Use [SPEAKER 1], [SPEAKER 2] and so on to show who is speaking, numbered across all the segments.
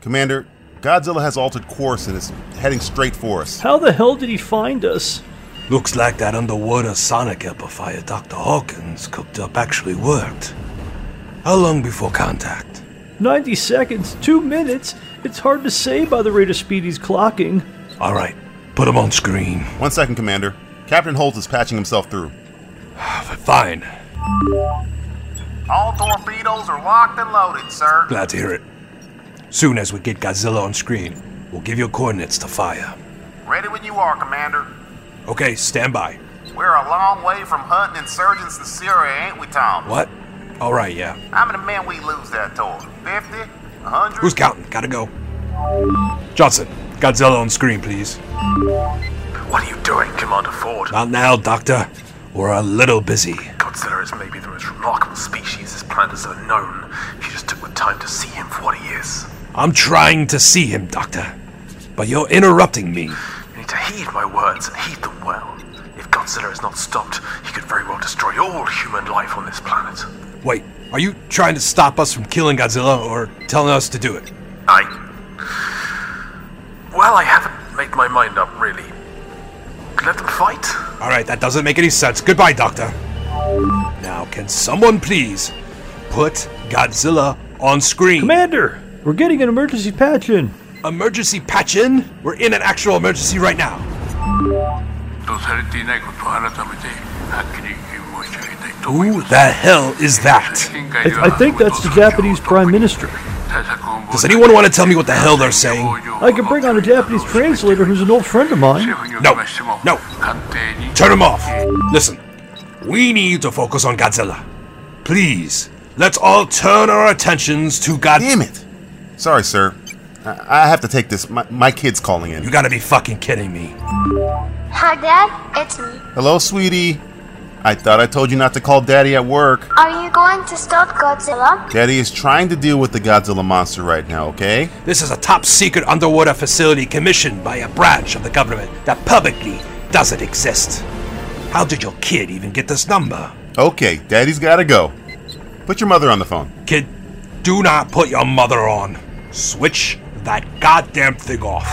[SPEAKER 1] Commander, Godzilla has altered course and is heading straight for us.
[SPEAKER 2] How the hell did he find us?
[SPEAKER 3] Looks like that underwater sonic amplifier Dr. Hawkins cooked up actually worked. How long before contact?
[SPEAKER 2] 90 seconds, two minutes. It's hard to say by the rate of speed he's clocking.
[SPEAKER 3] All right, put him on screen.
[SPEAKER 1] One second, Commander. Captain Holt is patching himself through.
[SPEAKER 3] Fine.
[SPEAKER 4] All torpedoes are locked and loaded, sir.
[SPEAKER 3] Glad to hear it. Soon as we get Godzilla on screen, we'll give your coordinates to fire.
[SPEAKER 4] Ready when you are, Commander.
[SPEAKER 3] Okay, stand by.
[SPEAKER 4] We're a long way from hunting insurgents in Syria, ain't we, Tom?
[SPEAKER 3] What? All right, yeah.
[SPEAKER 4] How many men we lose that tour? 50? 100?
[SPEAKER 3] Who's counting? Gotta go. Johnson, Godzilla on screen, please.
[SPEAKER 5] What are you doing, Commander Ford?
[SPEAKER 3] Not now, Doctor. We're a little busy.
[SPEAKER 5] Godzilla is maybe the most remarkable species this planet has ever known. If you just took the time to see him for what he is,
[SPEAKER 3] I'm trying to see him, Doctor. But you're interrupting me.
[SPEAKER 5] you need to heed my words and heed them well. If Godzilla is not stopped, he could very well destroy all human life on this planet.
[SPEAKER 3] Wait, are you trying to stop us from killing Godzilla or telling us to do it?
[SPEAKER 5] I. Well, I haven't made my mind up, really. Let them fight?
[SPEAKER 3] All right, that doesn't make any sense. Goodbye, Doctor. Now, can someone please put Godzilla on screen?
[SPEAKER 2] Commander, we're getting an emergency patch in.
[SPEAKER 3] Emergency patch in? We're in an actual emergency right now.
[SPEAKER 6] とされていないことを改めてはっきり申し上げたいと思いま
[SPEAKER 3] Who
[SPEAKER 6] す
[SPEAKER 3] the hell is that?
[SPEAKER 6] 委員会では
[SPEAKER 2] I, I think that's the Japanese Prime Minister.
[SPEAKER 6] 対策本部
[SPEAKER 3] Does anyone want to tell me what the hell they're saying?
[SPEAKER 2] I could bring on a Japanese translator who's an old friend of mine.
[SPEAKER 6] 政府にお
[SPEAKER 3] No.
[SPEAKER 6] きましても
[SPEAKER 3] No.
[SPEAKER 6] 官邸に
[SPEAKER 3] Turn him off. Listen, we need to focus on Godzilla. Please, let's all turn our attentions to God.
[SPEAKER 1] Damn it! Sorry, sir. I, I have to take this. My, my kid's calling
[SPEAKER 3] You
[SPEAKER 1] in.
[SPEAKER 3] gotta be fucking kidding me.
[SPEAKER 7] Hi, Dad. It's me.
[SPEAKER 1] Hello, sweetie. I thought I told you not to call Daddy at work.
[SPEAKER 7] Are you going to stop Godzilla?
[SPEAKER 1] Daddy is trying to deal with the Godzilla monster right now, okay?
[SPEAKER 3] This is a top secret underwater facility commissioned by a branch of the government that publicly doesn't exist. How did your kid even get this number?
[SPEAKER 1] Okay, Daddy's gotta go. Put your mother on the phone.
[SPEAKER 3] Kid, do not put your mother on. Switch that goddamn thing off.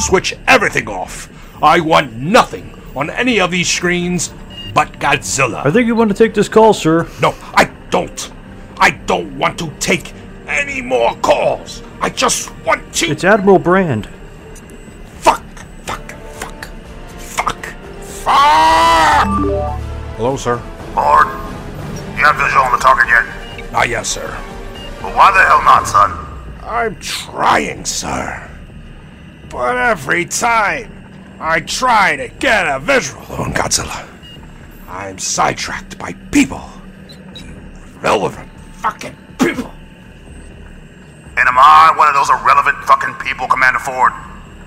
[SPEAKER 3] Switch everything off. I want nothing on any of these screens but Godzilla.
[SPEAKER 2] I think you want to take this call, sir.
[SPEAKER 3] No, I don't. I don't want to take any more calls. I just want to.
[SPEAKER 2] It's Admiral Brand.
[SPEAKER 3] fuck, fuck, fuck, fuck, fuck.
[SPEAKER 8] Hello, sir.
[SPEAKER 4] Lord, you have visual on the target yet?
[SPEAKER 3] Ah, yes, sir.
[SPEAKER 4] Well, why the hell not, son?
[SPEAKER 3] I'm trying, sir. But every time I try to get a visual on Godzilla, I'm sidetracked by people. Irrelevant fucking people.
[SPEAKER 4] And am I one of those irrelevant fucking people, Commander Ford?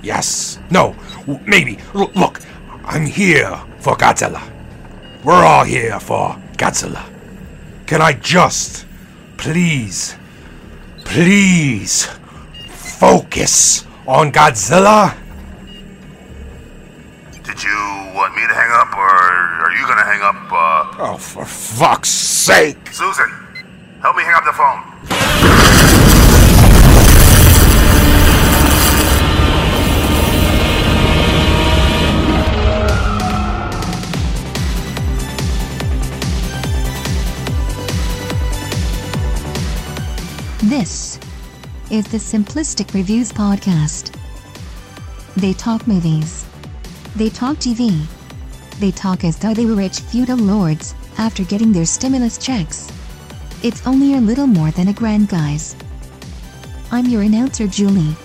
[SPEAKER 3] Yes. No. W- Maybe. L- look, I'm here for Godzilla. We're all here for Godzilla. Can I just please, please focus on Godzilla?
[SPEAKER 4] Did you want me to hang up, or are you gonna hang up, uh.
[SPEAKER 3] Oh, for fuck's sake.
[SPEAKER 4] Susan, help me hang up the phone.
[SPEAKER 9] This is the Simplistic Reviews Podcast. They talk movies. They talk TV. They talk as though they were rich feudal lords after getting their stimulus checks. It's only a little more than a grand, guys. I'm your announcer, Julie.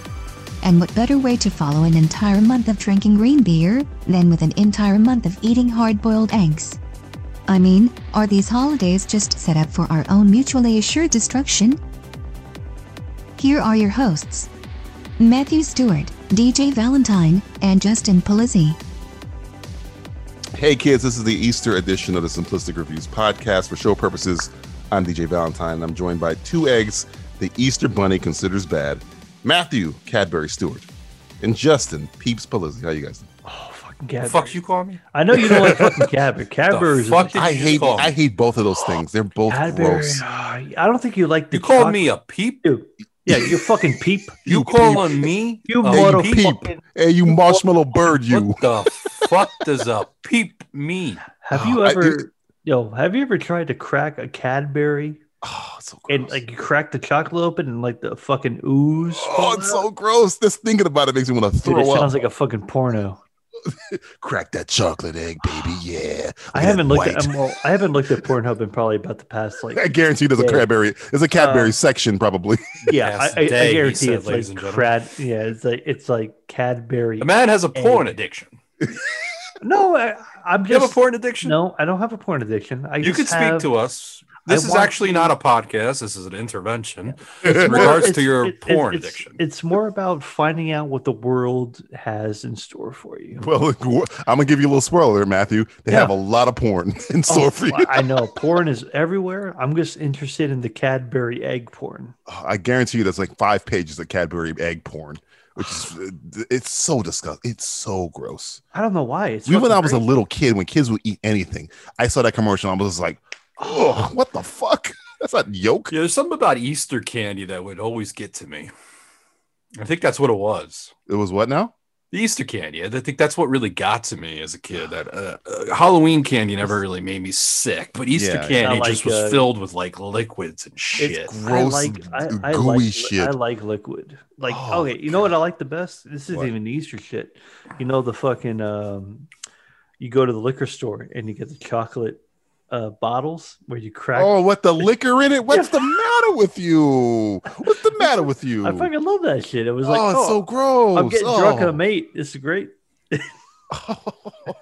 [SPEAKER 9] And what better way to follow an entire month of drinking green beer than with an entire month of eating hard boiled eggs? I mean, are these holidays just set up for our own mutually assured destruction? Here are your hosts Matthew Stewart, DJ Valentine, and Justin Polizzi.
[SPEAKER 8] Hey, kids, this is the Easter edition of the Simplistic Reviews podcast. For show purposes, I'm DJ Valentine, and I'm joined by two eggs the Easter Bunny considers bad Matthew Cadbury Stewart and Justin Peeps Polizzi. How you guys doing?
[SPEAKER 2] Cadbury.
[SPEAKER 10] Fuck you call me?
[SPEAKER 2] I know you don't like fucking Cadbury. Cadbury is
[SPEAKER 10] fuck did
[SPEAKER 8] I
[SPEAKER 10] you
[SPEAKER 8] hate
[SPEAKER 10] call me?
[SPEAKER 8] I hate both of those things. They're both
[SPEAKER 2] Cadbury.
[SPEAKER 8] gross.
[SPEAKER 2] ah, I don't think you like the
[SPEAKER 10] You called
[SPEAKER 2] choc-
[SPEAKER 10] me a peep?
[SPEAKER 2] You, Yeah, you fucking peep.
[SPEAKER 3] You, call on me?
[SPEAKER 2] You
[SPEAKER 3] a
[SPEAKER 2] motherfucker.
[SPEAKER 3] peep?
[SPEAKER 1] Peep. Hey, you marshmallow bird, you.
[SPEAKER 3] What the fuck does a peep mean?
[SPEAKER 2] Have you
[SPEAKER 1] I-
[SPEAKER 2] ever,
[SPEAKER 1] it-
[SPEAKER 2] yo, have you ever tried to crack a Cadbury
[SPEAKER 1] Oh, it's so gross.
[SPEAKER 2] and like you crack the chocolate open and like the fucking ooze?
[SPEAKER 1] oh, it's so gross. Just thinking about it makes me want to
[SPEAKER 2] Dude,
[SPEAKER 1] throw
[SPEAKER 2] it
[SPEAKER 1] up.
[SPEAKER 2] sounds like a fucking porno.
[SPEAKER 1] Crack that chocolate egg, baby. Yeah.
[SPEAKER 2] I
[SPEAKER 1] Look at
[SPEAKER 2] haven't
[SPEAKER 1] that
[SPEAKER 2] looked at
[SPEAKER 1] white.
[SPEAKER 2] I'm, well, I haven't looked at Pornhub in probably about the past like
[SPEAKER 1] I guarantee there's a
[SPEAKER 2] Yeah. Uh,
[SPEAKER 1] Cadbury. There's a Cadbury section probably.
[SPEAKER 2] yeah
[SPEAKER 3] Past
[SPEAKER 2] I, I, I
[SPEAKER 3] day, he
[SPEAKER 2] guarantee
[SPEAKER 3] said,
[SPEAKER 2] it's like
[SPEAKER 3] ladies and gentlemen.
[SPEAKER 2] crad yeah it's like it's like Cadbury
[SPEAKER 3] A man has a porn addiction.
[SPEAKER 2] no I, I'm
[SPEAKER 3] You have a
[SPEAKER 2] just
[SPEAKER 3] porn addiction?
[SPEAKER 2] no I don't have a porn addiction I
[SPEAKER 3] You
[SPEAKER 2] just
[SPEAKER 3] can speak
[SPEAKER 2] have-
[SPEAKER 3] to us. This
[SPEAKER 2] I
[SPEAKER 3] is
[SPEAKER 2] want-
[SPEAKER 3] actually not a podcast. This is an intervention in
[SPEAKER 2] more-
[SPEAKER 3] regards to
[SPEAKER 2] it's-
[SPEAKER 3] your
[SPEAKER 2] it- it-
[SPEAKER 3] porn
[SPEAKER 2] it's-
[SPEAKER 3] addiction.
[SPEAKER 2] It's more about finding out what the world has in store for you.
[SPEAKER 1] Well, look, wh- I'm gonna give you a little spoiler, Matthew. They
[SPEAKER 2] Yeah. Oh,
[SPEAKER 1] have a lot of porn in store for you.
[SPEAKER 2] Well, I know porn is everywhere. I'm just interested in the Cadbury egg porn.
[SPEAKER 1] I guarantee you, there's like five pages of Cadbury egg porn, which is uh, it's so disgusting. It's so gross.
[SPEAKER 2] I don't know why. It's
[SPEAKER 1] Even when
[SPEAKER 2] fucking
[SPEAKER 1] I was a
[SPEAKER 2] great.
[SPEAKER 1] little kid, when kids would eat anything, I saw that commercial. and I was just like, oh, what the fuck? That's not yolk.
[SPEAKER 3] Yeah, there's something about Easter candy that would always get to me. I think that's what it was.
[SPEAKER 1] It was what now?
[SPEAKER 3] The Easter candy. I think that's what really got to me as a kid. That uh, uh, Halloween candy never really made me sick, but Easter
[SPEAKER 1] Yeah,
[SPEAKER 2] yeah.
[SPEAKER 3] candy
[SPEAKER 2] Not
[SPEAKER 3] just
[SPEAKER 2] like,
[SPEAKER 3] was
[SPEAKER 2] uh,
[SPEAKER 3] filled with like liquids and shit.
[SPEAKER 1] It's gross,
[SPEAKER 2] I like I, I
[SPEAKER 1] gooey
[SPEAKER 2] like,
[SPEAKER 1] shit.
[SPEAKER 2] I like liquid. Like
[SPEAKER 1] Oh,
[SPEAKER 2] okay, you know what I like the best? This isn't
[SPEAKER 1] What?
[SPEAKER 2] even Easter shit. You know the fucking um, you go to the liquor store and you get the chocolate uh, bottles where you crack.
[SPEAKER 1] Oh, what the liquor in it? What's the matter with you? What's the matter with you?
[SPEAKER 2] I fucking love that shit. It was like
[SPEAKER 1] oh, it's so
[SPEAKER 2] oh,
[SPEAKER 1] gross.
[SPEAKER 2] I'm getting drunk and
[SPEAKER 1] Oh.
[SPEAKER 2] I'm eight. This is great. My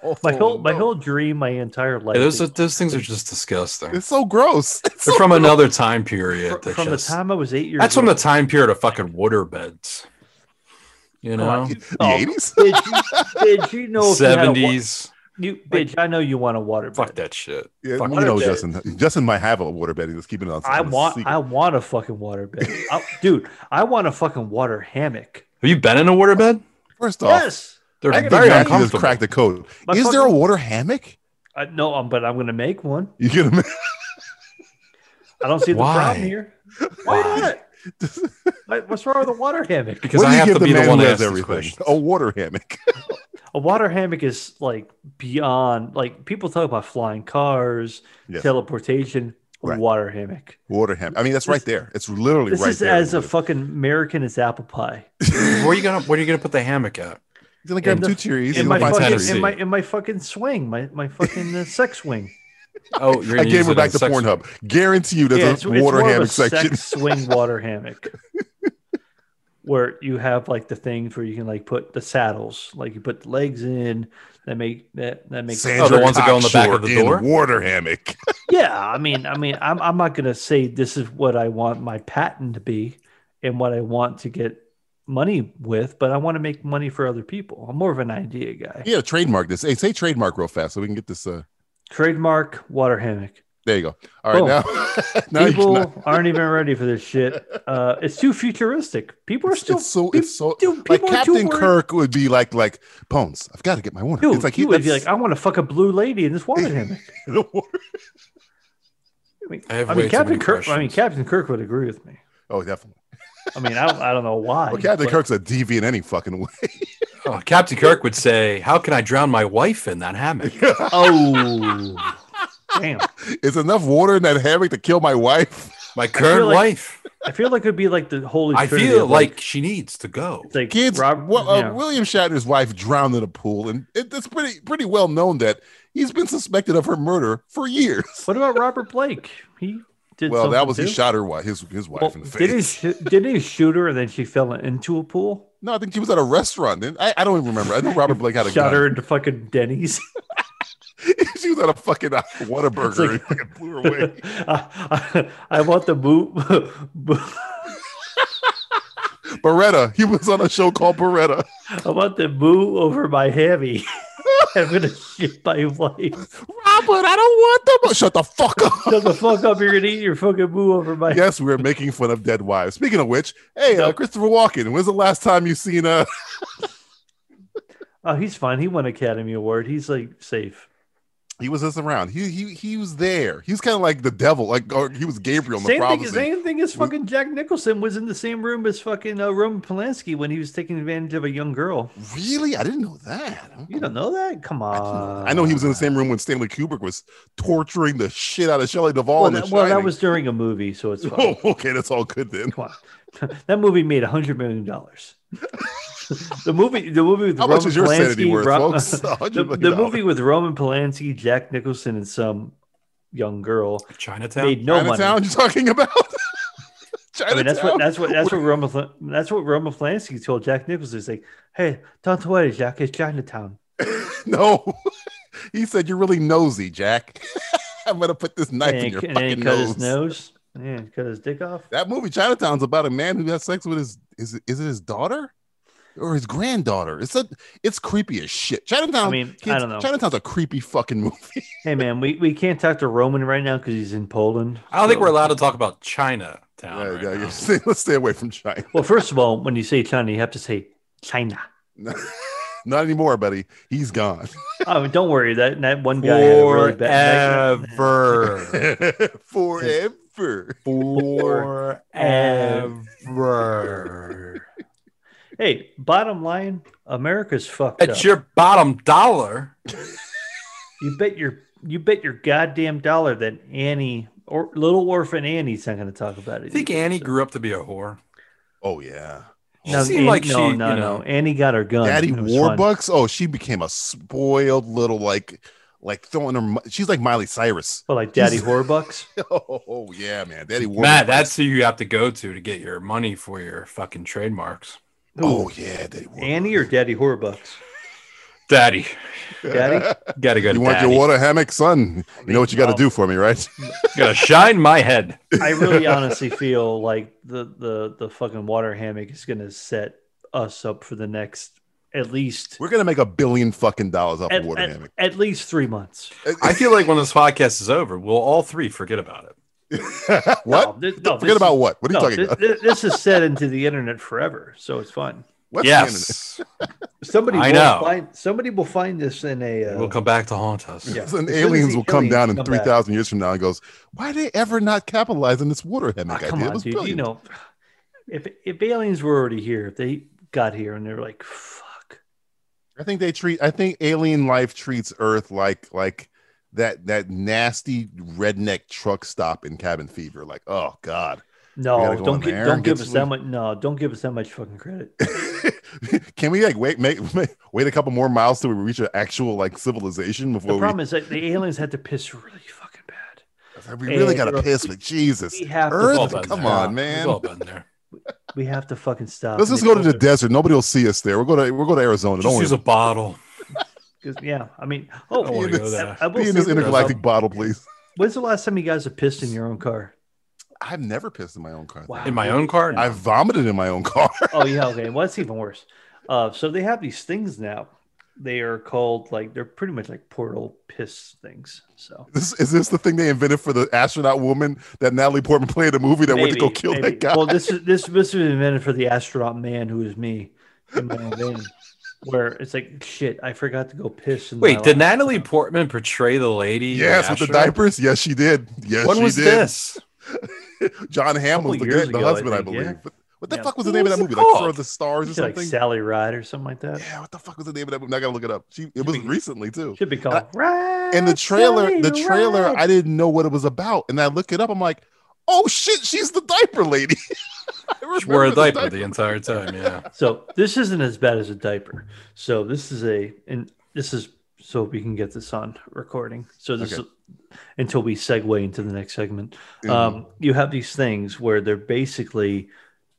[SPEAKER 1] Oh,
[SPEAKER 2] whole my whole dream, my entire life.
[SPEAKER 3] Yeah, those,
[SPEAKER 2] is-
[SPEAKER 3] are- those things are just disgusting.
[SPEAKER 1] It's so gross. It's
[SPEAKER 3] They're
[SPEAKER 1] so-
[SPEAKER 3] from another time period.
[SPEAKER 2] fr-
[SPEAKER 3] that
[SPEAKER 2] from
[SPEAKER 3] just-
[SPEAKER 2] the time I was eight years.
[SPEAKER 3] that's
[SPEAKER 2] old.
[SPEAKER 3] from the time period of fucking waterbeds. You know,
[SPEAKER 1] the
[SPEAKER 2] Oh.
[SPEAKER 1] 80s?
[SPEAKER 2] Did you, did you know if you had a wa-
[SPEAKER 3] seventies.
[SPEAKER 2] You, bitch, I know you want a water
[SPEAKER 3] Fuck
[SPEAKER 2] bed.
[SPEAKER 3] that shit.
[SPEAKER 1] Yeah,
[SPEAKER 3] Fuck
[SPEAKER 1] you know,
[SPEAKER 2] that.
[SPEAKER 1] Justin. Justin might have a waterbed. He's keeping it on.
[SPEAKER 2] I
[SPEAKER 1] on a
[SPEAKER 2] want,
[SPEAKER 1] secret.
[SPEAKER 2] I want a fucking water bed, I- dude. I want a fucking water hammock.
[SPEAKER 3] Have you been in a waterbed?
[SPEAKER 1] First off,
[SPEAKER 2] Yes,
[SPEAKER 3] They're
[SPEAKER 1] I think
[SPEAKER 3] very
[SPEAKER 1] Matthew just
[SPEAKER 3] uncomfortable.
[SPEAKER 1] cracked the code.
[SPEAKER 2] My
[SPEAKER 1] Is there a
[SPEAKER 2] fucking-
[SPEAKER 1] water hammock?
[SPEAKER 2] I, no, um, but I'm gonna make one.
[SPEAKER 1] You get him.
[SPEAKER 2] I don't see the
[SPEAKER 3] Why?
[SPEAKER 2] problem here. Why not? What- What's wrong with a water hammock?
[SPEAKER 3] Because I have to be the one
[SPEAKER 1] who
[SPEAKER 3] that
[SPEAKER 1] has
[SPEAKER 3] asks these questions.
[SPEAKER 1] A water hammock.
[SPEAKER 2] A water hammock is like beyond. Like people talk about flying cars,
[SPEAKER 1] Yes.
[SPEAKER 2] teleportation.
[SPEAKER 1] Right.
[SPEAKER 2] Water hammock.
[SPEAKER 1] water hammock. I mean, that's right there. It's literally
[SPEAKER 2] This
[SPEAKER 1] right
[SPEAKER 2] is
[SPEAKER 1] there.
[SPEAKER 2] as a fucking American as apple pie.
[SPEAKER 3] Where are you gonna Where are you gonna put the hammock at?
[SPEAKER 1] You're gonna grab
[SPEAKER 2] in the-
[SPEAKER 1] two cherries.
[SPEAKER 2] in
[SPEAKER 1] you're
[SPEAKER 2] my
[SPEAKER 1] gonna find
[SPEAKER 2] fucking
[SPEAKER 1] some
[SPEAKER 2] in
[SPEAKER 3] Tennessee.
[SPEAKER 2] my in my fucking swing, my my fucking uh, sex swing.
[SPEAKER 3] Oh, you're
[SPEAKER 1] cherries. I
[SPEAKER 3] gonna
[SPEAKER 1] gave
[SPEAKER 3] use
[SPEAKER 1] her
[SPEAKER 3] it
[SPEAKER 1] back
[SPEAKER 3] in
[SPEAKER 1] to
[SPEAKER 3] sex-
[SPEAKER 1] Pornhub. Guarantee you, there's
[SPEAKER 2] Yeah,
[SPEAKER 1] a water
[SPEAKER 2] more of a
[SPEAKER 1] hammock section.
[SPEAKER 2] Sex swing water hammock. Where you have like the things where you can like put the saddles, like you put the legs in that make that that makes
[SPEAKER 3] Oh, the ones that go on the back of the
[SPEAKER 1] Cocksure
[SPEAKER 3] door?
[SPEAKER 1] In water hammock.
[SPEAKER 2] yeah. I mean, I mean, I'm I'm not gonna say this is what I want my patent to be and what I want to get money with, but I want to make money for other people. I'm more of an idea guy.
[SPEAKER 1] yeah, trademark this. Hey, say trademark real fast so we can get this. Uh,
[SPEAKER 2] Trademark water hammock.
[SPEAKER 1] there you go. All right,
[SPEAKER 2] Boom.
[SPEAKER 1] now, now you
[SPEAKER 2] people
[SPEAKER 1] can-
[SPEAKER 2] aren't even ready for this shit. Uh, it's too futuristic. People are
[SPEAKER 1] It's,
[SPEAKER 2] still
[SPEAKER 1] it's so
[SPEAKER 2] peop-
[SPEAKER 1] it's so
[SPEAKER 2] dude,
[SPEAKER 1] like
[SPEAKER 2] people are too
[SPEAKER 1] Captain
[SPEAKER 2] worried.
[SPEAKER 1] Kirk would be like like Bones. I've got to get my water.
[SPEAKER 2] Dude,
[SPEAKER 1] it's like
[SPEAKER 2] he would be
[SPEAKER 1] let's-
[SPEAKER 2] like, I want to fuck a blue lady in this water hammock.
[SPEAKER 1] the water-
[SPEAKER 2] I mean,
[SPEAKER 3] I have
[SPEAKER 2] I
[SPEAKER 3] way
[SPEAKER 2] mean
[SPEAKER 3] too
[SPEAKER 2] Captain
[SPEAKER 3] many
[SPEAKER 2] Kirk. I mean,
[SPEAKER 3] questions.
[SPEAKER 2] Captain Kirk would agree with me.
[SPEAKER 1] oh, definitely.
[SPEAKER 2] I mean, I don't, I don't know why.
[SPEAKER 1] Well, Captain
[SPEAKER 2] but
[SPEAKER 1] Kirk's a deviant any fucking way.
[SPEAKER 3] Oh, Captain Kirk would say, "How can I drown my wife in that hammock?"
[SPEAKER 1] Oh.
[SPEAKER 2] Damn,
[SPEAKER 1] It's enough water in that hammock to kill my wife.
[SPEAKER 3] My current
[SPEAKER 2] like-
[SPEAKER 3] wife.
[SPEAKER 2] I feel like it would be like the holy.
[SPEAKER 3] I
[SPEAKER 2] Trinity
[SPEAKER 3] feel
[SPEAKER 2] of,
[SPEAKER 3] like she needs to go.
[SPEAKER 2] it's like
[SPEAKER 1] Kids,
[SPEAKER 2] Rob-
[SPEAKER 1] well, uh,
[SPEAKER 2] yeah.
[SPEAKER 1] William Shatner's wife drowned in a pool, and it, it's pretty pretty well known that he's been suspected of her murder for years.
[SPEAKER 2] What about Robert Blake? He did.
[SPEAKER 1] Well, that
[SPEAKER 2] something
[SPEAKER 1] was
[SPEAKER 2] too.
[SPEAKER 1] he shot her wife, his his wife
[SPEAKER 2] Well,
[SPEAKER 1] in the
[SPEAKER 2] did he?
[SPEAKER 1] face.
[SPEAKER 2] Sh- did he shoot her and then she fell into a pool?
[SPEAKER 1] No, I think she was at a restaurant. And I, I don't even remember. I know Robert Blake had a
[SPEAKER 2] Shot
[SPEAKER 1] gun.
[SPEAKER 2] her into fucking Denny's.
[SPEAKER 1] she was at a fucking uh, Whataburger
[SPEAKER 2] like-
[SPEAKER 1] and fucking blew her away.
[SPEAKER 2] I, I, I want the move.
[SPEAKER 1] Beretta. He was on a show called Beretta.
[SPEAKER 2] I want to moo over my hammy. I'm gonna shit my wife.
[SPEAKER 1] Robert, I don't want them. Oh, Shut the fuck up.
[SPEAKER 2] Shut the fuck up! You're gonna eat your fucking moo over my.
[SPEAKER 1] yes, we're making fun of dead wives. Speaking of which, hey, uh, Christopher Walken, when's the last time you seen uh
[SPEAKER 2] Oh, he's fine. He won Academy Award. He's like safe.
[SPEAKER 1] He was just around. He he he was there. He was kind of like the devil, like or he was Gabriel. in the
[SPEAKER 2] Same thing,
[SPEAKER 1] prophecy.
[SPEAKER 2] same thing as fucking Jack Nicholson was in the same room as fucking uh, Roman Polanski when he was taking advantage of a young girl.
[SPEAKER 1] Really, I didn't know that.
[SPEAKER 2] You don't know that? Come on.
[SPEAKER 1] I know he was in the same room when Stanley Kubrick was torturing the shit out of Shelley Duvall.
[SPEAKER 2] Well,
[SPEAKER 1] in The
[SPEAKER 2] that, well, that
[SPEAKER 1] Shining.
[SPEAKER 2] was during a movie, so it's fine.
[SPEAKER 1] Oh, okay, that's all good then.
[SPEAKER 2] that movie made a hundred million dollars. the movie, the movie with
[SPEAKER 1] How
[SPEAKER 2] Roman
[SPEAKER 1] much is your
[SPEAKER 2] Polanski,
[SPEAKER 1] sanity worth,
[SPEAKER 2] Ro-
[SPEAKER 1] folks? A hundred
[SPEAKER 2] the,
[SPEAKER 1] million
[SPEAKER 2] the
[SPEAKER 1] dollars.
[SPEAKER 2] movie with Roman Polanski, Jack Nicholson, and some young girl
[SPEAKER 3] Chinatown?
[SPEAKER 2] made no
[SPEAKER 1] Chinatown
[SPEAKER 2] money.
[SPEAKER 1] you're talking about?
[SPEAKER 2] I mean, that's what
[SPEAKER 1] Chinatown?
[SPEAKER 2] that's what that's what Roman Fla- that's what Roman Polanski told Jack Nicholson. He's like, "Hey, don't worry, Jack. It's Chinatown."
[SPEAKER 1] No. he said, You're really nosy, Jack. I'm going to put this knife
[SPEAKER 2] And
[SPEAKER 1] in
[SPEAKER 2] he
[SPEAKER 1] your
[SPEAKER 2] and then he
[SPEAKER 1] fucking
[SPEAKER 2] cut his
[SPEAKER 1] nose.
[SPEAKER 2] nose. Yeah, he cut his dick off.
[SPEAKER 1] That movie, Chinatown's about a man who has sex with his, is it, is it his daughter? Or his granddaughter. It's a, it's creepy as shit. Chinatown.
[SPEAKER 2] I mean, I don't know.
[SPEAKER 1] Chinatown's a creepy fucking movie.
[SPEAKER 2] Hey, man, we, we can't talk to Roman right now because he's in Poland.
[SPEAKER 3] I don't think
[SPEAKER 2] so-
[SPEAKER 3] we're allowed to talk about Chinatown.
[SPEAKER 1] Yeah,
[SPEAKER 3] right
[SPEAKER 1] yeah,
[SPEAKER 3] now.
[SPEAKER 1] you're saying- let's stay away from China.
[SPEAKER 2] Well, first of all, when you say China, you have to say China.
[SPEAKER 1] Not anymore, buddy. He's gone.
[SPEAKER 2] Oh, don't worry that that one guy had a really bad.
[SPEAKER 3] Forever.
[SPEAKER 1] Forever.
[SPEAKER 3] Forever.
[SPEAKER 2] Hey, bottom line, America's fucked
[SPEAKER 3] At
[SPEAKER 2] up.
[SPEAKER 3] your bottom dollar.
[SPEAKER 2] you bet your you bet your goddamn dollar that Annie or little orphan Annie's not going to talk about it.
[SPEAKER 3] I think
[SPEAKER 2] either,
[SPEAKER 3] Annie
[SPEAKER 2] so.
[SPEAKER 3] grew up to be a whore.
[SPEAKER 1] Oh yeah.
[SPEAKER 3] She seemed like she,
[SPEAKER 2] no,
[SPEAKER 3] you
[SPEAKER 2] no,
[SPEAKER 3] know,
[SPEAKER 2] no. Annie got her gun.
[SPEAKER 1] Daddy
[SPEAKER 2] It was fun.
[SPEAKER 1] Warbucks. Oh, she became a spoiled little like like throwing her. mo- She's like Miley Cyrus.
[SPEAKER 2] But like Daddy Warbucks.
[SPEAKER 1] Oh yeah, man. Daddy Warbucks.
[SPEAKER 3] Matt, that's who you have to go to to get your money for your fucking trademarks.
[SPEAKER 1] oh yeah, Daddy Warbucks.
[SPEAKER 2] Annie or Daddy Horbucks?
[SPEAKER 3] Daddy,
[SPEAKER 2] Daddy?
[SPEAKER 3] gotta go.
[SPEAKER 1] You
[SPEAKER 3] to
[SPEAKER 1] want
[SPEAKER 3] Daddy.
[SPEAKER 1] your water hammock, son? You know what you got
[SPEAKER 2] Wow.
[SPEAKER 1] to do for me, right?
[SPEAKER 3] Gotta shine my head.
[SPEAKER 2] I really honestly feel like the the the fucking water hammock is going to set us up for the next at least
[SPEAKER 1] We're gonna make a billion fucking dollars off
[SPEAKER 2] at,
[SPEAKER 1] of water
[SPEAKER 2] at-
[SPEAKER 1] hammock.
[SPEAKER 2] at least three months.
[SPEAKER 3] I feel like when this podcast is over, we'll all three forget about it.
[SPEAKER 1] what?
[SPEAKER 2] No, thi- no, this
[SPEAKER 1] Forget about
[SPEAKER 2] is-
[SPEAKER 1] what? What are you
[SPEAKER 2] no,
[SPEAKER 1] talking
[SPEAKER 2] thi-
[SPEAKER 1] about?
[SPEAKER 2] thi- This is set into the internet forever, so it's fine.
[SPEAKER 1] What's the internet?
[SPEAKER 3] yes,
[SPEAKER 2] Somebody
[SPEAKER 3] I
[SPEAKER 2] will
[SPEAKER 3] know.
[SPEAKER 2] find somebody will find this in a uh,
[SPEAKER 3] we'll come back to haunt us.
[SPEAKER 2] yeah. As soon
[SPEAKER 1] And
[SPEAKER 2] as
[SPEAKER 1] aliens
[SPEAKER 2] the
[SPEAKER 1] will come
[SPEAKER 2] aliens
[SPEAKER 1] down in
[SPEAKER 2] come
[SPEAKER 1] three
[SPEAKER 2] back.
[SPEAKER 1] thousand years from now and goes, "Why did they ever not capitalize on this water
[SPEAKER 2] Ah,
[SPEAKER 1] hammock
[SPEAKER 2] come
[SPEAKER 1] idea? It
[SPEAKER 2] on,
[SPEAKER 1] was
[SPEAKER 2] dude.
[SPEAKER 1] brilliant."
[SPEAKER 2] You know, if if aliens were already here, if they got here and they're like, "Fuck,"
[SPEAKER 1] I think they treat. I think alien life treats Earth like like that that nasty redneck truck stop in Cabin Fever. Like, oh god,
[SPEAKER 2] no,
[SPEAKER 1] gotta go in
[SPEAKER 2] don't gi-
[SPEAKER 1] there
[SPEAKER 2] don't
[SPEAKER 1] and
[SPEAKER 2] give
[SPEAKER 1] get
[SPEAKER 2] us
[SPEAKER 1] some-
[SPEAKER 2] that much. No, don't give us that much fucking credit.
[SPEAKER 1] can we like wait make, make- wait a couple more miles till we reach an actual like civilization
[SPEAKER 2] The
[SPEAKER 1] before
[SPEAKER 2] problem is that the aliens had to piss really fucking bad.
[SPEAKER 1] we we really
[SPEAKER 2] is-
[SPEAKER 1] gotta piss with Jesus?
[SPEAKER 2] We have
[SPEAKER 1] Earth?
[SPEAKER 3] We've all
[SPEAKER 2] to,
[SPEAKER 3] been
[SPEAKER 1] Come
[SPEAKER 3] there.
[SPEAKER 1] on,
[SPEAKER 3] We've all
[SPEAKER 1] man.
[SPEAKER 3] been there.
[SPEAKER 2] we have to fucking stop.
[SPEAKER 1] Let's
[SPEAKER 2] And
[SPEAKER 1] just
[SPEAKER 2] they
[SPEAKER 1] go to the
[SPEAKER 2] told us-
[SPEAKER 1] desert. Nobody will see us there. We'll go to we'll go to Arizona.
[SPEAKER 3] Just
[SPEAKER 1] Don't
[SPEAKER 3] use a
[SPEAKER 1] worry.
[SPEAKER 3] bottle.
[SPEAKER 2] 'cause- Yeah, I mean, oh,
[SPEAKER 3] don't wanna go there.
[SPEAKER 2] I- I will
[SPEAKER 1] Be in
[SPEAKER 2] say
[SPEAKER 1] this
[SPEAKER 2] this.
[SPEAKER 1] intergalactic bottle, please.
[SPEAKER 2] When's the last time you guys have pissed in your own car?
[SPEAKER 1] I've never pissed in my own car.
[SPEAKER 2] Wow.
[SPEAKER 3] In my own car,
[SPEAKER 1] I vomited in my own car.
[SPEAKER 2] oh yeah, okay. Well, that's even worse. Uh, so they have these things now. They are called like they're pretty much like portal piss things. So
[SPEAKER 1] This, is this the thing they invented for the astronaut woman that Natalie Portman played in a movie that went to go kill
[SPEAKER 2] maybe.
[SPEAKER 1] that guy?
[SPEAKER 2] Well, this is this this was invented for the astronaut man who is me in my own vein, where it's like shit. I forgot to go piss. In my
[SPEAKER 3] Wait, did
[SPEAKER 2] last-
[SPEAKER 3] Natalie Portman portray the lady? in
[SPEAKER 1] yes, with the
[SPEAKER 3] Astronaut?
[SPEAKER 1] diapers. Yes, she did. Yes,
[SPEAKER 3] When
[SPEAKER 1] she
[SPEAKER 3] was
[SPEAKER 1] did.
[SPEAKER 3] this?
[SPEAKER 1] John Hamlin's the,
[SPEAKER 2] Couple years
[SPEAKER 1] the
[SPEAKER 2] ago, I
[SPEAKER 1] husband, I,
[SPEAKER 2] think, yeah.
[SPEAKER 1] believe. What, what the
[SPEAKER 2] Yeah.
[SPEAKER 1] fuck was the
[SPEAKER 3] What
[SPEAKER 1] name of that
[SPEAKER 3] was it
[SPEAKER 1] movie? Like
[SPEAKER 3] called?
[SPEAKER 1] Throw the Stars or
[SPEAKER 2] Is it like
[SPEAKER 1] something?
[SPEAKER 2] Sally Ride or something like that?
[SPEAKER 1] yeah, what the fuck was the name of that movie? Now I gotta look it up. She it was recently too.
[SPEAKER 2] Should be called. Ride,
[SPEAKER 1] And the trailer,
[SPEAKER 2] Sally,
[SPEAKER 1] the trailer,
[SPEAKER 2] Ride.
[SPEAKER 1] I didn't know what it was about. And I look it up, I'm like, oh shit, she's the diaper lady. I
[SPEAKER 3] She wore a
[SPEAKER 1] remember the
[SPEAKER 3] diaper the entire time. Yeah.
[SPEAKER 2] So this isn't as bad as a diaper. So this is a and this is so we can get this on recording. So this is until we segue into the next segment. Um, you have these things where they're basically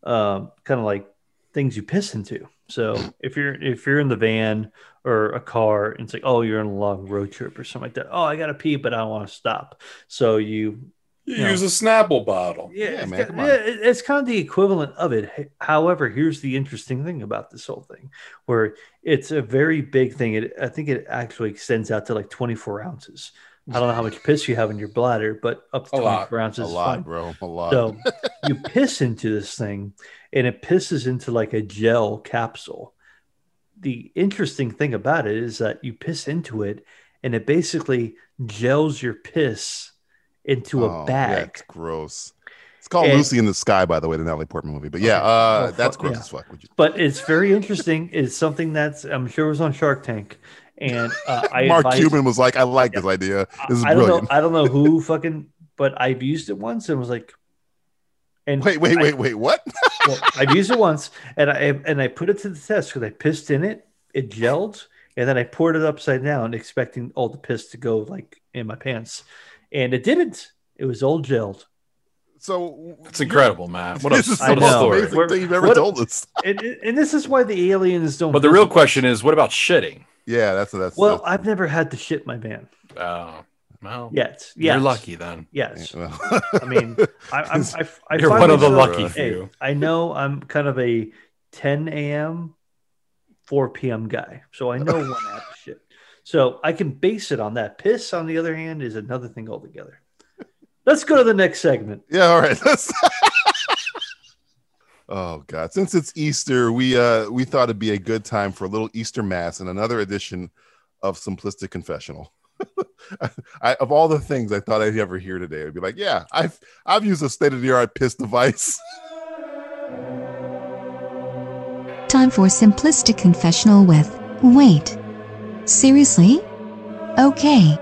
[SPEAKER 2] um, kind of like things you piss into. So if you're if you're in the van or a car and it's like, oh, you're on a long road trip or something like that. Oh, I gotta pee, but I don't want to stop. So you
[SPEAKER 3] You
[SPEAKER 2] Yeah.
[SPEAKER 3] use a Snapple bottle.
[SPEAKER 2] yeah,
[SPEAKER 1] Yeah,
[SPEAKER 2] it's
[SPEAKER 1] man,
[SPEAKER 2] ki-
[SPEAKER 1] come on.
[SPEAKER 2] yeah, it- it's kind of the equivalent of it. H- However, here's the interesting thing about this whole thing, where it's a very big thing. It, I think it actually extends out to like 24 ounces. I don't know how much piss you have in your bladder, but up to
[SPEAKER 3] A
[SPEAKER 2] 24
[SPEAKER 3] lot.
[SPEAKER 2] ounces
[SPEAKER 1] A
[SPEAKER 2] is
[SPEAKER 1] lot,
[SPEAKER 2] fine.
[SPEAKER 1] bro. A lot.
[SPEAKER 2] So you piss into this thing, and it pisses into like a gel capsule. The interesting thing about it is that you piss into it, and it basically gels your piss into a
[SPEAKER 1] Oh, Yeah,
[SPEAKER 2] bag.
[SPEAKER 1] it's gross. It's called
[SPEAKER 2] And-
[SPEAKER 1] Lucy in the Sky, by the way, the Natalie Portman movie. But yeah, uh,
[SPEAKER 2] Oh,
[SPEAKER 1] that's
[SPEAKER 2] fuck,
[SPEAKER 1] gross
[SPEAKER 2] yeah.
[SPEAKER 1] as fuck. Would you?
[SPEAKER 2] But it's very interesting. It's something that's I'm sure was on Shark Tank, and uh, I
[SPEAKER 1] Mark
[SPEAKER 2] advise-
[SPEAKER 1] Cuban was like, I like this idea. This is
[SPEAKER 2] I don't know.
[SPEAKER 1] brilliant.
[SPEAKER 2] I don't know who fucking, but I've used it once and was like, and
[SPEAKER 1] Wait, wait,
[SPEAKER 2] I-
[SPEAKER 1] wait, wait. What?
[SPEAKER 2] well, I've used it once, and I and I put it to the test because I pissed in it. It gelled, and then I poured it upside down, expecting all the piss to go like in my pants, and it didn't. It was all gelled.
[SPEAKER 1] So
[SPEAKER 11] It's incredible, Matt. What a,
[SPEAKER 1] This is
[SPEAKER 11] what
[SPEAKER 2] the
[SPEAKER 11] a
[SPEAKER 2] most
[SPEAKER 11] story.
[SPEAKER 2] amazing- We're-
[SPEAKER 1] Thing you've ever
[SPEAKER 2] what-
[SPEAKER 1] told us.
[SPEAKER 2] And, and this is why the aliens don't.
[SPEAKER 11] But the
[SPEAKER 2] visit
[SPEAKER 11] real
[SPEAKER 2] us.
[SPEAKER 11] question is, what about shitting?
[SPEAKER 1] Yeah, that's that's.
[SPEAKER 2] Well,
[SPEAKER 1] that's-
[SPEAKER 2] I've never had to shit my van
[SPEAKER 3] Uh,
[SPEAKER 11] Oh, well,
[SPEAKER 2] yet.
[SPEAKER 11] you're
[SPEAKER 2] Yes.
[SPEAKER 11] lucky then.
[SPEAKER 2] Yes.
[SPEAKER 1] well,
[SPEAKER 2] I mean, I, I'm, I, I
[SPEAKER 11] You're
[SPEAKER 2] find
[SPEAKER 11] one of the
[SPEAKER 2] myself-
[SPEAKER 11] lucky
[SPEAKER 2] hey,
[SPEAKER 11] few.
[SPEAKER 2] I know I'm kind of a 10 a.m., 4 p.m. guy, so I know when I have to shit. So I can base it on that. Piss, on the other hand, is another thing altogether. Let's go to the next segment.
[SPEAKER 1] yeah, all right. Let's- oh God! Since it's Easter, we uh we thought it'd be a good time for a little Easter mass and another edition of Simplistic Confessional. I, of all the things I thought I'd ever hear today, I'd be like, yeah, I've I've used a state of the art piss device.
[SPEAKER 9] Time for simplistic confessional with Wait. Seriously? Okay.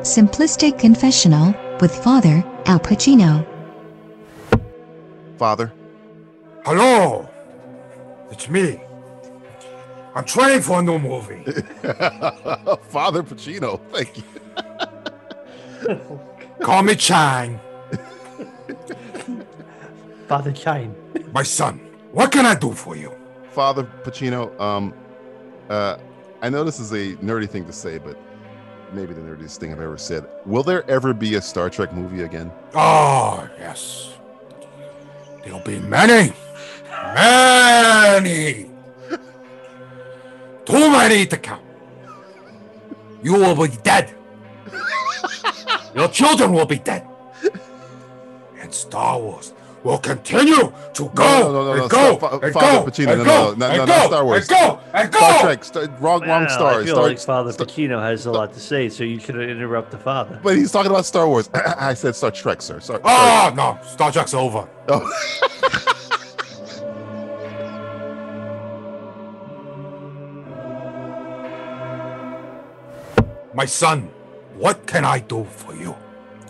[SPEAKER 9] Simplistic confessional with Father Al Pacino.
[SPEAKER 1] Father,
[SPEAKER 3] Hello, it's me. I'm trying for a new movie.
[SPEAKER 1] Father Pacino, thank you.
[SPEAKER 3] Call me Chang,
[SPEAKER 2] Father Chine.
[SPEAKER 3] my son. What can I do for you?
[SPEAKER 1] Father Pacino, um, uh, I know this is a nerdy thing to say, but maybe the nerdiest thing I've ever said. Will there ever be a Star Trek movie again?
[SPEAKER 3] Oh, yes. There'll be many, many, too many to count. You will be dead. Your children will be dead. And Star Wars will continue to go
[SPEAKER 1] No, no, no, no,
[SPEAKER 3] and
[SPEAKER 1] no.
[SPEAKER 3] go
[SPEAKER 1] Fa-
[SPEAKER 3] and
[SPEAKER 1] Father
[SPEAKER 3] go
[SPEAKER 1] Pacino, no,
[SPEAKER 3] and
[SPEAKER 1] no,
[SPEAKER 3] go
[SPEAKER 1] no, no,
[SPEAKER 3] and
[SPEAKER 1] no,
[SPEAKER 3] go
[SPEAKER 1] not Star Wars.
[SPEAKER 3] and go and go.
[SPEAKER 1] Star Trek, Star, wrong, wrong
[SPEAKER 2] Well,
[SPEAKER 1] star.
[SPEAKER 2] I feel
[SPEAKER 1] Star-
[SPEAKER 2] like Father
[SPEAKER 1] Star-
[SPEAKER 2] Pacino has a lot to say, so you should have interrupt the father.
[SPEAKER 1] but he's talking about Star Wars. I said Star Trek, sir. Sorry.
[SPEAKER 3] Oh no, Star Trek's over.
[SPEAKER 1] sorry.
[SPEAKER 3] My son, what can I do for you?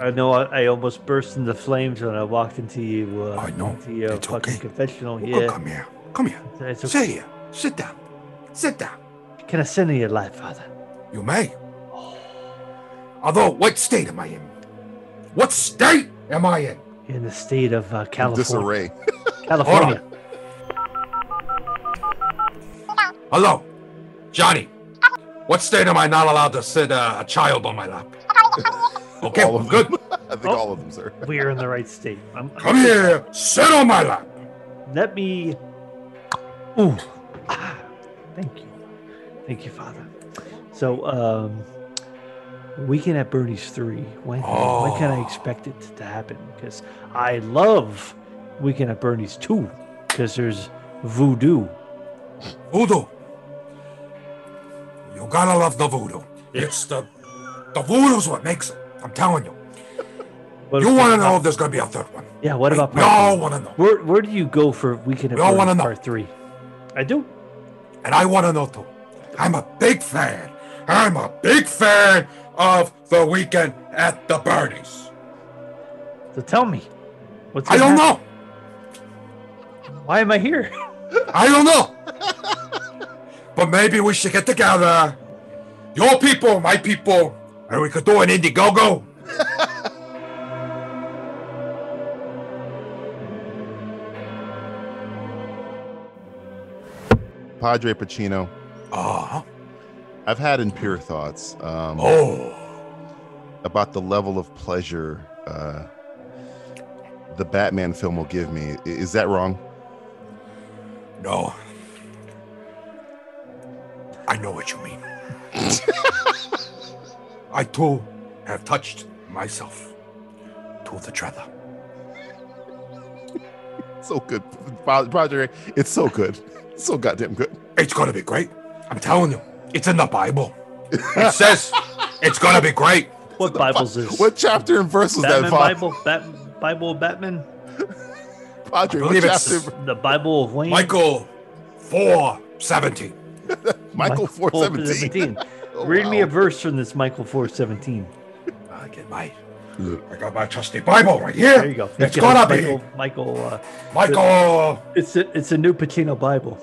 [SPEAKER 2] I know I, I almost burst into flames when I walked into you. Uh,
[SPEAKER 3] I know.
[SPEAKER 2] Into your
[SPEAKER 3] It's
[SPEAKER 2] fucking
[SPEAKER 3] okay.
[SPEAKER 2] confessional
[SPEAKER 3] Oh,
[SPEAKER 2] here.
[SPEAKER 3] come here. Come here.
[SPEAKER 2] It's
[SPEAKER 3] Sit
[SPEAKER 2] okay.
[SPEAKER 3] here. Sit down. Sit down.
[SPEAKER 2] Can I send you your life, Father?
[SPEAKER 3] You may. Although, what state am I in? What state am I in?
[SPEAKER 2] You're in the state of uh,
[SPEAKER 1] Oh,
[SPEAKER 2] California.
[SPEAKER 1] disarray.
[SPEAKER 2] California.
[SPEAKER 3] Hello, Johnny. What state am I not allowed to sit uh, a child on my lap? Okay,
[SPEAKER 1] All of
[SPEAKER 3] I'm good.
[SPEAKER 1] them. I think
[SPEAKER 2] Oh.
[SPEAKER 1] all of them, sir.
[SPEAKER 2] We are in the right state. I'm,
[SPEAKER 3] Come here. Sit on my lap.
[SPEAKER 2] Let me. Ooh. Ah, thank you. Thank you, Father. So, um, Weekend at Bernie's 3. When, when
[SPEAKER 3] Oh.
[SPEAKER 2] can I expect it to happen? Because I love Weekend at Bernie's 2 because there's voodoo.
[SPEAKER 3] Voodoo. You gotta love the voodoo. It's the the voodoo's what makes it. I'm telling you.
[SPEAKER 2] What
[SPEAKER 3] You
[SPEAKER 2] if-
[SPEAKER 3] want to know if there's gonna be a third one?
[SPEAKER 2] Yeah, what about
[SPEAKER 3] We
[SPEAKER 2] part
[SPEAKER 3] all
[SPEAKER 2] three?
[SPEAKER 3] want to know,
[SPEAKER 2] Where, where do you go for Weekend at
[SPEAKER 3] We all wanna
[SPEAKER 2] Bernie's
[SPEAKER 3] know.
[SPEAKER 2] Part 3? I do.
[SPEAKER 3] and I want to know too. I'm a big fan. I'm a big fan of the weekend at the Bernie's.
[SPEAKER 2] So tell me. What's
[SPEAKER 3] I
[SPEAKER 2] gonna
[SPEAKER 3] don't know.
[SPEAKER 2] happen? Why am I here?
[SPEAKER 3] I don't know. but maybe we should get together. Your people, my people, and we could do an Indiegogo.
[SPEAKER 1] Padre Pacino,
[SPEAKER 3] Uh-huh.
[SPEAKER 1] I've had impure thoughts. Um,
[SPEAKER 3] Oh,
[SPEAKER 1] about the level of pleasure uh, the Batman film will give me. I- Is that wrong?
[SPEAKER 3] no. I know what you mean. I too have touched myself to the treather.
[SPEAKER 1] So good, Pro- Roger. It's so good. It's so goddamn good.
[SPEAKER 3] It's gonna be great. I'm telling you, it's in the Bible. It says, It's gonna be great.
[SPEAKER 2] What Bible's this?
[SPEAKER 1] What chapter and verse is that?
[SPEAKER 2] Batman
[SPEAKER 1] Bob?
[SPEAKER 2] Bible? Bat- Bible of Batman?
[SPEAKER 1] Padre, what
[SPEAKER 3] believe it's-
[SPEAKER 1] chapter?
[SPEAKER 2] The Bible of Wayne?
[SPEAKER 3] Michael, four seventy.
[SPEAKER 1] Michael four seventeen.
[SPEAKER 2] 417.
[SPEAKER 3] Oh,
[SPEAKER 2] Read me a verse from this Michael 417.
[SPEAKER 3] I get my, I got my trusty Bible right here.
[SPEAKER 2] There you go.
[SPEAKER 3] It's
[SPEAKER 2] Yeah,
[SPEAKER 3] gonna
[SPEAKER 2] Michael,
[SPEAKER 3] be
[SPEAKER 2] Michael. Uh,
[SPEAKER 3] Michael.
[SPEAKER 2] it's a, it's a new Patino Bible.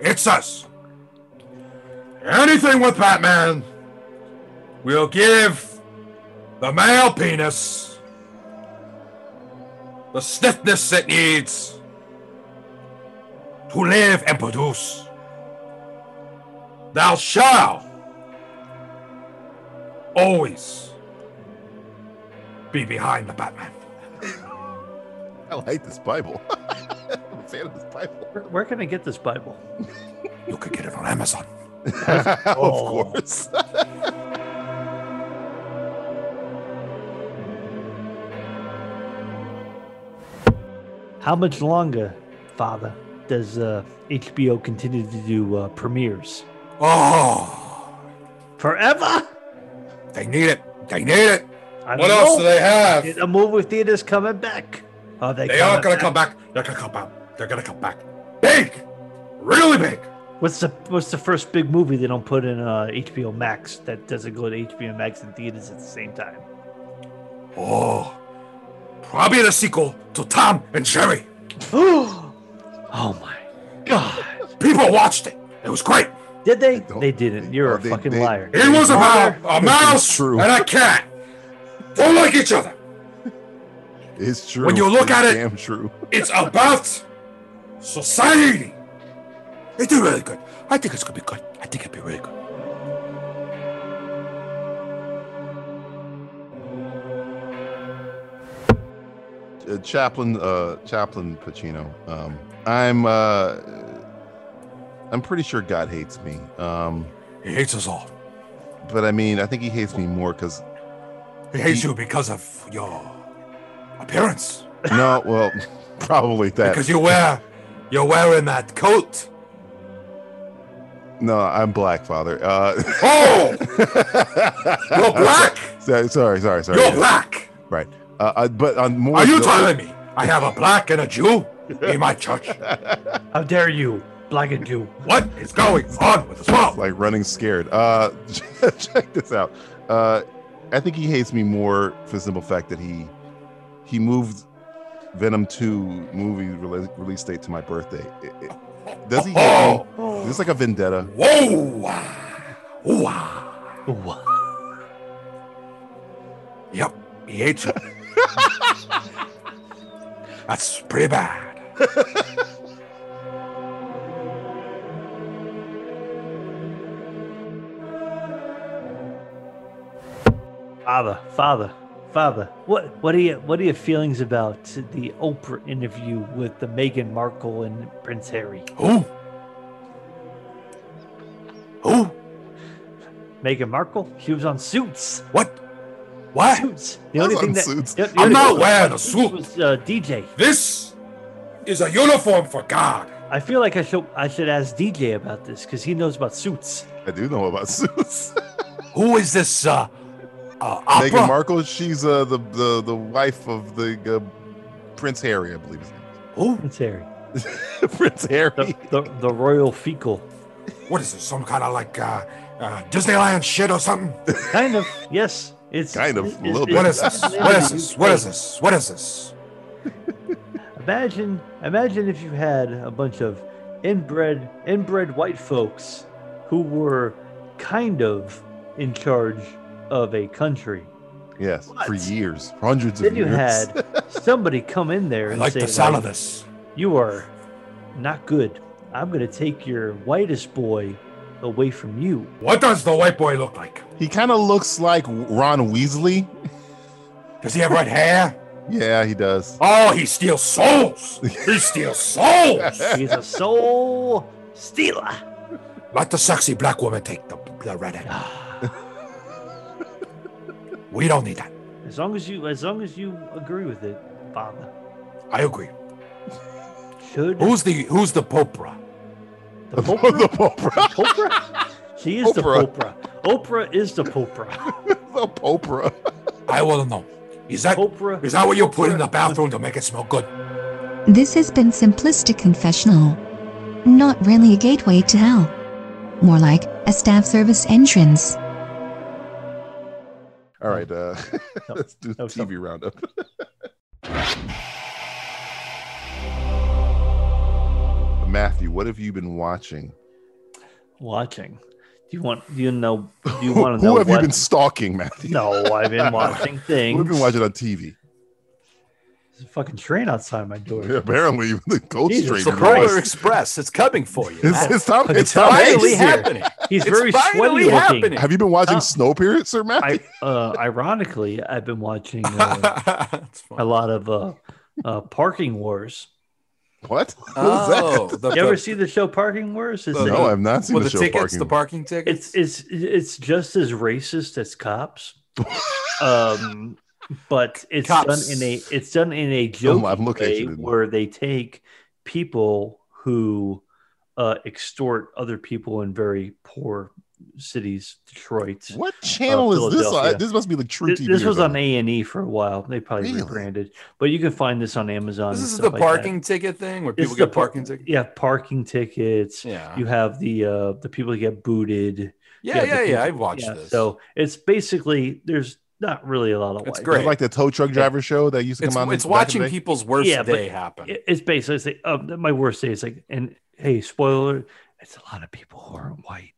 [SPEAKER 3] It says, anything with Batman will give the male penis the stiffness it needs to live and produce. Thou shalt always be behind the Batman.
[SPEAKER 1] I like this Bible. I'm a fan of this Bible.
[SPEAKER 2] Where, where can I get this Bible?
[SPEAKER 3] You could get it on Amazon.
[SPEAKER 2] Oh.
[SPEAKER 1] Of course.
[SPEAKER 2] How much longer, Father, does uh, HBO continue to do uh, premieres?
[SPEAKER 3] Oh,
[SPEAKER 2] Forever?
[SPEAKER 3] they need it. They need it.
[SPEAKER 2] I
[SPEAKER 3] What
[SPEAKER 2] don't
[SPEAKER 3] else do
[SPEAKER 2] know.
[SPEAKER 3] they have?
[SPEAKER 2] The movie theater's coming back. Are they,
[SPEAKER 3] They are gonna come back. They're gonna come back. They're gonna come back. Big, really big.
[SPEAKER 2] What's the What's the first big movie they don't put in uh, HBO Max that doesn't go to HBO Max and theaters at the same time?
[SPEAKER 3] Oh, probably the sequel to Tom and Jerry.
[SPEAKER 2] oh my god!
[SPEAKER 3] People watched it. It was great.
[SPEAKER 2] Did they?
[SPEAKER 1] don't
[SPEAKER 2] They didn't. You're
[SPEAKER 1] Oh,
[SPEAKER 2] a
[SPEAKER 1] they-
[SPEAKER 2] fucking
[SPEAKER 1] they-
[SPEAKER 2] liar.
[SPEAKER 3] It was about a mouse
[SPEAKER 1] true.
[SPEAKER 3] and a cat. Don't like each other.
[SPEAKER 1] It's true.
[SPEAKER 3] When you look
[SPEAKER 1] it's
[SPEAKER 3] at it-
[SPEAKER 1] damn true.
[SPEAKER 3] It's about society. They did really good. I think it's gonna be good. I think it'd be really good.
[SPEAKER 1] uh, Chaplain uh, Chaplain Pacino. Um, I'm uh, I'm pretty sure God hates me, um,
[SPEAKER 3] He hates us all.
[SPEAKER 1] but I mean, I think He hates me more because
[SPEAKER 3] He hates you because of your appearance.
[SPEAKER 1] no, well, probably that.
[SPEAKER 3] Because you wear, you're wearing that coat.
[SPEAKER 1] no, I'm black, Father. Uh,
[SPEAKER 3] Oh, you're
[SPEAKER 1] you're
[SPEAKER 3] black.
[SPEAKER 1] Sorry, sorry, sorry. sorry.
[SPEAKER 3] You're
[SPEAKER 1] Yeah,
[SPEAKER 3] black.
[SPEAKER 1] Right. Uh, I, but on more.
[SPEAKER 3] Are you
[SPEAKER 1] the-
[SPEAKER 3] telling me I have a black and a Jew in my church?
[SPEAKER 2] How dare you, black and Jew?
[SPEAKER 3] What is going on with this
[SPEAKER 1] It's
[SPEAKER 3] world?
[SPEAKER 1] like running scared. Uh, check this out. Uh, I think he hates me more for the simple fact that he he moved Venom Two movie release, release date to my birthday. It- it- does he? Hate me?
[SPEAKER 3] Oh,
[SPEAKER 1] Is this like a vendetta?
[SPEAKER 3] whoa, Ooh, ah.
[SPEAKER 2] What?
[SPEAKER 3] Yep, he hates you. That's pretty bad.
[SPEAKER 2] Father, father, father. What what are you what are your feelings about the Oprah interview with the Meghan Markle and Prince Harry?
[SPEAKER 3] Who? Who?
[SPEAKER 2] Meghan Markle? She was on Suits.
[SPEAKER 3] What? What?
[SPEAKER 2] Suits. The
[SPEAKER 1] I was
[SPEAKER 2] only
[SPEAKER 1] on
[SPEAKER 2] thing that
[SPEAKER 1] Suits.
[SPEAKER 2] the- the
[SPEAKER 3] I'm
[SPEAKER 2] only
[SPEAKER 3] not
[SPEAKER 2] thing that
[SPEAKER 3] wearing a
[SPEAKER 2] was
[SPEAKER 3] suit.
[SPEAKER 2] Was uh, DJ.
[SPEAKER 3] This is a uniform for God.
[SPEAKER 2] I feel like I should I should ask DJ about this because he knows about Suits.
[SPEAKER 1] I do know about Suits.
[SPEAKER 3] Who is this uh, uh opera?
[SPEAKER 1] Meghan Markle. She's uh, the the the wife of the uh, Prince Harry, I believe his name.
[SPEAKER 3] Who?
[SPEAKER 2] Prince Harry.
[SPEAKER 1] is. Prince Harry.
[SPEAKER 2] The, the, the royal fecal.
[SPEAKER 3] What is this? Some kind of like uh, uh Disneyland shit or something?
[SPEAKER 2] Kind of. Yes. It's
[SPEAKER 1] Kind of, a
[SPEAKER 2] it's-
[SPEAKER 1] little bit.
[SPEAKER 3] What
[SPEAKER 2] it's-
[SPEAKER 3] is this?
[SPEAKER 2] it's-
[SPEAKER 3] What is this? What is this? What is this?
[SPEAKER 2] Imagine, imagine if you had a bunch of inbred, inbred white folks who were kind of in charge of a country.
[SPEAKER 1] Yes, for
[SPEAKER 2] What?
[SPEAKER 1] years, for hundreds of
[SPEAKER 2] Then you
[SPEAKER 1] years.
[SPEAKER 2] had somebody come in there
[SPEAKER 3] I
[SPEAKER 2] and
[SPEAKER 3] like
[SPEAKER 2] say,
[SPEAKER 3] the sound
[SPEAKER 2] like,
[SPEAKER 3] of this.
[SPEAKER 2] "You are not good. I'm going to take your whitest boy away from you."
[SPEAKER 3] What does the white boy look like?
[SPEAKER 1] he kind of looks like Ron Weasley.
[SPEAKER 3] Does he have red hair?
[SPEAKER 1] Yeah, he does.
[SPEAKER 3] Oh, he steals souls. He steals souls.
[SPEAKER 2] He's a soul stealer.
[SPEAKER 3] Let the sexy black woman take the, the red hair. We don't need that.
[SPEAKER 2] As long as you, as long as you agree with it, Father,
[SPEAKER 3] I agree.
[SPEAKER 2] should
[SPEAKER 3] Who's the who's the popra?
[SPEAKER 2] the Pope
[SPEAKER 1] The Pope.
[SPEAKER 2] Oprah? She is the
[SPEAKER 1] Oprah.
[SPEAKER 2] Oprah. Oprah is the popra.
[SPEAKER 1] the popra.
[SPEAKER 3] I want to know. Is that
[SPEAKER 2] Oprah-
[SPEAKER 3] is that what you put in the bathroom to make it smell good?
[SPEAKER 9] This has been Simplistic Confessional. Not really a gateway to hell. More like a staff service entrance.
[SPEAKER 1] All right, uh, let's do
[SPEAKER 2] that was
[SPEAKER 1] TV roundup. Matthew, what have you been watching?
[SPEAKER 2] Watching. Do you want? Do you know? Do you want to
[SPEAKER 1] Who
[SPEAKER 2] know?
[SPEAKER 1] have
[SPEAKER 2] what?
[SPEAKER 1] you been stalking, Matthew?
[SPEAKER 2] no, I've been watching
[SPEAKER 1] Who have
[SPEAKER 2] things.
[SPEAKER 1] you been watching on TV?
[SPEAKER 2] There's a fucking train outside my door.
[SPEAKER 1] Apparently, the Gold
[SPEAKER 2] Jesus
[SPEAKER 1] Street.
[SPEAKER 3] The Polar Express, it's coming for you.
[SPEAKER 1] It's, it's Tom.
[SPEAKER 2] It's
[SPEAKER 1] It's Tom Hanks
[SPEAKER 3] finally
[SPEAKER 1] here.
[SPEAKER 3] happening.
[SPEAKER 2] He's
[SPEAKER 3] It's
[SPEAKER 2] very
[SPEAKER 3] finally
[SPEAKER 2] sweaty looking.
[SPEAKER 3] happening.
[SPEAKER 1] Have you been watching
[SPEAKER 2] Tom.
[SPEAKER 1] Snowpiercer, Matthew?
[SPEAKER 2] I, uh, ironically, I've been watching uh,
[SPEAKER 3] It's fun.
[SPEAKER 2] a lot of uh, uh, Parking Wars.
[SPEAKER 1] what?
[SPEAKER 3] Oh,
[SPEAKER 1] what was that?
[SPEAKER 3] the,
[SPEAKER 2] You ever
[SPEAKER 3] the-
[SPEAKER 2] see the show Parking Wars? It's,
[SPEAKER 1] no, I've not seen
[SPEAKER 3] well,
[SPEAKER 1] the,
[SPEAKER 3] the,
[SPEAKER 1] show.
[SPEAKER 3] tickets,
[SPEAKER 1] parking.
[SPEAKER 3] the parking tickets.
[SPEAKER 2] it's it's it's just as racist as cops. um, but it's
[SPEAKER 3] Cops.
[SPEAKER 2] done in a it's done in a
[SPEAKER 1] Oh,
[SPEAKER 2] joke
[SPEAKER 1] I'm looking at
[SPEAKER 2] way
[SPEAKER 1] you, didn't I?
[SPEAKER 2] where they take people who uh, extort other people in very poor cities, Detroit.
[SPEAKER 1] What channel is this on?
[SPEAKER 2] Philadelphia.
[SPEAKER 1] This must be like True
[SPEAKER 2] Th-
[SPEAKER 1] TV.
[SPEAKER 2] this
[SPEAKER 1] or
[SPEAKER 2] was on
[SPEAKER 1] something.
[SPEAKER 2] A and E for a while. They probably
[SPEAKER 1] Really?
[SPEAKER 2] rebranded, but you can find this on Amazon.
[SPEAKER 3] this
[SPEAKER 2] and
[SPEAKER 3] is
[SPEAKER 2] stuff
[SPEAKER 3] the
[SPEAKER 2] like that.
[SPEAKER 3] parking ticket thing where
[SPEAKER 2] This
[SPEAKER 3] people
[SPEAKER 2] is the
[SPEAKER 3] get parking tickets.
[SPEAKER 2] Yeah, parking tickets.
[SPEAKER 3] Yeah.
[SPEAKER 2] You have the uh, the people that get booted.
[SPEAKER 3] yeah, yeah,
[SPEAKER 2] the
[SPEAKER 3] yeah,
[SPEAKER 2] things-
[SPEAKER 3] I've watched
[SPEAKER 2] yeah,
[SPEAKER 3] this.
[SPEAKER 2] So it's basically there's not really a lot of.
[SPEAKER 3] It's
[SPEAKER 2] life.
[SPEAKER 3] great.
[SPEAKER 1] It's like the tow truck driver show that used to
[SPEAKER 3] it's,
[SPEAKER 1] come out. back
[SPEAKER 3] it's
[SPEAKER 1] in the
[SPEAKER 3] watching
[SPEAKER 1] day.
[SPEAKER 3] people's worst
[SPEAKER 2] Yeah, but
[SPEAKER 3] day happen.
[SPEAKER 2] It- It's basically it's like, um, my worst day. It's like and hey, spoiler, it's a lot of people who are white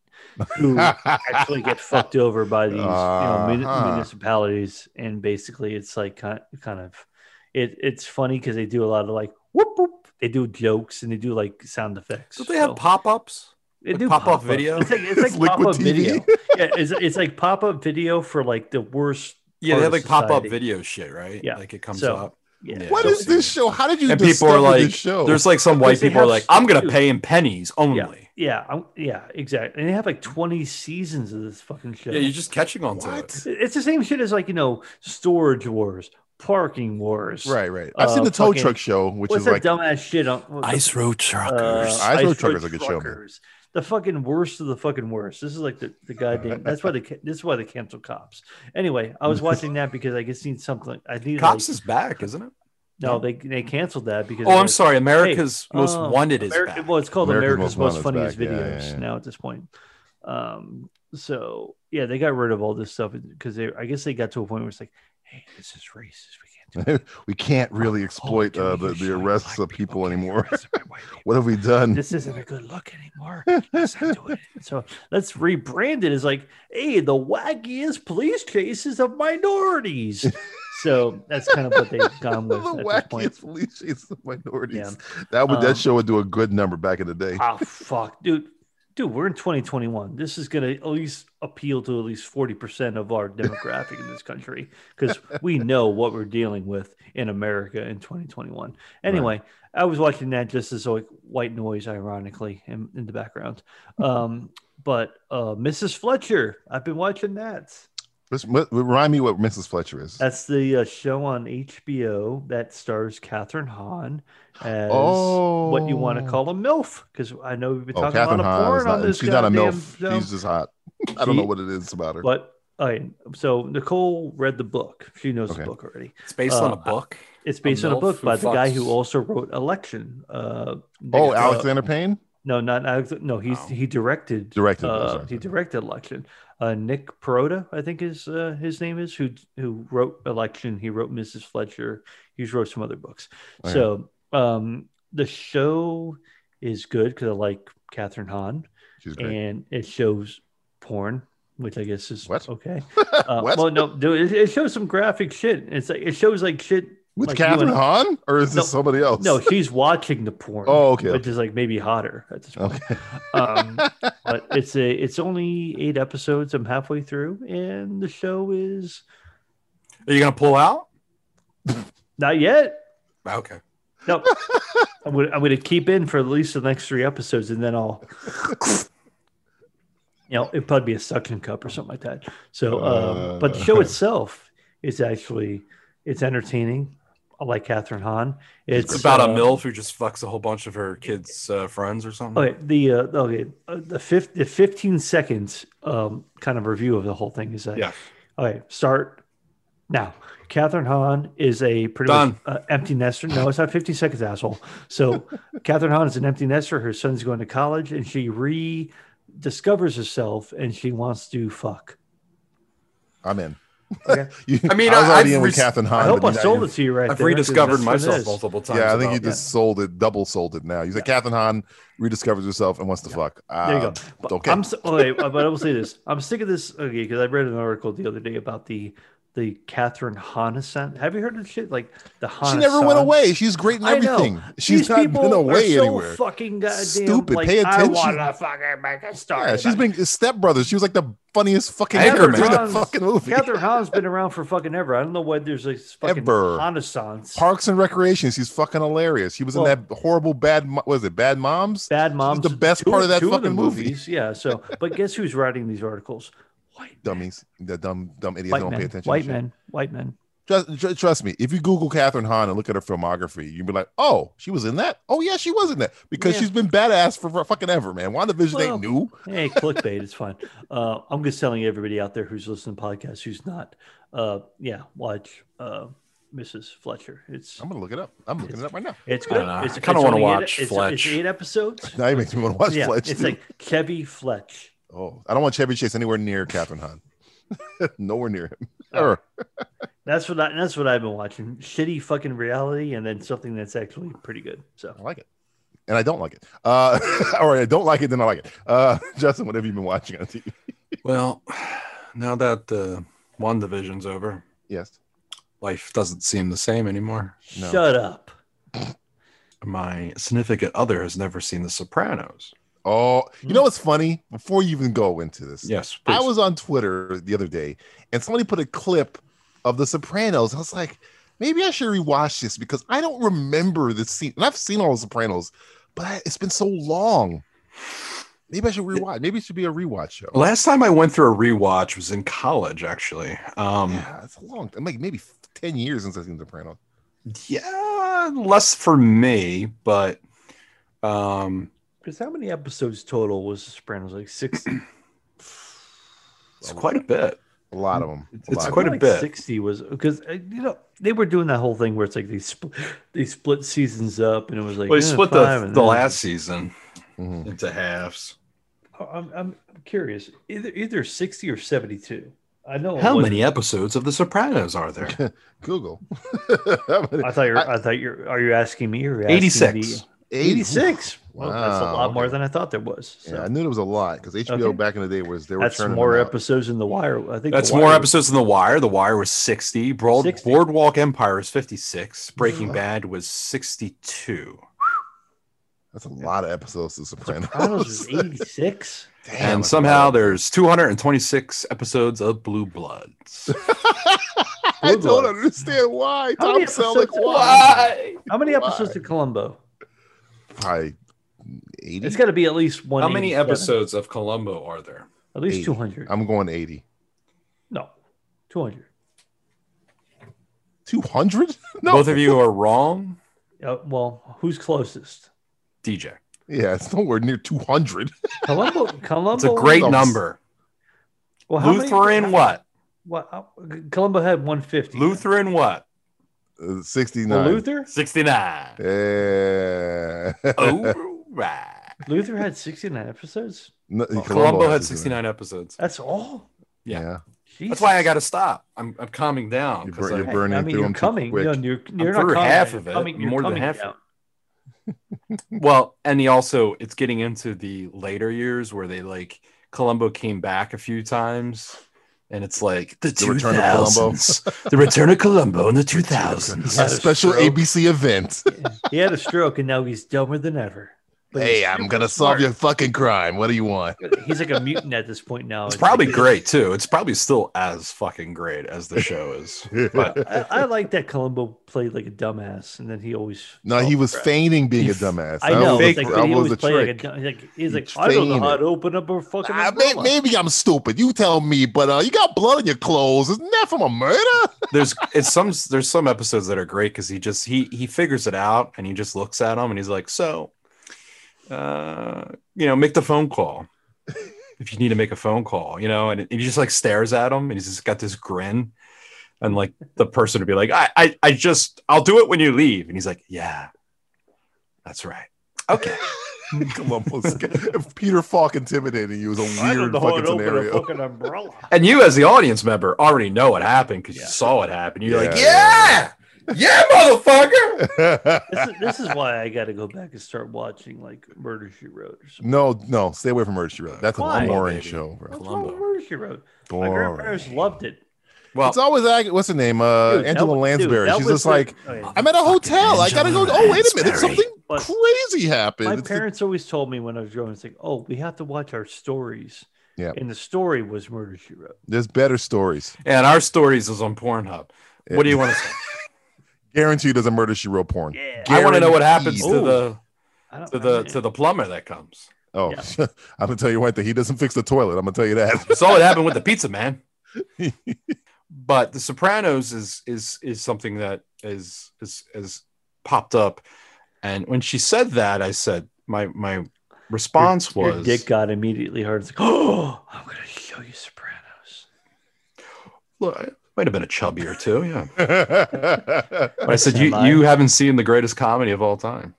[SPEAKER 2] who actually get fucked over by these you know, mun-
[SPEAKER 1] Uh-huh.
[SPEAKER 2] municipalities, and basically it's like kind kind of it. It's funny because they do a lot of like whoop whoop. They do jokes and they do like sound effects.
[SPEAKER 3] Don't they have
[SPEAKER 2] so-
[SPEAKER 3] pop ups?
[SPEAKER 2] They
[SPEAKER 3] Like
[SPEAKER 2] do
[SPEAKER 3] pop-up
[SPEAKER 2] pop-up.
[SPEAKER 3] video?
[SPEAKER 2] It's like it's
[SPEAKER 1] It's
[SPEAKER 2] like
[SPEAKER 1] liquid
[SPEAKER 2] pop up
[SPEAKER 1] TV.
[SPEAKER 2] video. Yeah, it's, it's like pop up video for like the worst.
[SPEAKER 3] Yeah,
[SPEAKER 2] part
[SPEAKER 3] they
[SPEAKER 2] of
[SPEAKER 3] have like pop up
[SPEAKER 2] society.
[SPEAKER 3] video shit, right?
[SPEAKER 2] Yeah.
[SPEAKER 3] Like it comes
[SPEAKER 2] So,
[SPEAKER 3] up.
[SPEAKER 2] Yeah.
[SPEAKER 3] Yeah.
[SPEAKER 1] What
[SPEAKER 3] I've
[SPEAKER 1] is
[SPEAKER 3] seen
[SPEAKER 1] this
[SPEAKER 3] it.
[SPEAKER 1] show? How did you
[SPEAKER 3] And people are
[SPEAKER 1] discover
[SPEAKER 3] like,
[SPEAKER 1] this show?
[SPEAKER 3] there's like some white
[SPEAKER 2] Because they
[SPEAKER 3] people are
[SPEAKER 2] have
[SPEAKER 3] like, I'm going to
[SPEAKER 2] shoes.
[SPEAKER 3] pay in pennies
[SPEAKER 2] Yeah,
[SPEAKER 3] only.
[SPEAKER 2] yeah, I'm- yeah, exactly. And they have like 20 seasons of this fucking show.
[SPEAKER 3] Yeah, you're just catching on to
[SPEAKER 1] What?
[SPEAKER 3] it.
[SPEAKER 2] it's the same shit as like you know storage wars, parking wars,
[SPEAKER 1] right, right. I've seen
[SPEAKER 2] uh,
[SPEAKER 1] the tow
[SPEAKER 2] fucking-
[SPEAKER 1] truck show, which
[SPEAKER 2] What's
[SPEAKER 1] is
[SPEAKER 2] that
[SPEAKER 1] like
[SPEAKER 2] dumbass shit on what the- uh,
[SPEAKER 3] Ice road truckers.
[SPEAKER 1] Ice Road
[SPEAKER 2] Ice
[SPEAKER 1] Truckers is a good show, man.
[SPEAKER 2] Truckers. The fucking worst of the fucking worst. This is like the, the goddamn. That's why they ca- this is why they cancel cops. Anyway, I was watching that because I just need something. I need
[SPEAKER 3] Cops
[SPEAKER 2] Like,
[SPEAKER 3] is back, isn't it?
[SPEAKER 2] no, they they canceled that because.
[SPEAKER 3] Oh, I'm
[SPEAKER 2] like,
[SPEAKER 3] sorry. America's
[SPEAKER 2] hey,
[SPEAKER 3] Most
[SPEAKER 2] uh,
[SPEAKER 3] Wanted is
[SPEAKER 2] Ameri-
[SPEAKER 3] back.
[SPEAKER 2] Well, it's called
[SPEAKER 1] America's
[SPEAKER 2] America's,
[SPEAKER 1] Most
[SPEAKER 2] Most,
[SPEAKER 1] Wanted is
[SPEAKER 2] Funniest
[SPEAKER 1] back. Yeah,
[SPEAKER 2] Videos
[SPEAKER 1] yeah, yeah.
[SPEAKER 2] now at this point. Um, so yeah, they got rid of all this stuff because they, I guess, they got to a point where it's like, hey, this is racist. We can't do
[SPEAKER 1] we can't really exploit
[SPEAKER 2] can
[SPEAKER 1] uh,
[SPEAKER 2] we
[SPEAKER 1] the,
[SPEAKER 2] just
[SPEAKER 1] the
[SPEAKER 2] like
[SPEAKER 1] arrests
[SPEAKER 2] black
[SPEAKER 1] of people,
[SPEAKER 2] people? Can we
[SPEAKER 1] anymore.
[SPEAKER 2] arrest every white people?
[SPEAKER 1] what have we done?
[SPEAKER 2] this isn't a good look anymore. Let's not do it. So let's rebrand it as like, hey, the wackiest police cases of minorities. So that's kind of what they've gone
[SPEAKER 1] the
[SPEAKER 2] with at this point.
[SPEAKER 1] wackiest police chase of minorities. That would
[SPEAKER 2] Um,
[SPEAKER 1] that show would do a good number back in the day.
[SPEAKER 2] Ah, fuck, dude. Dude, we're in 2021. This is going to at least appeal to at least 40% of our demographic in this country because we know what we're dealing with in America in 2021. Anyway, I was watching that just as like white noise, ironically, in, in the background. Um, but uh, Mrs. Fletcher, I've been watching that.
[SPEAKER 1] Let's- m- Remind me what Mrs. Fletcher is.
[SPEAKER 2] That's the uh, show on HBO that stars Catherine Hahn as what you want to
[SPEAKER 1] Oh.
[SPEAKER 2] call a MILF. Because I know we've been
[SPEAKER 1] Oh,
[SPEAKER 2] talking
[SPEAKER 1] Catherine
[SPEAKER 2] about a
[SPEAKER 1] Hahn.
[SPEAKER 2] porn
[SPEAKER 1] is
[SPEAKER 2] on
[SPEAKER 1] Not,
[SPEAKER 2] this
[SPEAKER 1] she's not a
[SPEAKER 2] goddamn
[SPEAKER 1] milf.
[SPEAKER 2] show.
[SPEAKER 1] She's just hot. I don't know
[SPEAKER 2] She-
[SPEAKER 1] what it is about her.
[SPEAKER 2] But all right, so Nicole read the book. She knows
[SPEAKER 1] Okay.
[SPEAKER 2] the book already.
[SPEAKER 3] It's based
[SPEAKER 2] uh,
[SPEAKER 3] on a book.
[SPEAKER 2] It's based on a
[SPEAKER 3] MILF
[SPEAKER 2] book
[SPEAKER 3] who
[SPEAKER 2] by the guy
[SPEAKER 3] fucks.
[SPEAKER 2] who also wrote Election. Uh,
[SPEAKER 1] oh,
[SPEAKER 2] uh,
[SPEAKER 1] Alexander Payne
[SPEAKER 2] No, not Alex. No, he's
[SPEAKER 3] Oh.
[SPEAKER 2] he directed.
[SPEAKER 1] directed.
[SPEAKER 2] uh,
[SPEAKER 1] sorry.
[SPEAKER 2] he directed Election. Uh, Nick Perota, I think is uh, his name is who who wrote Election. He wrote Mrs. Fletcher. He's wrote some other books.
[SPEAKER 1] Okay.
[SPEAKER 2] So um, the show is good because I like Catherine Hahn,
[SPEAKER 1] She's great.
[SPEAKER 2] and it shows porn, which I guess is
[SPEAKER 1] What?
[SPEAKER 2] okay. Uh,
[SPEAKER 1] What?
[SPEAKER 2] Well, no, dude, it, it shows some graphic shit. It's like it shows like shit.
[SPEAKER 1] With
[SPEAKER 2] like you
[SPEAKER 1] Catherine
[SPEAKER 2] and-
[SPEAKER 1] Hahn, or is this
[SPEAKER 2] No,
[SPEAKER 1] somebody else?
[SPEAKER 2] No, she's watching the porn.
[SPEAKER 1] Oh, okay,
[SPEAKER 2] Which is like maybe hotter at this point.
[SPEAKER 1] Okay.
[SPEAKER 2] um, but it's a it's only eight episodes. I'm halfway through, and the show is
[SPEAKER 3] Are you going to pull out?
[SPEAKER 2] not yet.
[SPEAKER 3] Okay.
[SPEAKER 2] No, I'm gonna, I'm gonna keep in for at least the next three episodes, and then I'll, you know, it'd probably be a suction cup or something like that. So, um, but the show
[SPEAKER 1] Uh.
[SPEAKER 2] itself is actually it's entertaining. like Catherine Hahn.
[SPEAKER 11] It's, about
[SPEAKER 2] uh,
[SPEAKER 11] a MILF who just fucks a whole bunch of her kids' uh, friends or something.
[SPEAKER 2] Okay, the uh, okay uh, the fifth the fifteen seconds um, kind of review of the whole thing is that
[SPEAKER 11] Yeah.
[SPEAKER 2] Okay, start now. Catherine Hahn is a pretty
[SPEAKER 11] Done.
[SPEAKER 2] much uh, empty nester. No, it's not 15 seconds, asshole. So Catherine Hahn is an empty nester. Her son's going to college, and she rediscovers herself, and she wants to fuck.
[SPEAKER 1] I'm in.
[SPEAKER 2] Okay.
[SPEAKER 1] You-
[SPEAKER 11] I mean,
[SPEAKER 1] I was
[SPEAKER 11] I-
[SPEAKER 1] already
[SPEAKER 11] I've
[SPEAKER 1] in with
[SPEAKER 11] res-
[SPEAKER 1] Catherine Hahn.
[SPEAKER 2] I hope
[SPEAKER 1] but
[SPEAKER 2] I
[SPEAKER 1] now
[SPEAKER 2] sold
[SPEAKER 1] you've-
[SPEAKER 2] it to you right
[SPEAKER 11] I've
[SPEAKER 2] there, 'cause
[SPEAKER 11] rediscovered
[SPEAKER 2] that's what it
[SPEAKER 11] myself
[SPEAKER 2] is.
[SPEAKER 11] multiple times.
[SPEAKER 1] Yeah, I think
[SPEAKER 11] about
[SPEAKER 1] you
[SPEAKER 11] that.
[SPEAKER 1] just sold it, double sold it now. You said Catherine Hahn rediscovers herself and wants to fuck. Uh,
[SPEAKER 2] There you go. But
[SPEAKER 1] Okay.
[SPEAKER 2] I'm s- okay, uh, but I will say this: I'm sick of this. Okay, because I read an article the other day about the the Catherine Hahn-san. Have you heard of shit like the Hahn?
[SPEAKER 1] she never went away. She's great in
[SPEAKER 2] I know.
[SPEAKER 1] everything. She's
[SPEAKER 2] These
[SPEAKER 1] not
[SPEAKER 2] people
[SPEAKER 1] been away
[SPEAKER 2] are so
[SPEAKER 1] anywhere.
[SPEAKER 2] Fucking goddamn
[SPEAKER 1] Stupid.
[SPEAKER 2] Like,
[SPEAKER 1] Pay
[SPEAKER 2] I
[SPEAKER 1] attention.
[SPEAKER 2] want to fucking make a start.
[SPEAKER 1] yeah, she's been stepbrothers. She was like the funniest fucking
[SPEAKER 2] Catherine
[SPEAKER 1] character in the
[SPEAKER 2] Hahn's-
[SPEAKER 1] fucking movie.
[SPEAKER 2] Catherine Hahn's been around for fucking ever. I don't know why there's like fucking
[SPEAKER 1] Ever.
[SPEAKER 2] Renaissance.
[SPEAKER 1] Parks and Recreation. She's fucking hilarious. She was
[SPEAKER 2] Well-
[SPEAKER 1] in that horrible bad. Mo- what is it Bad Moms?
[SPEAKER 2] Bad moms.
[SPEAKER 1] the best
[SPEAKER 2] Two-
[SPEAKER 1] part of that
[SPEAKER 2] two the
[SPEAKER 1] fucking movie.
[SPEAKER 2] movies, Yeah. So, but guess who's writing these articles?
[SPEAKER 1] Dummies. The dumb dumb idiots that
[SPEAKER 2] White
[SPEAKER 1] don't pay
[SPEAKER 2] men.
[SPEAKER 1] attention. to
[SPEAKER 2] White
[SPEAKER 1] shit.
[SPEAKER 2] men. White men.
[SPEAKER 1] Trust, tr- trust me, if you Google Catherine Hahn and look at her filmography, you'd be like, "Oh, she was in that. Oh yeah, she was in that because
[SPEAKER 2] Yeah.
[SPEAKER 1] she's been badass for, for fucking ever, man. WandaVision
[SPEAKER 2] Well,
[SPEAKER 1] ain't new.
[SPEAKER 2] hey, clickbait. It's fine. Uh, I'm just telling everybody out there who's listening to podcasts who's not. Uh, yeah, watch uh, Mrs. Fletcher. It's
[SPEAKER 1] I'm gonna look it up. I'm looking it up right now.
[SPEAKER 2] it's
[SPEAKER 11] I
[SPEAKER 2] good.
[SPEAKER 11] don't know.
[SPEAKER 2] It's,
[SPEAKER 11] I kinda
[SPEAKER 2] it's
[SPEAKER 11] wanna
[SPEAKER 2] only eight-
[SPEAKER 11] watch
[SPEAKER 2] it's- It's,
[SPEAKER 11] Fletch.
[SPEAKER 2] eight episodes.
[SPEAKER 1] Now you makes me want to watch
[SPEAKER 2] yeah,
[SPEAKER 1] Fletch.
[SPEAKER 2] it's
[SPEAKER 1] too.
[SPEAKER 2] like Chevy Fletch.
[SPEAKER 1] oh, I don't want Chevy Chase anywhere near Catherine Hahn. Nowhere near him. Ever.
[SPEAKER 2] That's what I, that's what I've been watching. Shitty fucking reality, and then something that's actually pretty good. So
[SPEAKER 1] I like it, and I don't like it. Uh, all right, I don't like it, then I like it. Uh, Justin, what have you been watching on TV?
[SPEAKER 11] Well, now that uh, one division's over,
[SPEAKER 1] Yes.
[SPEAKER 11] life doesn't seem the same anymore.
[SPEAKER 1] No.
[SPEAKER 2] shut up.
[SPEAKER 11] My significant other has never seen The Sopranos.
[SPEAKER 1] Oh, you know what's funny? Before you even go into this,
[SPEAKER 11] Yes,
[SPEAKER 1] I
[SPEAKER 11] please.
[SPEAKER 1] was on Twitter the other day and somebody put a clip of The Sopranos. I was like, maybe I should rewatch this because I don't remember this scene. And I've seen all The Sopranos, but I, it's been so long. Maybe I should rewatch. Maybe it should be a rewatch show.
[SPEAKER 11] Last time I went through a rewatch was in college, actually. Um,
[SPEAKER 1] yeah, it's a long time. Like maybe 10 years since I've seen The Sopranos.
[SPEAKER 11] yeah, less for me, but um,
[SPEAKER 2] Because how many episodes total was The Sopranos? Like sixty.
[SPEAKER 11] it's quite a bit.
[SPEAKER 1] A lot of them.
[SPEAKER 11] It's quite a
[SPEAKER 2] like
[SPEAKER 11] bit.
[SPEAKER 2] Sixty was because you know they were doing that whole thing where it's like they split they split seasons up, and it was like
[SPEAKER 11] Well, he
[SPEAKER 2] eh,
[SPEAKER 11] split
[SPEAKER 2] five,
[SPEAKER 11] the, Mm-hmm.
[SPEAKER 2] and
[SPEAKER 11] the
[SPEAKER 2] then-
[SPEAKER 11] last season
[SPEAKER 1] Mhm.
[SPEAKER 11] into halves.
[SPEAKER 2] Oh, I'm, I'm curious. Either either sixty or seventy two. I know it
[SPEAKER 11] How
[SPEAKER 2] wasn't-
[SPEAKER 11] many episodes of The Sopranos are there?
[SPEAKER 1] Google.
[SPEAKER 2] I thought you're. I, thought you're. Are you asking me or
[SPEAKER 11] Eighty six.
[SPEAKER 1] Eighty-
[SPEAKER 2] Eighty six. Well, that's a
[SPEAKER 1] Wow,
[SPEAKER 2] lot more
[SPEAKER 1] okay.
[SPEAKER 2] than I thought there was. So
[SPEAKER 1] Yeah, I knew there was a lot because HBO
[SPEAKER 2] Okay.
[SPEAKER 1] back in the day was they were
[SPEAKER 2] that's
[SPEAKER 1] turning
[SPEAKER 2] more
[SPEAKER 1] them out.
[SPEAKER 2] episodes in The Wire. I think
[SPEAKER 11] That's
[SPEAKER 2] The
[SPEAKER 11] more
[SPEAKER 2] Wire-
[SPEAKER 11] episodes than The Wire. The Wire was 60. Broad,
[SPEAKER 2] 60.
[SPEAKER 11] Boardwalk Empire is 56. Breaking Bad was 62.
[SPEAKER 1] That's a lot of episodes of Sopranos.
[SPEAKER 2] Sopranos was eighty six.
[SPEAKER 1] Damn,
[SPEAKER 11] and
[SPEAKER 1] that's a
[SPEAKER 11] somehow
[SPEAKER 1] lot.
[SPEAKER 11] there's 226 episodes of Blue Bloods.
[SPEAKER 1] I
[SPEAKER 2] Blue
[SPEAKER 1] don't
[SPEAKER 2] Bloods.
[SPEAKER 1] understand why.
[SPEAKER 2] How
[SPEAKER 1] Tom
[SPEAKER 2] many
[SPEAKER 1] Selleck,
[SPEAKER 2] episodes-
[SPEAKER 1] why?
[SPEAKER 2] How many
[SPEAKER 1] Why?
[SPEAKER 2] episodes of Columbo?
[SPEAKER 1] Probably 80.
[SPEAKER 2] It's got to be at least one.
[SPEAKER 11] How many episodes of Columbo are there?
[SPEAKER 2] At least
[SPEAKER 1] 80.
[SPEAKER 2] two hundred.
[SPEAKER 1] I'm going 80.
[SPEAKER 2] No, two hundred.
[SPEAKER 1] 200? No.
[SPEAKER 11] Both of you are wrong.
[SPEAKER 2] Uh, well, who's closest?
[SPEAKER 11] DJ.
[SPEAKER 1] Yeah, it's nowhere near 200.
[SPEAKER 2] Columbo. Columbo.
[SPEAKER 11] It's a great
[SPEAKER 1] Columbo's-
[SPEAKER 11] number.
[SPEAKER 2] Well, how many-
[SPEAKER 11] Lutheran what?
[SPEAKER 2] What? how- Columbo had one fifty.
[SPEAKER 11] Lutheran what?
[SPEAKER 1] Uh, 69.
[SPEAKER 2] Well, Luther.
[SPEAKER 11] 69.
[SPEAKER 1] Yeah.
[SPEAKER 11] Oh, right.
[SPEAKER 2] Luther had sixty nine episodes.
[SPEAKER 1] No, Columbo
[SPEAKER 11] Columbo had
[SPEAKER 1] has his
[SPEAKER 11] 69 episodes.
[SPEAKER 2] That's all.
[SPEAKER 11] Yeah.
[SPEAKER 1] Yeah.
[SPEAKER 11] That's why I
[SPEAKER 2] Jesus.
[SPEAKER 11] got to stop. I'm, I'm calming down.
[SPEAKER 1] You
[SPEAKER 11] 'cause
[SPEAKER 1] bur-
[SPEAKER 11] I-
[SPEAKER 1] you bur- burning
[SPEAKER 2] I mean,
[SPEAKER 1] through
[SPEAKER 2] you're
[SPEAKER 1] them too
[SPEAKER 2] coming.
[SPEAKER 1] quick.
[SPEAKER 2] You know, you're, you're not
[SPEAKER 11] through
[SPEAKER 2] coming,
[SPEAKER 11] half
[SPEAKER 2] you're
[SPEAKER 11] of it,
[SPEAKER 2] Coming, you're
[SPEAKER 11] more than
[SPEAKER 2] coming
[SPEAKER 11] half of
[SPEAKER 2] down.
[SPEAKER 11] Well, and he also it's getting into the later years where they like Columbo came back a few times, and it's like the
[SPEAKER 1] The
[SPEAKER 11] two
[SPEAKER 1] return of Columbo.
[SPEAKER 11] thousands, the return of Columbo in the two thousands.
[SPEAKER 1] A special ABC event.
[SPEAKER 2] he had a stroke and now he's dumber than ever. But
[SPEAKER 1] hey,
[SPEAKER 2] he's
[SPEAKER 1] I'm
[SPEAKER 2] super
[SPEAKER 1] gonna solve
[SPEAKER 2] smart.
[SPEAKER 1] your fucking crime. What do you want?
[SPEAKER 2] He's like a mutant at this point now.
[SPEAKER 11] It's probably great too. It's probably still as fucking great as the show is. But
[SPEAKER 2] I, I like that Columbo played like a dumbass, and then he always.
[SPEAKER 1] No, he was feigning being a dumbass.
[SPEAKER 2] I
[SPEAKER 1] That
[SPEAKER 2] know.
[SPEAKER 1] was
[SPEAKER 2] it's
[SPEAKER 1] the-
[SPEAKER 2] like,
[SPEAKER 1] that
[SPEAKER 2] but he
[SPEAKER 1] was
[SPEAKER 2] always
[SPEAKER 1] the
[SPEAKER 2] played like a
[SPEAKER 1] trick.
[SPEAKER 2] dumb. He's like, he's like
[SPEAKER 1] He's
[SPEAKER 2] I don't know
[SPEAKER 1] feigning
[SPEAKER 2] how
[SPEAKER 1] it.
[SPEAKER 2] to open up a fucking.
[SPEAKER 1] I may,
[SPEAKER 2] umbrella."
[SPEAKER 1] maybe I'm stupid. You tell me, but uh, you got blood on your clothes. Isn't that from a murder?
[SPEAKER 11] there's it's some there's some episodes that are great because he just he he figures it out and he just looks at them and he's like, so, uh, you know, make the phone call if you need to make a phone call, you know, and, and he just like stares at him and he's just got this grin. And like the person would be like, I, I, I just, I'll do it when you leave. And he's like, yeah, that's right. Okay.
[SPEAKER 1] Columbus. if Peter Falk intimidating you is a weird fucking scenario.
[SPEAKER 2] fucking umbrella.
[SPEAKER 11] And you, as the audience member, already know what happened because you saw it happen. You're like,
[SPEAKER 1] Yeah.
[SPEAKER 11] yeah, yeah, motherfucker.
[SPEAKER 2] this, is, this is why I got to go back and start watching like Murder She Wrote. Or something.
[SPEAKER 1] No, no, stay away from Murder She Wrote. That's
[SPEAKER 2] Why?
[SPEAKER 1] a boring
[SPEAKER 11] Baby.
[SPEAKER 1] show, bro.
[SPEAKER 2] What's wrong with Murder She Wrote? My
[SPEAKER 1] Boring.
[SPEAKER 2] grandparents loved it.
[SPEAKER 11] Well,
[SPEAKER 1] It's always like what's her name? Uh,
[SPEAKER 2] Dude, that
[SPEAKER 1] Angela
[SPEAKER 2] was- dude,
[SPEAKER 1] Lansbury.
[SPEAKER 2] that
[SPEAKER 1] She's
[SPEAKER 2] was
[SPEAKER 1] just
[SPEAKER 2] the-
[SPEAKER 1] like,
[SPEAKER 2] oh, yeah.
[SPEAKER 1] I'm at a hotel. I gotta go. Oh, wait a minute,
[SPEAKER 11] Lansbury.
[SPEAKER 1] something
[SPEAKER 2] But-
[SPEAKER 1] crazy happened.
[SPEAKER 2] My
[SPEAKER 1] It's the-
[SPEAKER 2] parents always told me when I was growing, it's like, oh, we have to watch our stories.
[SPEAKER 1] Yeah.
[SPEAKER 2] And the story was Murder She Wrote.
[SPEAKER 1] There's better stories.
[SPEAKER 11] And our stories is on Pornhub. What do you want to say?
[SPEAKER 1] Guaranteed there's a murder she wrote porn.
[SPEAKER 11] I want to know what happens to
[SPEAKER 2] Guaranteed.
[SPEAKER 11] the
[SPEAKER 2] I don't,
[SPEAKER 11] to
[SPEAKER 2] I
[SPEAKER 11] the
[SPEAKER 2] mean,
[SPEAKER 11] to the plumber that comes.
[SPEAKER 1] Oh, I'm gonna tell you one thing. He doesn't fix the toilet. I'm gonna tell you that.
[SPEAKER 11] Saw what happened with the pizza man. But The Sopranos is is is something that is is is popped up, and when she said that, I said my my response
[SPEAKER 2] your
[SPEAKER 11] was
[SPEAKER 2] dick got immediately hard. It's like, oh, I'm gonna show you Sopranos.
[SPEAKER 11] Look, I might have been a chubby or two, yeah.
[SPEAKER 1] That's
[SPEAKER 11] But I said, you,
[SPEAKER 2] Am I?
[SPEAKER 11] you haven't seen the greatest comedy of all time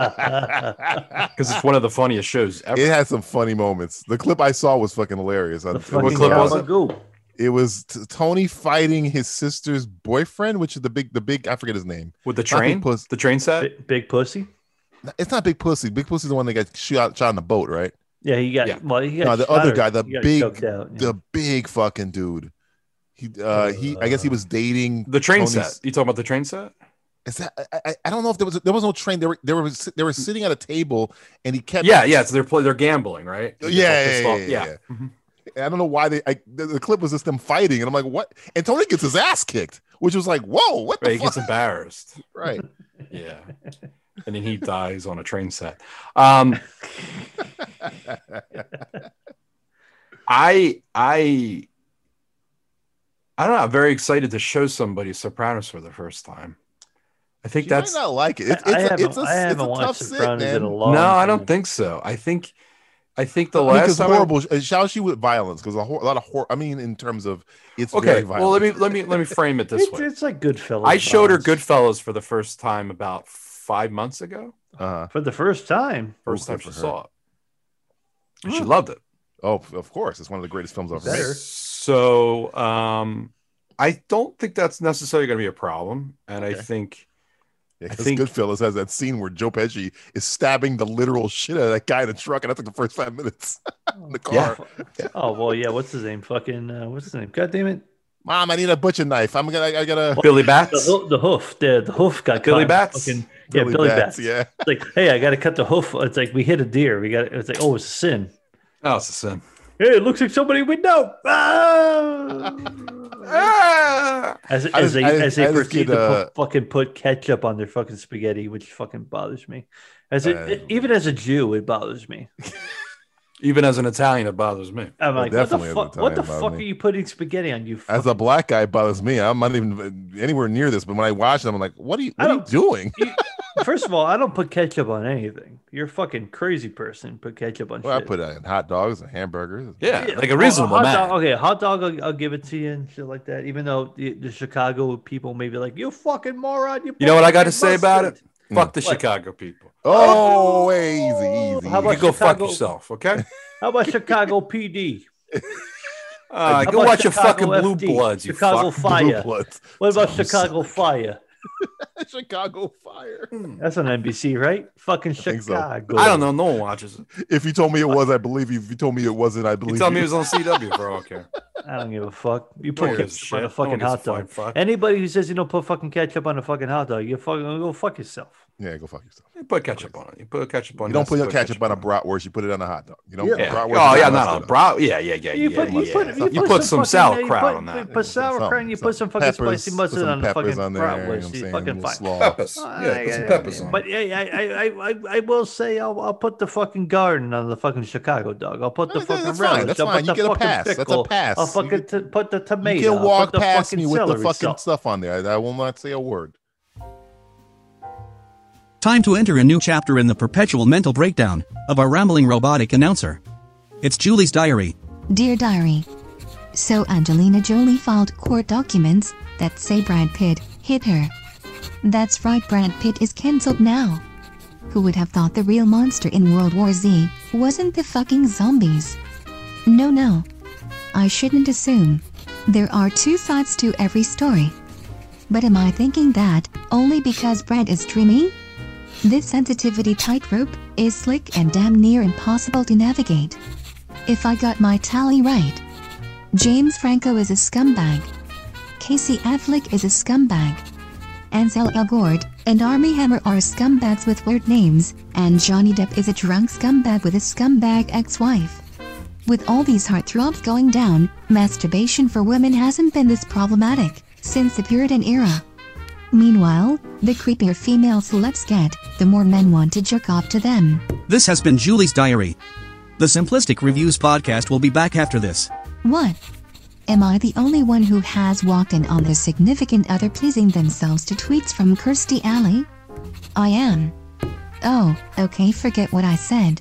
[SPEAKER 2] the
[SPEAKER 11] because it's one of the funniest shows ever.
[SPEAKER 1] It had some funny moments. The clip I saw was fucking hilarious. I-
[SPEAKER 2] fucking
[SPEAKER 11] clip was it?
[SPEAKER 2] Gabagool.
[SPEAKER 1] it was t- Tony fighting his sister's boyfriend, which is the big, the big. I forget his name.
[SPEAKER 11] With the
[SPEAKER 1] Not Big
[SPEAKER 11] train,
[SPEAKER 1] Puss-
[SPEAKER 11] the train set.
[SPEAKER 2] Bi- Big pussy.
[SPEAKER 1] It's not Big Pussy. Big Pussy's the one that got shot, shot in the boat, right?
[SPEAKER 2] Yeah, he got
[SPEAKER 11] Yeah.
[SPEAKER 2] well. He got
[SPEAKER 1] No, the
[SPEAKER 2] shot
[SPEAKER 1] other
[SPEAKER 2] or
[SPEAKER 1] guy, the
[SPEAKER 2] he got
[SPEAKER 1] big-
[SPEAKER 2] choked out, yeah.
[SPEAKER 1] The big fucking dude. He, uh, he. I guess he was dating
[SPEAKER 11] The train
[SPEAKER 1] Tony's-
[SPEAKER 11] set. You talking about the train set?
[SPEAKER 1] Is that? I- I, I don't know if there was there was no train. They were they were sit- they were sitting at a table, and he kept.
[SPEAKER 11] Yeah, yeah. So they're play, they're gambling, right?
[SPEAKER 1] Yeah,
[SPEAKER 11] They get all
[SPEAKER 1] yeah,
[SPEAKER 11] pissed
[SPEAKER 1] yeah, yeah,
[SPEAKER 11] off.
[SPEAKER 1] yeah.
[SPEAKER 11] Mhm.
[SPEAKER 1] And I don't know why they. I, the, the clip was just them fighting, and I'm like, what? And Tony gets his ass kicked, which was like, whoa, what the
[SPEAKER 11] Right, he
[SPEAKER 1] fuck?
[SPEAKER 11] gets embarrassed.
[SPEAKER 1] right.
[SPEAKER 11] Yeah, and then he dies on a train set. Um, I I I don't know. I'm very excited to show somebody Sopranos for the first time. I think
[SPEAKER 1] You
[SPEAKER 11] that's
[SPEAKER 1] might not like it. It's, it's,
[SPEAKER 2] I
[SPEAKER 1] a,
[SPEAKER 2] haven't,
[SPEAKER 1] it's, a,
[SPEAKER 2] I haven't
[SPEAKER 1] it's a tough
[SPEAKER 2] watched
[SPEAKER 1] sit,
[SPEAKER 2] Sopranos in a
[SPEAKER 1] man.
[SPEAKER 2] long.
[SPEAKER 11] no. I
[SPEAKER 2] time.
[SPEAKER 11] don't think so. I think I think the
[SPEAKER 1] Because
[SPEAKER 11] last time I-
[SPEAKER 1] horrible. I, she with violence because a, hor- a lot of horror. I mean, in terms of it's
[SPEAKER 11] okay.
[SPEAKER 1] very violent.
[SPEAKER 11] Well, let me let me let me frame it this
[SPEAKER 2] It's,
[SPEAKER 11] way.
[SPEAKER 2] it's like Goodfellas.
[SPEAKER 11] I showed her
[SPEAKER 2] violence.
[SPEAKER 11] Goodfellas for the first time about five months ago.
[SPEAKER 1] Uh-huh.
[SPEAKER 2] for the first time.
[SPEAKER 11] First
[SPEAKER 1] Oh,
[SPEAKER 11] time
[SPEAKER 1] good
[SPEAKER 11] she
[SPEAKER 1] for her.
[SPEAKER 11] saw it, And she loved it.
[SPEAKER 1] Oh, of course, it's one of the greatest films I've ever
[SPEAKER 2] Better.
[SPEAKER 1] made.
[SPEAKER 11] So um, I don't think that's necessarily going to be a problem, and I
[SPEAKER 1] Okay.
[SPEAKER 11] think
[SPEAKER 1] Yeah,
[SPEAKER 11] I
[SPEAKER 1] because
[SPEAKER 11] think-
[SPEAKER 1] Goodfellas has that scene where Joe Pesci is stabbing the literal shit out of that guy in a truck, and I took the first five minutes in the car.
[SPEAKER 11] Yeah.
[SPEAKER 2] Oh well, yeah. What's his name? Fucking uh, what's his name? God damn it!
[SPEAKER 1] Mom, I need a butcher knife. I'm gonna, I gotta.
[SPEAKER 11] Billy
[SPEAKER 2] The,
[SPEAKER 11] Bats.
[SPEAKER 2] ho- the hoof. The, the hoof got
[SPEAKER 11] Billy
[SPEAKER 2] caught in
[SPEAKER 11] Bats?
[SPEAKER 2] Fucking, yeah, Billy, Bats.
[SPEAKER 1] Yeah,
[SPEAKER 2] It's like, hey, I got to cut the hoof. It's like we hit a deer. We got. It's like, oh, it's a sin.
[SPEAKER 11] Oh, it's a sin.
[SPEAKER 2] Hey, it looks like somebody we know. Ah! As,
[SPEAKER 1] I
[SPEAKER 2] as
[SPEAKER 1] just-
[SPEAKER 2] they
[SPEAKER 1] I just-
[SPEAKER 2] as they
[SPEAKER 1] I just
[SPEAKER 2] proceed
[SPEAKER 1] get,
[SPEAKER 2] to
[SPEAKER 1] uh,
[SPEAKER 2] put, fucking put ketchup on their fucking spaghetti, which fucking bothers me. As it,
[SPEAKER 1] Uh,
[SPEAKER 2] it- even as a Jew, it bothers me.
[SPEAKER 11] Even as an Italian, it bothers me.
[SPEAKER 1] Well,
[SPEAKER 2] I'm like, what the
[SPEAKER 1] definitely as
[SPEAKER 2] fuck?
[SPEAKER 1] an
[SPEAKER 2] What
[SPEAKER 1] Italian,
[SPEAKER 2] the
[SPEAKER 1] it
[SPEAKER 2] fuck
[SPEAKER 1] bothers
[SPEAKER 2] are
[SPEAKER 1] me.
[SPEAKER 2] you putting spaghetti on? You
[SPEAKER 1] as a
[SPEAKER 2] fucking-
[SPEAKER 1] black guy, it bothers me. I'm not even anywhere near this, but when I watch it, I'm like, what are you,
[SPEAKER 2] I
[SPEAKER 1] what are you
[SPEAKER 2] don't-
[SPEAKER 1] doing?
[SPEAKER 2] First of all, I don't put ketchup on anything. You're a fucking crazy person. Put ketchup on
[SPEAKER 1] Well, I
[SPEAKER 2] shit.
[SPEAKER 1] put it in hot dogs and hamburgers.
[SPEAKER 11] Yeah,
[SPEAKER 2] Yeah,
[SPEAKER 11] like a
[SPEAKER 2] well,
[SPEAKER 11] reasonable
[SPEAKER 2] hot
[SPEAKER 11] man.
[SPEAKER 2] Dog, okay, hot dog, I'll, I'll give it to you and shit like that. Even though the, the Chicago people may be like, "You fucking moron!" You,
[SPEAKER 11] You know
[SPEAKER 2] put
[SPEAKER 11] what I got to
[SPEAKER 2] fucking
[SPEAKER 11] say about it?
[SPEAKER 2] mustard."
[SPEAKER 11] Fuck the
[SPEAKER 2] What?
[SPEAKER 11] Chicago people.
[SPEAKER 1] Oh, easy, easy.
[SPEAKER 2] How
[SPEAKER 11] You
[SPEAKER 2] about-
[SPEAKER 1] easy.
[SPEAKER 11] go fuck
[SPEAKER 2] Chicago-
[SPEAKER 11] yourself, okay?
[SPEAKER 2] How about Chicago PD?
[SPEAKER 11] Uh,
[SPEAKER 2] How
[SPEAKER 11] go
[SPEAKER 2] about
[SPEAKER 11] watch your
[SPEAKER 2] Chicago
[SPEAKER 11] fucking Blue
[SPEAKER 2] FD?
[SPEAKER 11] Bloods. You
[SPEAKER 2] Chicago
[SPEAKER 11] fuck.
[SPEAKER 2] Fire.
[SPEAKER 1] Blue Bloods.
[SPEAKER 2] What about
[SPEAKER 1] Thomas.
[SPEAKER 2] Chicago Fire?
[SPEAKER 1] Chicago Fire.
[SPEAKER 2] That's on NBC, right? Fucking
[SPEAKER 1] think so.
[SPEAKER 2] Chicago.
[SPEAKER 11] I don't know. No one watches it.
[SPEAKER 1] If you told me it was, I believe you. If you told me it wasn't, I
[SPEAKER 11] You
[SPEAKER 1] believe
[SPEAKER 11] tell me it
[SPEAKER 1] you.
[SPEAKER 11] was on CW, bro. Okay.
[SPEAKER 2] I don't give a fuck. You
[SPEAKER 11] No
[SPEAKER 2] put
[SPEAKER 11] one gives a
[SPEAKER 2] ketchup on a
[SPEAKER 11] shit. No one
[SPEAKER 2] fucking
[SPEAKER 11] gives a
[SPEAKER 2] hot dog.
[SPEAKER 11] fine fuck.
[SPEAKER 2] Anybody who says you don't put fucking ketchup on a fucking hot dog, you're fucking go fuck yourself.
[SPEAKER 12] Yeah, go fuck yourself.
[SPEAKER 13] You put ketchup on it. You put ketchup on.
[SPEAKER 12] You don't
[SPEAKER 13] this,
[SPEAKER 12] put your ketchup, on a bratwurst. You put it on a hot dog. You don't.
[SPEAKER 13] Yeah.
[SPEAKER 12] put bratwurst
[SPEAKER 13] Oh
[SPEAKER 12] on
[SPEAKER 13] yeah,
[SPEAKER 12] a
[SPEAKER 13] not
[SPEAKER 12] mustard
[SPEAKER 13] a bra. Yeah, yeah, yeah,
[SPEAKER 2] You
[SPEAKER 13] yeah.
[SPEAKER 2] put, you
[SPEAKER 13] yeah.
[SPEAKER 2] put, you
[SPEAKER 13] You put some
[SPEAKER 2] fucking-
[SPEAKER 13] sauerkraut
[SPEAKER 2] you
[SPEAKER 13] on
[SPEAKER 2] put-
[SPEAKER 13] that.
[SPEAKER 2] You put sauerkraut and you put some fucking
[SPEAKER 12] peppers,
[SPEAKER 2] spicy
[SPEAKER 12] put
[SPEAKER 2] mustard
[SPEAKER 12] some
[SPEAKER 2] on the
[SPEAKER 12] peppers
[SPEAKER 2] fucking
[SPEAKER 12] on there, you know what I'm
[SPEAKER 2] bratwurst. You
[SPEAKER 12] saying?
[SPEAKER 2] fucking
[SPEAKER 12] Little
[SPEAKER 2] fine.
[SPEAKER 12] slaw.
[SPEAKER 13] Peppers.
[SPEAKER 2] Uh,
[SPEAKER 13] Yeah, put some
[SPEAKER 2] yeah,
[SPEAKER 13] peppers on.
[SPEAKER 2] But yeah, I, I, I, I- I will say I'll, I'll put the fucking garden on the fucking Chicago dog. I'll put the
[SPEAKER 12] That's
[SPEAKER 2] fucking
[SPEAKER 12] fine,
[SPEAKER 2] relish.
[SPEAKER 12] that's
[SPEAKER 2] I'll
[SPEAKER 12] fine.
[SPEAKER 2] put
[SPEAKER 12] You
[SPEAKER 2] the
[SPEAKER 12] get a
[SPEAKER 2] fucking
[SPEAKER 12] pass. That's a
[SPEAKER 2] pickle.
[SPEAKER 12] pass.
[SPEAKER 2] I'll
[SPEAKER 12] You
[SPEAKER 2] fucking
[SPEAKER 12] get-
[SPEAKER 2] t- put the tomato.
[SPEAKER 12] You can
[SPEAKER 2] I'll
[SPEAKER 12] walk
[SPEAKER 2] put the
[SPEAKER 12] past
[SPEAKER 2] fucking
[SPEAKER 12] me with the
[SPEAKER 2] celery
[SPEAKER 12] fucking
[SPEAKER 2] salt.
[SPEAKER 12] stuff on there. I, I will not say a word.
[SPEAKER 14] Time to enter a new chapter in the perpetual mental breakdown of our rambling robotic announcer. It's Julie's diary.
[SPEAKER 9] Dear Diary. So Angelina Jolie filed court documents that say Brad Pitt hit her. That's right, Brad Pitt is cancelled now. Who would have thought the real monster in World War Z wasn't the fucking zombies? No, no. I shouldn't assume. There are two sides to every story. But am I thinking that only because Brad is dreamy? This sensitivity tightrope is slick and damn near impossible to navigate. If I got my tally right, James Franco is a scumbag. Casey Affleck is a scumbag. Ansel Elgort and Army Hammer are scumbags with weird names, and Johnny Depp is a drunk scumbag with a scumbag ex-wife. With all these heartthrobs going down, masturbation for women hasn't been this problematic since the Puritan era. Meanwhile, the creepier female celebs get, the more men want to jerk off to them.
[SPEAKER 14] This has been Julie's diary. The Simplistic Reviews podcast will be back after this.
[SPEAKER 9] What? Am I the only one who has walked in on their significant other pleasing themselves to tweets from Kirsty Alley? I am. Oh, okay, forget what I said.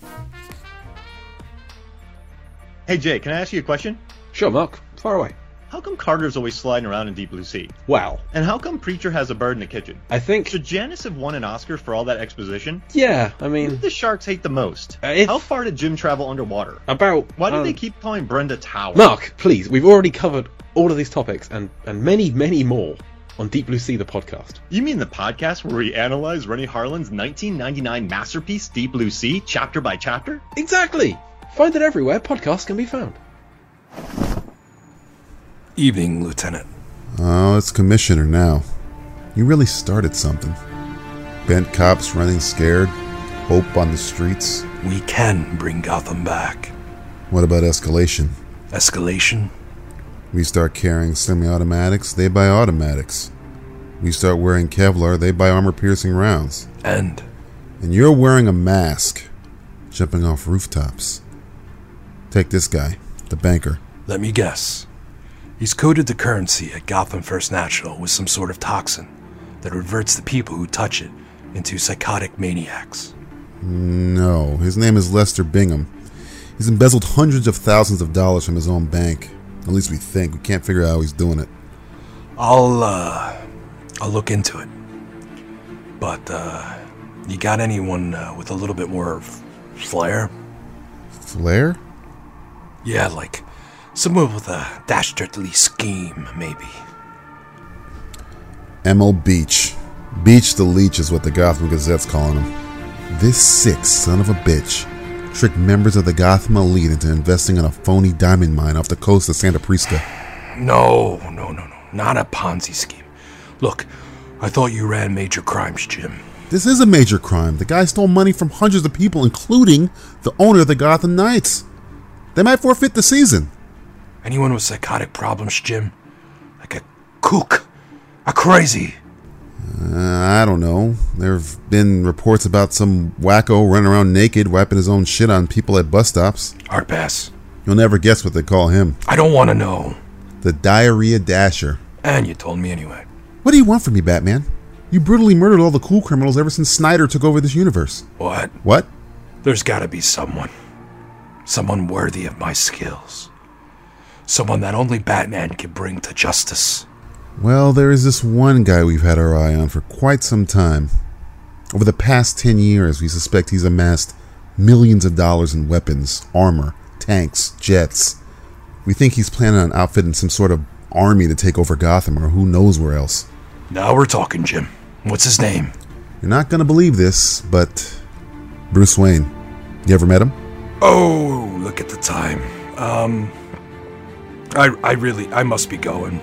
[SPEAKER 15] Hey Jay, can I ask you a question?
[SPEAKER 11] Sure, Mark. Far away.
[SPEAKER 15] How come Carter's always sliding around in Deep Blue Sea?
[SPEAKER 11] Wow.
[SPEAKER 15] And how come Preacher has a bird in the kitchen?
[SPEAKER 11] I think.
[SPEAKER 15] Should Janice have won an Oscar for all that exposition?
[SPEAKER 11] Yeah, I mean.
[SPEAKER 15] Who do the sharks hate the most? how far did Jim travel underwater?
[SPEAKER 11] About.
[SPEAKER 15] Why do
[SPEAKER 11] um,
[SPEAKER 15] they keep calling Brenda Tower?
[SPEAKER 11] Mark, please, we've already covered all of these topics and, and many, many more on Deep Blue Sea, the podcast.
[SPEAKER 15] You mean the podcast where we analyze Rennie Harlan's 1999 masterpiece, Deep Blue Sea, chapter by chapter?
[SPEAKER 11] Exactly! Find it everywhere podcasts can be found.
[SPEAKER 13] Evening, Lieutenant.
[SPEAKER 1] Oh, it's Commissioner now. You really started something. Bent cops running scared, hope on the streets.
[SPEAKER 3] We can bring Gotham back.
[SPEAKER 1] What about escalation?
[SPEAKER 3] Escalation?
[SPEAKER 1] We start carrying semi automatics, they buy automatics. We start wearing Kevlar, they buy armor piercing rounds.
[SPEAKER 3] And?
[SPEAKER 1] And you're wearing a mask, jumping off rooftops. Take this guy, the banker.
[SPEAKER 3] Let me guess. He's coded the currency at Gotham First National with some sort of toxin that reverts the people who touch it into psychotic maniacs.
[SPEAKER 1] No, his name is Lester Bingham. He's embezzled hundreds of thousands of dollars from his own bank. At least we think. We can't figure out how he's doing it.
[SPEAKER 3] I'll uh I'll look into it. But uh you got anyone uh, with a little bit more f- flair?
[SPEAKER 1] Flair?
[SPEAKER 3] Yeah, like someone with a dastardly scheme, maybe.
[SPEAKER 1] ML Beach. Beach the Leech is what the Gotham Gazette's calling him. This sick son of a bitch tricked members of the Gotham elite into investing in a phony diamond mine off the coast of Santa Prisca.
[SPEAKER 3] No, no, no, no. Not a Ponzi scheme. Look, I thought you ran major crimes, Jim.
[SPEAKER 1] This is a major crime. The guy stole money from hundreds of people, including the owner of the Gotham Knights. They might forfeit the season.
[SPEAKER 3] Anyone with psychotic problems, Jim? Like a kook. A crazy.
[SPEAKER 1] Uh, I don't know. There have been reports about some wacko running around naked, wiping his own shit on people at bus stops.
[SPEAKER 3] Hard pass.
[SPEAKER 1] You'll never guess what they call him.
[SPEAKER 3] I don't want to know.
[SPEAKER 1] The Diarrhea Dasher.
[SPEAKER 3] And you told me anyway.
[SPEAKER 1] What do you want from me, Batman? You brutally murdered all the cool criminals ever since Snyder took over this universe.
[SPEAKER 3] What?
[SPEAKER 1] What?
[SPEAKER 3] There's gotta be someone. Someone worthy of my skills. Someone that only Batman can bring to justice.
[SPEAKER 1] Well, there is this one guy we've had our eye on for quite some time. Over the past 10 years, we suspect he's amassed millions of dollars in weapons, armor, tanks, jets. We think he's planning on outfitting some sort of army to take over Gotham or who knows where else.
[SPEAKER 3] Now we're talking, Jim. What's his name?
[SPEAKER 1] You're not going to believe this, but Bruce Wayne. You ever met him?
[SPEAKER 3] Oh, look at the time. Um, I I really I must be going.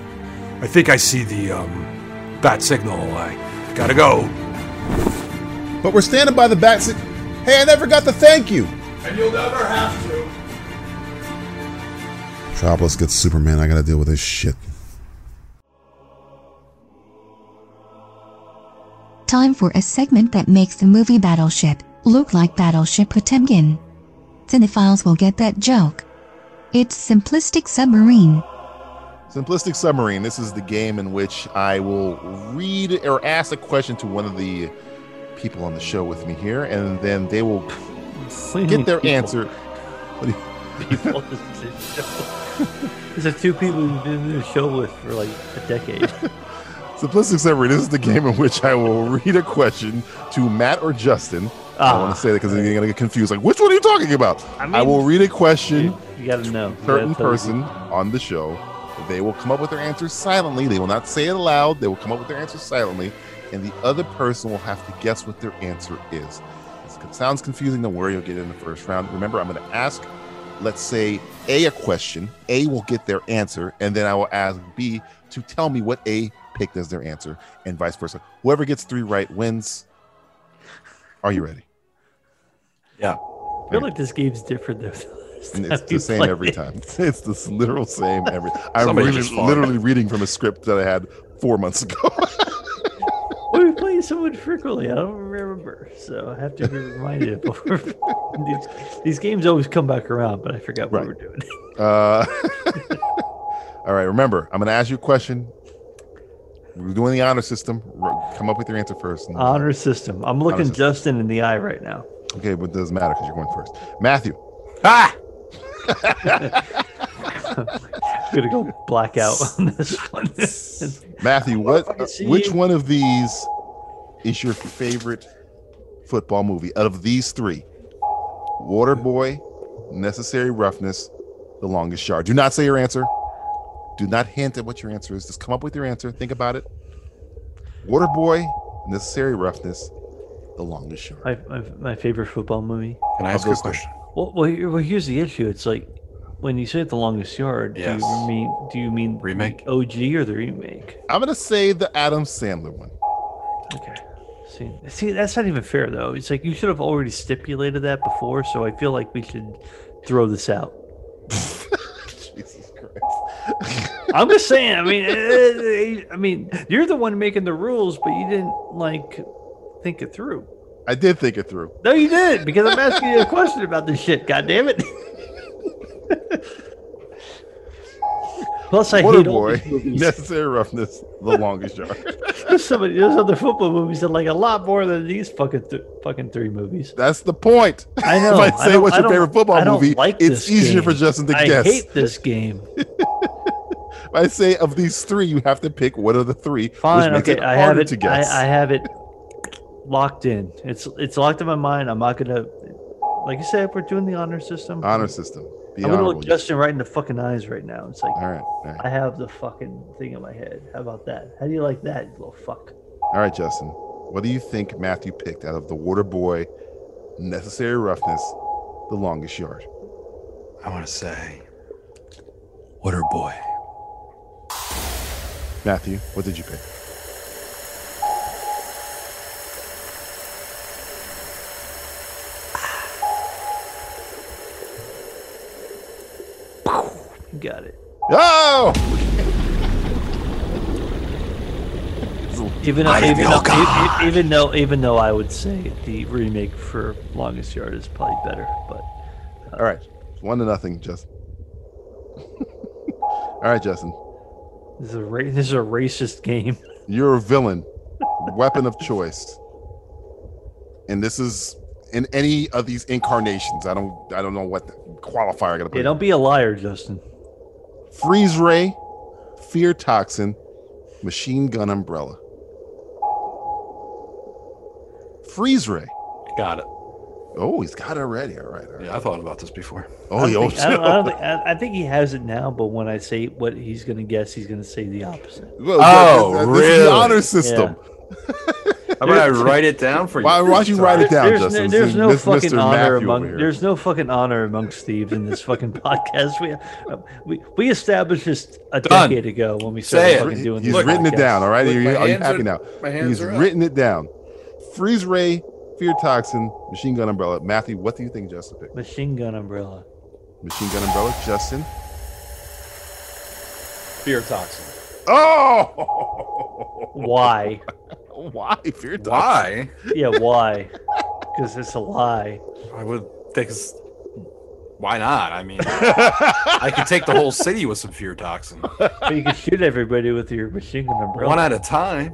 [SPEAKER 3] I think I see the um, bat signal. I gotta go.
[SPEAKER 16] But we're standing by the back. se- Hey, I never got the thank you.
[SPEAKER 17] And you'll never have to.
[SPEAKER 16] Metropolis gets Superman. I gotta deal with this shit.
[SPEAKER 9] Time for a segment that makes the movie Battleship look like Battleship Potemkin. Cinephiles will get that joke. It's simplistic submarine.
[SPEAKER 1] Simplistic Submarine. This is the game in which I will read or ask a question to one of the people on the show with me here, and then they will
[SPEAKER 2] many
[SPEAKER 1] get their
[SPEAKER 2] people.
[SPEAKER 1] answer. What do you-
[SPEAKER 2] People listen to the show. There's like two people we've been doing the show with for like a decade.
[SPEAKER 1] Simplistic Submarine. This is the game in which I will read a question to Matt or Justin. I
[SPEAKER 2] Ah,
[SPEAKER 1] don't want to say that because they're going to get confused. Like, which one are you talking about? I,
[SPEAKER 2] mean-
[SPEAKER 1] will read a question.
[SPEAKER 2] You gotta know. You gotta
[SPEAKER 1] certain
[SPEAKER 2] tell the
[SPEAKER 1] person on the show. They will come up with their answer silently. They will not say it aloud. They will come up with their answer silently, and the other person will have to guess what their answer is. This co- sounds confusing. Don't worry, you'll get it in the first round. Remember, I'm going to ask, let's say, A a question. A will get their answer, and then I will ask B to tell me what A picked as their answer, and vice versa. Whoever gets three right wins. Are you ready?
[SPEAKER 3] Yeah.
[SPEAKER 2] I feel like this game's different though.
[SPEAKER 1] And
[SPEAKER 2] Have
[SPEAKER 1] it's the
[SPEAKER 2] you
[SPEAKER 1] same
[SPEAKER 2] played
[SPEAKER 1] every
[SPEAKER 2] it?
[SPEAKER 1] time. It's the literal same every. I'm
[SPEAKER 3] Somebody
[SPEAKER 1] really,
[SPEAKER 3] just farted.
[SPEAKER 1] literally reading from a script that I had four months ago.
[SPEAKER 2] we were playing someone frequently. I don't remember, so I have to be reminded. of what we're- these, these games always come back around, but I forgot what we're doing.
[SPEAKER 1] Uh, all right, remember, I'm going to ask you a question. We're doing the honor system. R- Come up with your answer first. and-
[SPEAKER 2] Honor system. I'm looking
[SPEAKER 1] system.
[SPEAKER 2] Justin in the eye right now.
[SPEAKER 1] Okay, but it doesn't matter because you're going first. Matthew.
[SPEAKER 3] Ah!
[SPEAKER 2] gonna go blackout on this one.
[SPEAKER 1] Matthew, what?
[SPEAKER 2] fucking see
[SPEAKER 1] which
[SPEAKER 2] you.
[SPEAKER 1] one of these is your favorite football movie? Out of these three, Waterboy, Necessary Roughness, The Longest Yard. Do not say your answer. Do not hint at what your answer is. Just come up with your answer. Think about it. Waterboy, Necessary Roughness, The Longest Yard.
[SPEAKER 2] my, my, my favorite football movie.
[SPEAKER 3] Can I
[SPEAKER 1] Of
[SPEAKER 3] ask you a
[SPEAKER 1] those three.
[SPEAKER 3] question?
[SPEAKER 2] Well, well, here- well, here's the issue. It's like when you say the longest yard.
[SPEAKER 3] Yes.
[SPEAKER 2] Do you mean do you mean remake OG or the remake?
[SPEAKER 1] I'm gonna say the Adam Sandler one.
[SPEAKER 2] Okay. See, see, that's not even fair though. It's like you should have already stipulated that before. So I feel like we should throw this out.
[SPEAKER 1] Jesus Christ.
[SPEAKER 2] I'm just saying. I mean, eh, I mean, you're the one making the rules, but you didn't like think it through.
[SPEAKER 1] I did think it through.
[SPEAKER 2] No, you did because I'm asking you a question about this shit. God damn it! Plus, I hate all these
[SPEAKER 1] Waterboy,
[SPEAKER 2] movies.
[SPEAKER 1] Necessary Roughness, The Longest Yard.
[SPEAKER 2] Some of those other football movies are like a lot more than these fucking th- fucking three movies.
[SPEAKER 1] That's the point.
[SPEAKER 2] I know.
[SPEAKER 1] If I say
[SPEAKER 2] don't-
[SPEAKER 1] what's your
[SPEAKER 2] don't-
[SPEAKER 1] favorite football
[SPEAKER 2] I don't
[SPEAKER 1] movie,
[SPEAKER 2] like
[SPEAKER 1] it's
[SPEAKER 2] this
[SPEAKER 1] easier
[SPEAKER 2] game.
[SPEAKER 1] for Justin to
[SPEAKER 2] I
[SPEAKER 1] guess.
[SPEAKER 2] hate this game.
[SPEAKER 1] If I say of these three, you have to pick one of the three.
[SPEAKER 2] Fine,
[SPEAKER 1] which makes
[SPEAKER 2] okay,
[SPEAKER 1] it
[SPEAKER 2] I
[SPEAKER 1] harder
[SPEAKER 2] have it.
[SPEAKER 1] to guess.
[SPEAKER 2] I, I have it locked in. It's it's locked in my mind. I'm not gonna, like you said, we're doing the honor system.
[SPEAKER 1] Honor system. Be
[SPEAKER 2] I'm gonna
[SPEAKER 1] honorable.
[SPEAKER 2] look Justin right in the fucking eyes right now. It's like,
[SPEAKER 1] all right, all right,
[SPEAKER 2] I have the fucking thing in my head. How about that? How do you like that, you little fuck?
[SPEAKER 1] all right, Justin. What do you think Matthew picked out of the Water Boy, Necessary Roughness, The Longest Yard?
[SPEAKER 3] I want to say, Water Boy.
[SPEAKER 1] Matthew, what did you pick?
[SPEAKER 2] You got it.
[SPEAKER 1] Oh!
[SPEAKER 2] Even though,
[SPEAKER 3] I
[SPEAKER 2] even,
[SPEAKER 3] feel
[SPEAKER 2] though,
[SPEAKER 3] God.
[SPEAKER 2] e- e- even though, even though, I would say the remake for Longest Yard is probably better, but
[SPEAKER 1] All right, one to nothing, Justin. all right, Justin.
[SPEAKER 2] this is a ra- this is a racist game.
[SPEAKER 1] You're a villain, weapon of choice, and this is in any of these incarnations. I don't, I don't know what the qualifier I gotta put.
[SPEAKER 2] Yeah, don't be a liar, Justin.
[SPEAKER 1] Freeze ray, fear toxin, machine gun umbrella. Freeze ray.
[SPEAKER 3] Got it.
[SPEAKER 1] Oh, he's got it already. All right. All right.
[SPEAKER 3] Yeah, I thought about this before.
[SPEAKER 1] Oh,
[SPEAKER 2] I
[SPEAKER 1] yo.
[SPEAKER 2] don't think- I, don't, I, don't think, I, I think he has it now, but when I say what he's gonna guess, he's gonna say the opposite.
[SPEAKER 1] Well,
[SPEAKER 3] Oh,
[SPEAKER 1] this- this is
[SPEAKER 3] really?
[SPEAKER 1] the honor system.
[SPEAKER 3] How about I write it down for you?
[SPEAKER 1] Why, why don't you write it down,
[SPEAKER 2] There's
[SPEAKER 1] Justin?
[SPEAKER 2] no, there's no
[SPEAKER 1] This is
[SPEAKER 2] fucking
[SPEAKER 1] Mr.
[SPEAKER 2] honor
[SPEAKER 1] Matthew
[SPEAKER 2] among
[SPEAKER 1] over here.
[SPEAKER 2] there's no fucking honor amongst thieves in this fucking podcast. We, uh, we we established this a
[SPEAKER 3] Done.
[SPEAKER 2] decade ago when we started
[SPEAKER 3] Say it.
[SPEAKER 2] fucking doing
[SPEAKER 1] He's
[SPEAKER 2] this
[SPEAKER 1] written it
[SPEAKER 2] podcast.
[SPEAKER 1] down. All right,
[SPEAKER 3] Look,
[SPEAKER 1] are you,
[SPEAKER 3] my
[SPEAKER 1] are you
[SPEAKER 3] hands
[SPEAKER 1] happy
[SPEAKER 3] are-
[SPEAKER 1] now?
[SPEAKER 3] my hands
[SPEAKER 1] He's
[SPEAKER 3] are up.
[SPEAKER 1] written it down. Freeze ray, Fear Toxin, Machine Gun Umbrella. Matthew, what do you think Justin picked?
[SPEAKER 2] Machine Gun Umbrella.
[SPEAKER 1] Machine Gun Umbrella, Justin.
[SPEAKER 3] Fear Toxin.
[SPEAKER 1] Oh!
[SPEAKER 2] Why?
[SPEAKER 1] why? Fear Toxin.
[SPEAKER 3] Why?
[SPEAKER 2] Yeah, why? Because it's a lie.
[SPEAKER 3] I would think it's. Why not? I mean, I could take the whole city with some fear toxin.
[SPEAKER 2] But you can shoot everybody with your machine gun umbrella.
[SPEAKER 3] One at a time.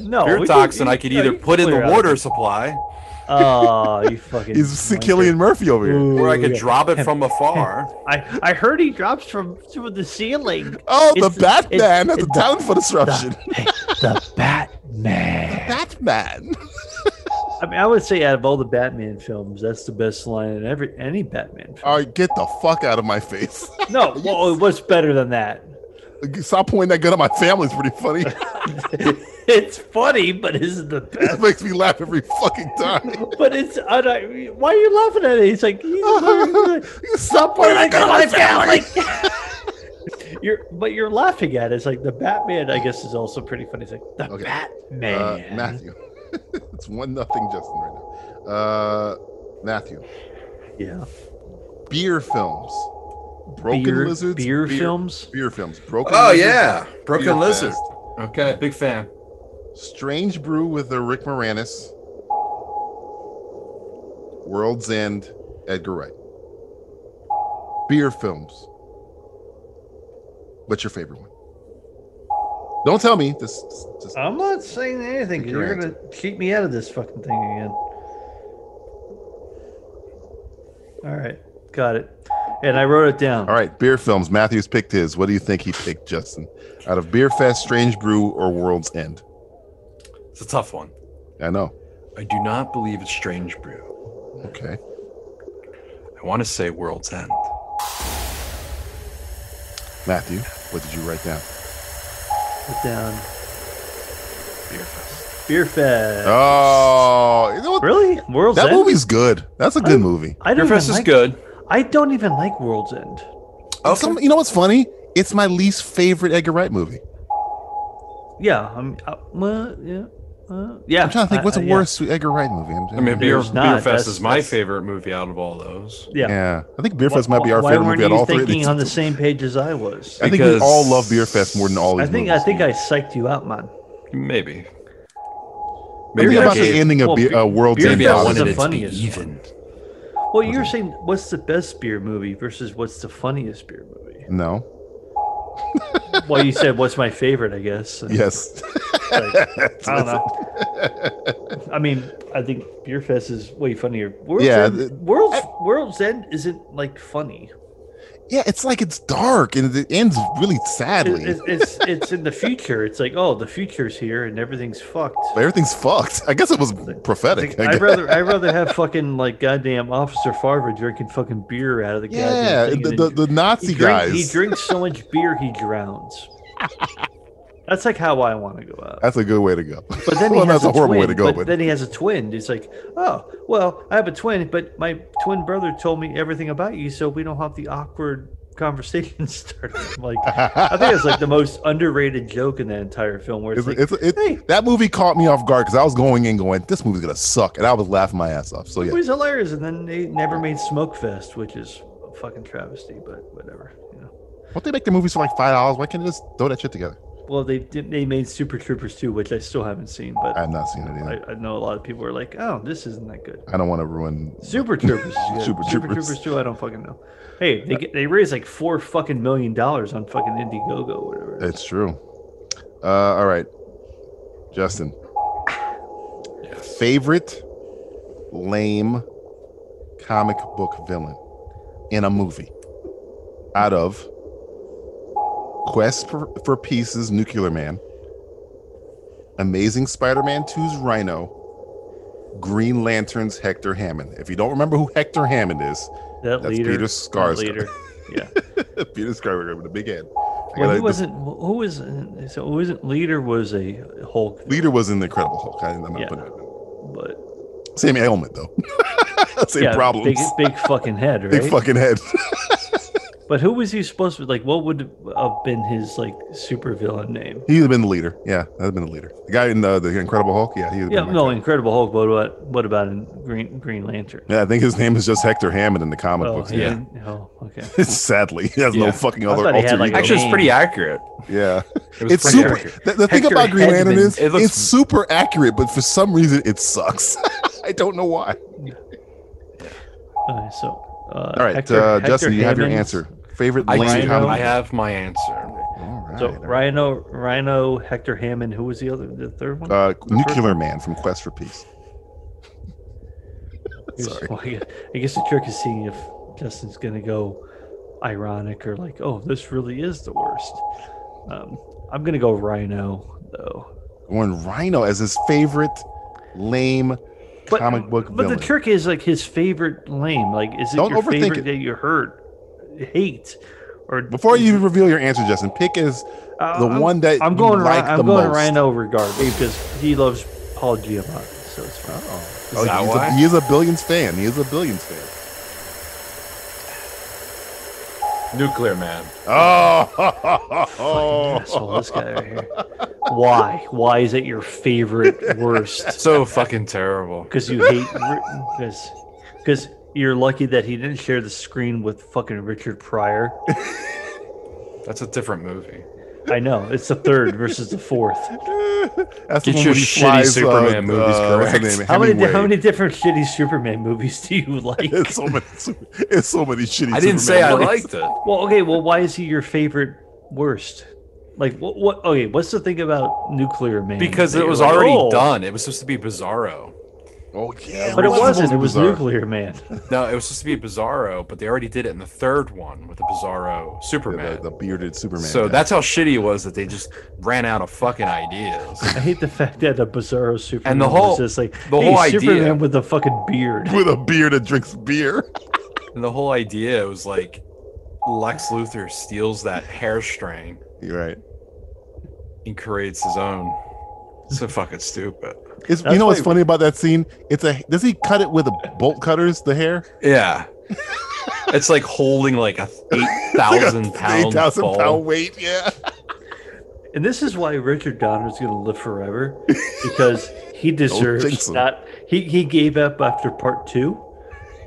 [SPEAKER 2] no,
[SPEAKER 3] fear
[SPEAKER 2] we can-
[SPEAKER 3] toxin, I could
[SPEAKER 2] no,
[SPEAKER 3] either
[SPEAKER 2] you can
[SPEAKER 3] put in the
[SPEAKER 2] clear out.
[SPEAKER 3] water supply,
[SPEAKER 2] Oh, you fucking.
[SPEAKER 1] He's Killian Murphy over here.
[SPEAKER 3] or I could drop it from afar.
[SPEAKER 2] I, I heard he drops from through the ceiling.
[SPEAKER 1] Oh, the
[SPEAKER 2] It's-
[SPEAKER 1] Batman
[SPEAKER 2] it's-
[SPEAKER 1] has a
[SPEAKER 2] it's-
[SPEAKER 1] talent for disruption.
[SPEAKER 2] The Batman.
[SPEAKER 1] Batman.
[SPEAKER 2] I mean, I would say out of all the Batman films, that's the best line in every any Batman. Film.
[SPEAKER 1] All right, get the fuck out of my face.
[SPEAKER 2] No, well, what's better than that?
[SPEAKER 1] Stop pointing that gun at my family. It's pretty funny.
[SPEAKER 2] It's funny, but it's the
[SPEAKER 1] it
[SPEAKER 2] best.
[SPEAKER 1] makes me laugh every fucking time.
[SPEAKER 2] But it's I don't, why are you laughing at it? He's like, he's like
[SPEAKER 1] stop pointing that gun at my family.
[SPEAKER 2] you're, but you're laughing at it. It's like the Batman. I guess is also pretty funny. It's like the
[SPEAKER 1] Okay.
[SPEAKER 2] Batman.
[SPEAKER 1] Uh, Matthew. it's one nothing Justin right now. Uh, Matthew.
[SPEAKER 2] Yeah.
[SPEAKER 1] Beer films. Broken
[SPEAKER 2] Beer-
[SPEAKER 1] lizards.
[SPEAKER 2] beer films?
[SPEAKER 1] Beer films. Broken.
[SPEAKER 3] Oh
[SPEAKER 1] Lizards,
[SPEAKER 3] yeah,
[SPEAKER 1] Beer
[SPEAKER 3] Broken Lizard.
[SPEAKER 1] Fest,
[SPEAKER 3] Okay, big fan.
[SPEAKER 1] Strange Brew with the Rick Moranis. World's End. Edgar Wright. Beer films. What's your favorite one? Don't tell me. This. just
[SPEAKER 2] I'm not saying anything. 'cause
[SPEAKER 1] Your
[SPEAKER 2] You're gonna keep me out of this fucking thing again. All right, got it. And I wrote it down.
[SPEAKER 1] All right, beer films. Matthews picked his. What do you think he picked, Justin? Out of Beer Fest, Strange Brew, or World's End?
[SPEAKER 3] It's a tough one.
[SPEAKER 1] I know.
[SPEAKER 3] I do not believe it's Strange Brew.
[SPEAKER 1] Okay.
[SPEAKER 3] I want to say World's End.
[SPEAKER 2] Hmm,
[SPEAKER 1] Matthew, what did you write down?
[SPEAKER 2] Put down
[SPEAKER 3] Beer Fest.
[SPEAKER 2] Beer Fest.
[SPEAKER 1] Oh, you know what?
[SPEAKER 2] really? World's
[SPEAKER 1] that
[SPEAKER 2] End.
[SPEAKER 1] movie's good. That's a good
[SPEAKER 2] I'm-
[SPEAKER 1] movie.
[SPEAKER 2] I
[SPEAKER 3] Beer
[SPEAKER 2] don't
[SPEAKER 3] Fest
[SPEAKER 2] even
[SPEAKER 3] is
[SPEAKER 2] like,
[SPEAKER 3] good.
[SPEAKER 2] I don't even like World's End.
[SPEAKER 3] Okay.
[SPEAKER 1] Some, you know what's funny? It's my least favorite Edgar Wright movie.
[SPEAKER 2] Yeah, I'm. Uh, well, yeah. Uh, yeah,
[SPEAKER 1] I'm trying to think.
[SPEAKER 2] I-
[SPEAKER 1] What's
[SPEAKER 2] I-
[SPEAKER 1] the
[SPEAKER 2] yeah.
[SPEAKER 1] worst Edgar Wright movie? I'm,
[SPEAKER 3] I mean, Beer,
[SPEAKER 2] There's not.
[SPEAKER 3] Beer Fest
[SPEAKER 2] That's-
[SPEAKER 3] is my
[SPEAKER 2] that's-
[SPEAKER 3] favorite movie out of all those.
[SPEAKER 2] Yeah.
[SPEAKER 1] yeah, I think Beer Fest
[SPEAKER 2] Why-
[SPEAKER 1] might be our
[SPEAKER 2] why
[SPEAKER 1] favorite
[SPEAKER 2] weren't
[SPEAKER 1] movie out of
[SPEAKER 2] you
[SPEAKER 1] all three. of
[SPEAKER 2] thinking
[SPEAKER 1] these.
[SPEAKER 2] on the same page as I was?
[SPEAKER 1] I think we
[SPEAKER 3] Because-
[SPEAKER 1] all love Beer Fest more than all
[SPEAKER 2] I
[SPEAKER 1] these.
[SPEAKER 2] think I
[SPEAKER 1] movies.
[SPEAKER 2] think I psyched you out, man.
[SPEAKER 3] Maybe.
[SPEAKER 1] Maybe
[SPEAKER 3] I
[SPEAKER 1] about
[SPEAKER 3] gave-
[SPEAKER 1] the ending of
[SPEAKER 2] Well,
[SPEAKER 1] beer, uh, World's
[SPEAKER 2] Beer
[SPEAKER 1] End.
[SPEAKER 3] Maybe I
[SPEAKER 2] Fest is
[SPEAKER 3] wanted
[SPEAKER 2] the
[SPEAKER 3] it to be
[SPEAKER 2] funniest
[SPEAKER 3] even.
[SPEAKER 2] Well, you're saying what's the best beer movie versus what's the funniest beer movie?
[SPEAKER 1] no.
[SPEAKER 2] Well, you said what's my favorite, I guess. and
[SPEAKER 1] Yes.
[SPEAKER 2] it's like, I don't know. I mean, I think Beer Fest is way funnier. World's
[SPEAKER 1] Yeah,
[SPEAKER 2] End,
[SPEAKER 1] the-
[SPEAKER 2] World's World's End isn't like funny.
[SPEAKER 1] Yeah, it's like it's dark and it ends really
[SPEAKER 2] It-
[SPEAKER 1] sadly.
[SPEAKER 2] it- it's it's in the future. It's like oh, the future's here and everything's fucked.
[SPEAKER 1] But everything's fucked. I guess it was prophetic.
[SPEAKER 2] Like,
[SPEAKER 1] I
[SPEAKER 2] I'd
[SPEAKER 1] guess.
[SPEAKER 2] rather I'd rather have fucking like goddamn Officer Farver drinking fucking beer out of the
[SPEAKER 1] yeah,
[SPEAKER 2] goddamn thing
[SPEAKER 1] the,
[SPEAKER 2] and
[SPEAKER 1] the,
[SPEAKER 2] then-
[SPEAKER 1] the Nazi
[SPEAKER 2] he, drink- he
[SPEAKER 1] guys.
[SPEAKER 2] drinks so much beer he drowns. That's like how I want to go out.
[SPEAKER 1] That's a good way to go.
[SPEAKER 2] But then
[SPEAKER 1] well,
[SPEAKER 2] he has
[SPEAKER 1] that's a horrible
[SPEAKER 2] twin,
[SPEAKER 1] way to go.
[SPEAKER 2] But,
[SPEAKER 1] But,
[SPEAKER 2] then he has a twin. It's like, oh, well, I have a twin, but my twin brother told me everything about you, so we don't have the awkward conversation started. I'm Like, I think it's like the most underrated joke in that entire film. Where it's,
[SPEAKER 1] it's,
[SPEAKER 2] like,
[SPEAKER 1] it's, it,
[SPEAKER 2] hey,
[SPEAKER 1] that movie caught me off guard because I was going in going, this movie's gonna suck, and I was laughing my ass off. So
[SPEAKER 2] it
[SPEAKER 1] yeah,
[SPEAKER 2] was "Oh, hilarious, and then they never made Smoke Fest, which is a fucking travesty. But whatever, you know.
[SPEAKER 1] won't they make the movies for like five dollars? Why can't they just throw that shit together?
[SPEAKER 2] Well, they did, they made Super Troopers too, which I still haven't seen, but
[SPEAKER 1] I have not seen it either.
[SPEAKER 2] I, I know a lot of people are like, oh, this isn't that good.
[SPEAKER 1] I, don't want to ruin.
[SPEAKER 2] Super Troopers. is good.
[SPEAKER 1] Super
[SPEAKER 2] Super,
[SPEAKER 1] Troopers.
[SPEAKER 2] Troopers. too. I don't fucking know. Hey, they get, they raised like four fucking million dollars on fucking Indiegogo, or whatever.
[SPEAKER 1] It's true. Uh, all right, Justin. Favorite lame comic book villain in a movie out of Quest for, for Peace's Nuclear Man, Amazing Spider Man 2's Rhino, Green Lantern's Hector Hammond. If you don't remember who Hector Hammond is,
[SPEAKER 2] that
[SPEAKER 1] that's
[SPEAKER 2] leader,
[SPEAKER 1] Peter
[SPEAKER 2] that
[SPEAKER 1] Skarsgård.
[SPEAKER 2] leader. Yeah.
[SPEAKER 1] Peter Skywalker with a big head. I
[SPEAKER 2] Well,
[SPEAKER 1] gotta-
[SPEAKER 2] he
[SPEAKER 1] this
[SPEAKER 2] wasn't. Who was? So it wasn't leader. Was a Hulk.
[SPEAKER 1] leader was in the Incredible Hulk. I, I'm not
[SPEAKER 2] Yeah.
[SPEAKER 1] putting it.
[SPEAKER 2] But
[SPEAKER 1] Same ailment though. Same
[SPEAKER 2] yeah,
[SPEAKER 1] problems.
[SPEAKER 2] Big, big fucking head, right?
[SPEAKER 1] Big fucking head.
[SPEAKER 2] But who was he supposed to like? What would have been his like supervillain name?
[SPEAKER 1] He'd have been the leader. Yeah, that'd have been the leader. The guy in the, the Incredible Hulk. Yeah, he.
[SPEAKER 2] Yeah, no, Incredible Hulk. But what what about in Green Green Lantern?
[SPEAKER 1] Yeah, I think his name is just Hector Hammond in the comic
[SPEAKER 2] Oh,
[SPEAKER 1] books.
[SPEAKER 2] he
[SPEAKER 1] Yeah.
[SPEAKER 2] didn't- oh, okay.
[SPEAKER 1] Sadly, he has no
[SPEAKER 2] Yeah.
[SPEAKER 1] fucking
[SPEAKER 2] I
[SPEAKER 1] other
[SPEAKER 2] thought he had,
[SPEAKER 1] alter
[SPEAKER 2] like,
[SPEAKER 1] ego.
[SPEAKER 2] a Actually, it's name. pretty
[SPEAKER 3] accurate.
[SPEAKER 1] Yeah,
[SPEAKER 3] It was
[SPEAKER 1] it's
[SPEAKER 3] pretty
[SPEAKER 1] super.
[SPEAKER 3] accurate.
[SPEAKER 1] The, the thing
[SPEAKER 3] Hector
[SPEAKER 1] about Green Lantern
[SPEAKER 3] Hedman,
[SPEAKER 1] is
[SPEAKER 3] it looks-
[SPEAKER 1] it's super accurate, but for some reason it sucks. I don't know why.
[SPEAKER 2] Okay, so. Uh,
[SPEAKER 1] All right, uh, Justin, you have your
[SPEAKER 2] Hammond.
[SPEAKER 1] answer. Favorite
[SPEAKER 3] I,
[SPEAKER 1] Lane
[SPEAKER 3] do.
[SPEAKER 1] comic?
[SPEAKER 3] I have my answer.
[SPEAKER 2] So Rhino, Rhino, Hector Hammond. Who was the other, the third one?
[SPEAKER 1] Uh,
[SPEAKER 2] The first
[SPEAKER 1] Nuclear Man from Quest for Peace.
[SPEAKER 2] Here's- well, I, guess, I guess the trick is seeing if Justin's going to go ironic or like, oh, this really is the worst. Um, I'm going to go Rhino, though.
[SPEAKER 1] Going Rhino as his favorite lame comic book
[SPEAKER 2] But the
[SPEAKER 1] villain.
[SPEAKER 2] trick is like his favorite lame. Like, is it
[SPEAKER 1] Don't
[SPEAKER 2] your
[SPEAKER 1] overthink
[SPEAKER 2] favorite
[SPEAKER 1] it.
[SPEAKER 2] that you heard, hate, or
[SPEAKER 1] Before you reveal your answer, Justin, pick is
[SPEAKER 2] Uh,
[SPEAKER 1] the
[SPEAKER 2] I'm-
[SPEAKER 1] one that
[SPEAKER 2] I'm
[SPEAKER 1] you
[SPEAKER 2] going. Ri-
[SPEAKER 1] like
[SPEAKER 2] I'm
[SPEAKER 1] the
[SPEAKER 2] going
[SPEAKER 1] most.
[SPEAKER 2] Rhino regardless because he loves Paul Giamatti, so it's fine.
[SPEAKER 1] Oh, he's a, he is a Billions fan. He is a Billions fan.
[SPEAKER 3] Nuclear Man.
[SPEAKER 1] Oh,
[SPEAKER 2] asshole, this guy right here. Why? Why is it your favorite worst?
[SPEAKER 3] So fucking terrible.
[SPEAKER 2] Because you hate. Because because you're lucky that he didn't share the screen with fucking Richard Pryor.
[SPEAKER 3] That's a different movie.
[SPEAKER 2] I know it's the third versus the fourth.
[SPEAKER 1] That's
[SPEAKER 3] Get your shitty Superman movies
[SPEAKER 1] what's the
[SPEAKER 3] correct.
[SPEAKER 1] uh, name?
[SPEAKER 2] How many,
[SPEAKER 1] Hemingway.
[SPEAKER 2] how many different shitty Superman movies do you like?
[SPEAKER 1] It's so many. It's so many shitty. Superman movies.
[SPEAKER 3] it.
[SPEAKER 2] Well, okay. Well, why is he your favorite worst? Like, what? what okay, what's the thing about Nuclear Man?
[SPEAKER 3] Because
[SPEAKER 2] that
[SPEAKER 3] it
[SPEAKER 2] you're
[SPEAKER 3] was
[SPEAKER 2] like,
[SPEAKER 3] already
[SPEAKER 2] "Oh,"
[SPEAKER 3] done. It was supposed to be Bizarro.
[SPEAKER 1] Oh yeah,
[SPEAKER 2] But it wasn't. It was
[SPEAKER 3] Bizarro.
[SPEAKER 1] uh,
[SPEAKER 2] Nuclear Man.
[SPEAKER 3] No, it was supposed to be Bizarro, but they already did it in the third one with the Bizarro Superman.
[SPEAKER 1] The bearded Superman.
[SPEAKER 3] so
[SPEAKER 1] guy.
[SPEAKER 3] that's how shitty it was that they just ran out of fucking ideas.
[SPEAKER 2] I hate the fact that the Bizarro Superman
[SPEAKER 3] the whole-
[SPEAKER 2] was just like
[SPEAKER 3] the
[SPEAKER 2] "Hey,
[SPEAKER 3] whole idea-
[SPEAKER 2] Superman with a fucking beard.
[SPEAKER 1] with a beard that drinks beer.
[SPEAKER 3] And the whole idea was like Lex Luthor steals that hair string
[SPEAKER 1] You're right.
[SPEAKER 3] and creates his own. So fucking stupid.
[SPEAKER 1] It's, you know what's funny about that scene? It's a. Does he cut it with a bolt cutters? The hair.
[SPEAKER 3] Yeah. it's like holding like a eight thousand pound
[SPEAKER 1] Eight thousand
[SPEAKER 3] ball.
[SPEAKER 1] pound weight. Yeah.
[SPEAKER 2] And this is why Richard Donner's going to live forever because he deserves
[SPEAKER 3] jinx him.
[SPEAKER 2] not. He he gave up after part two.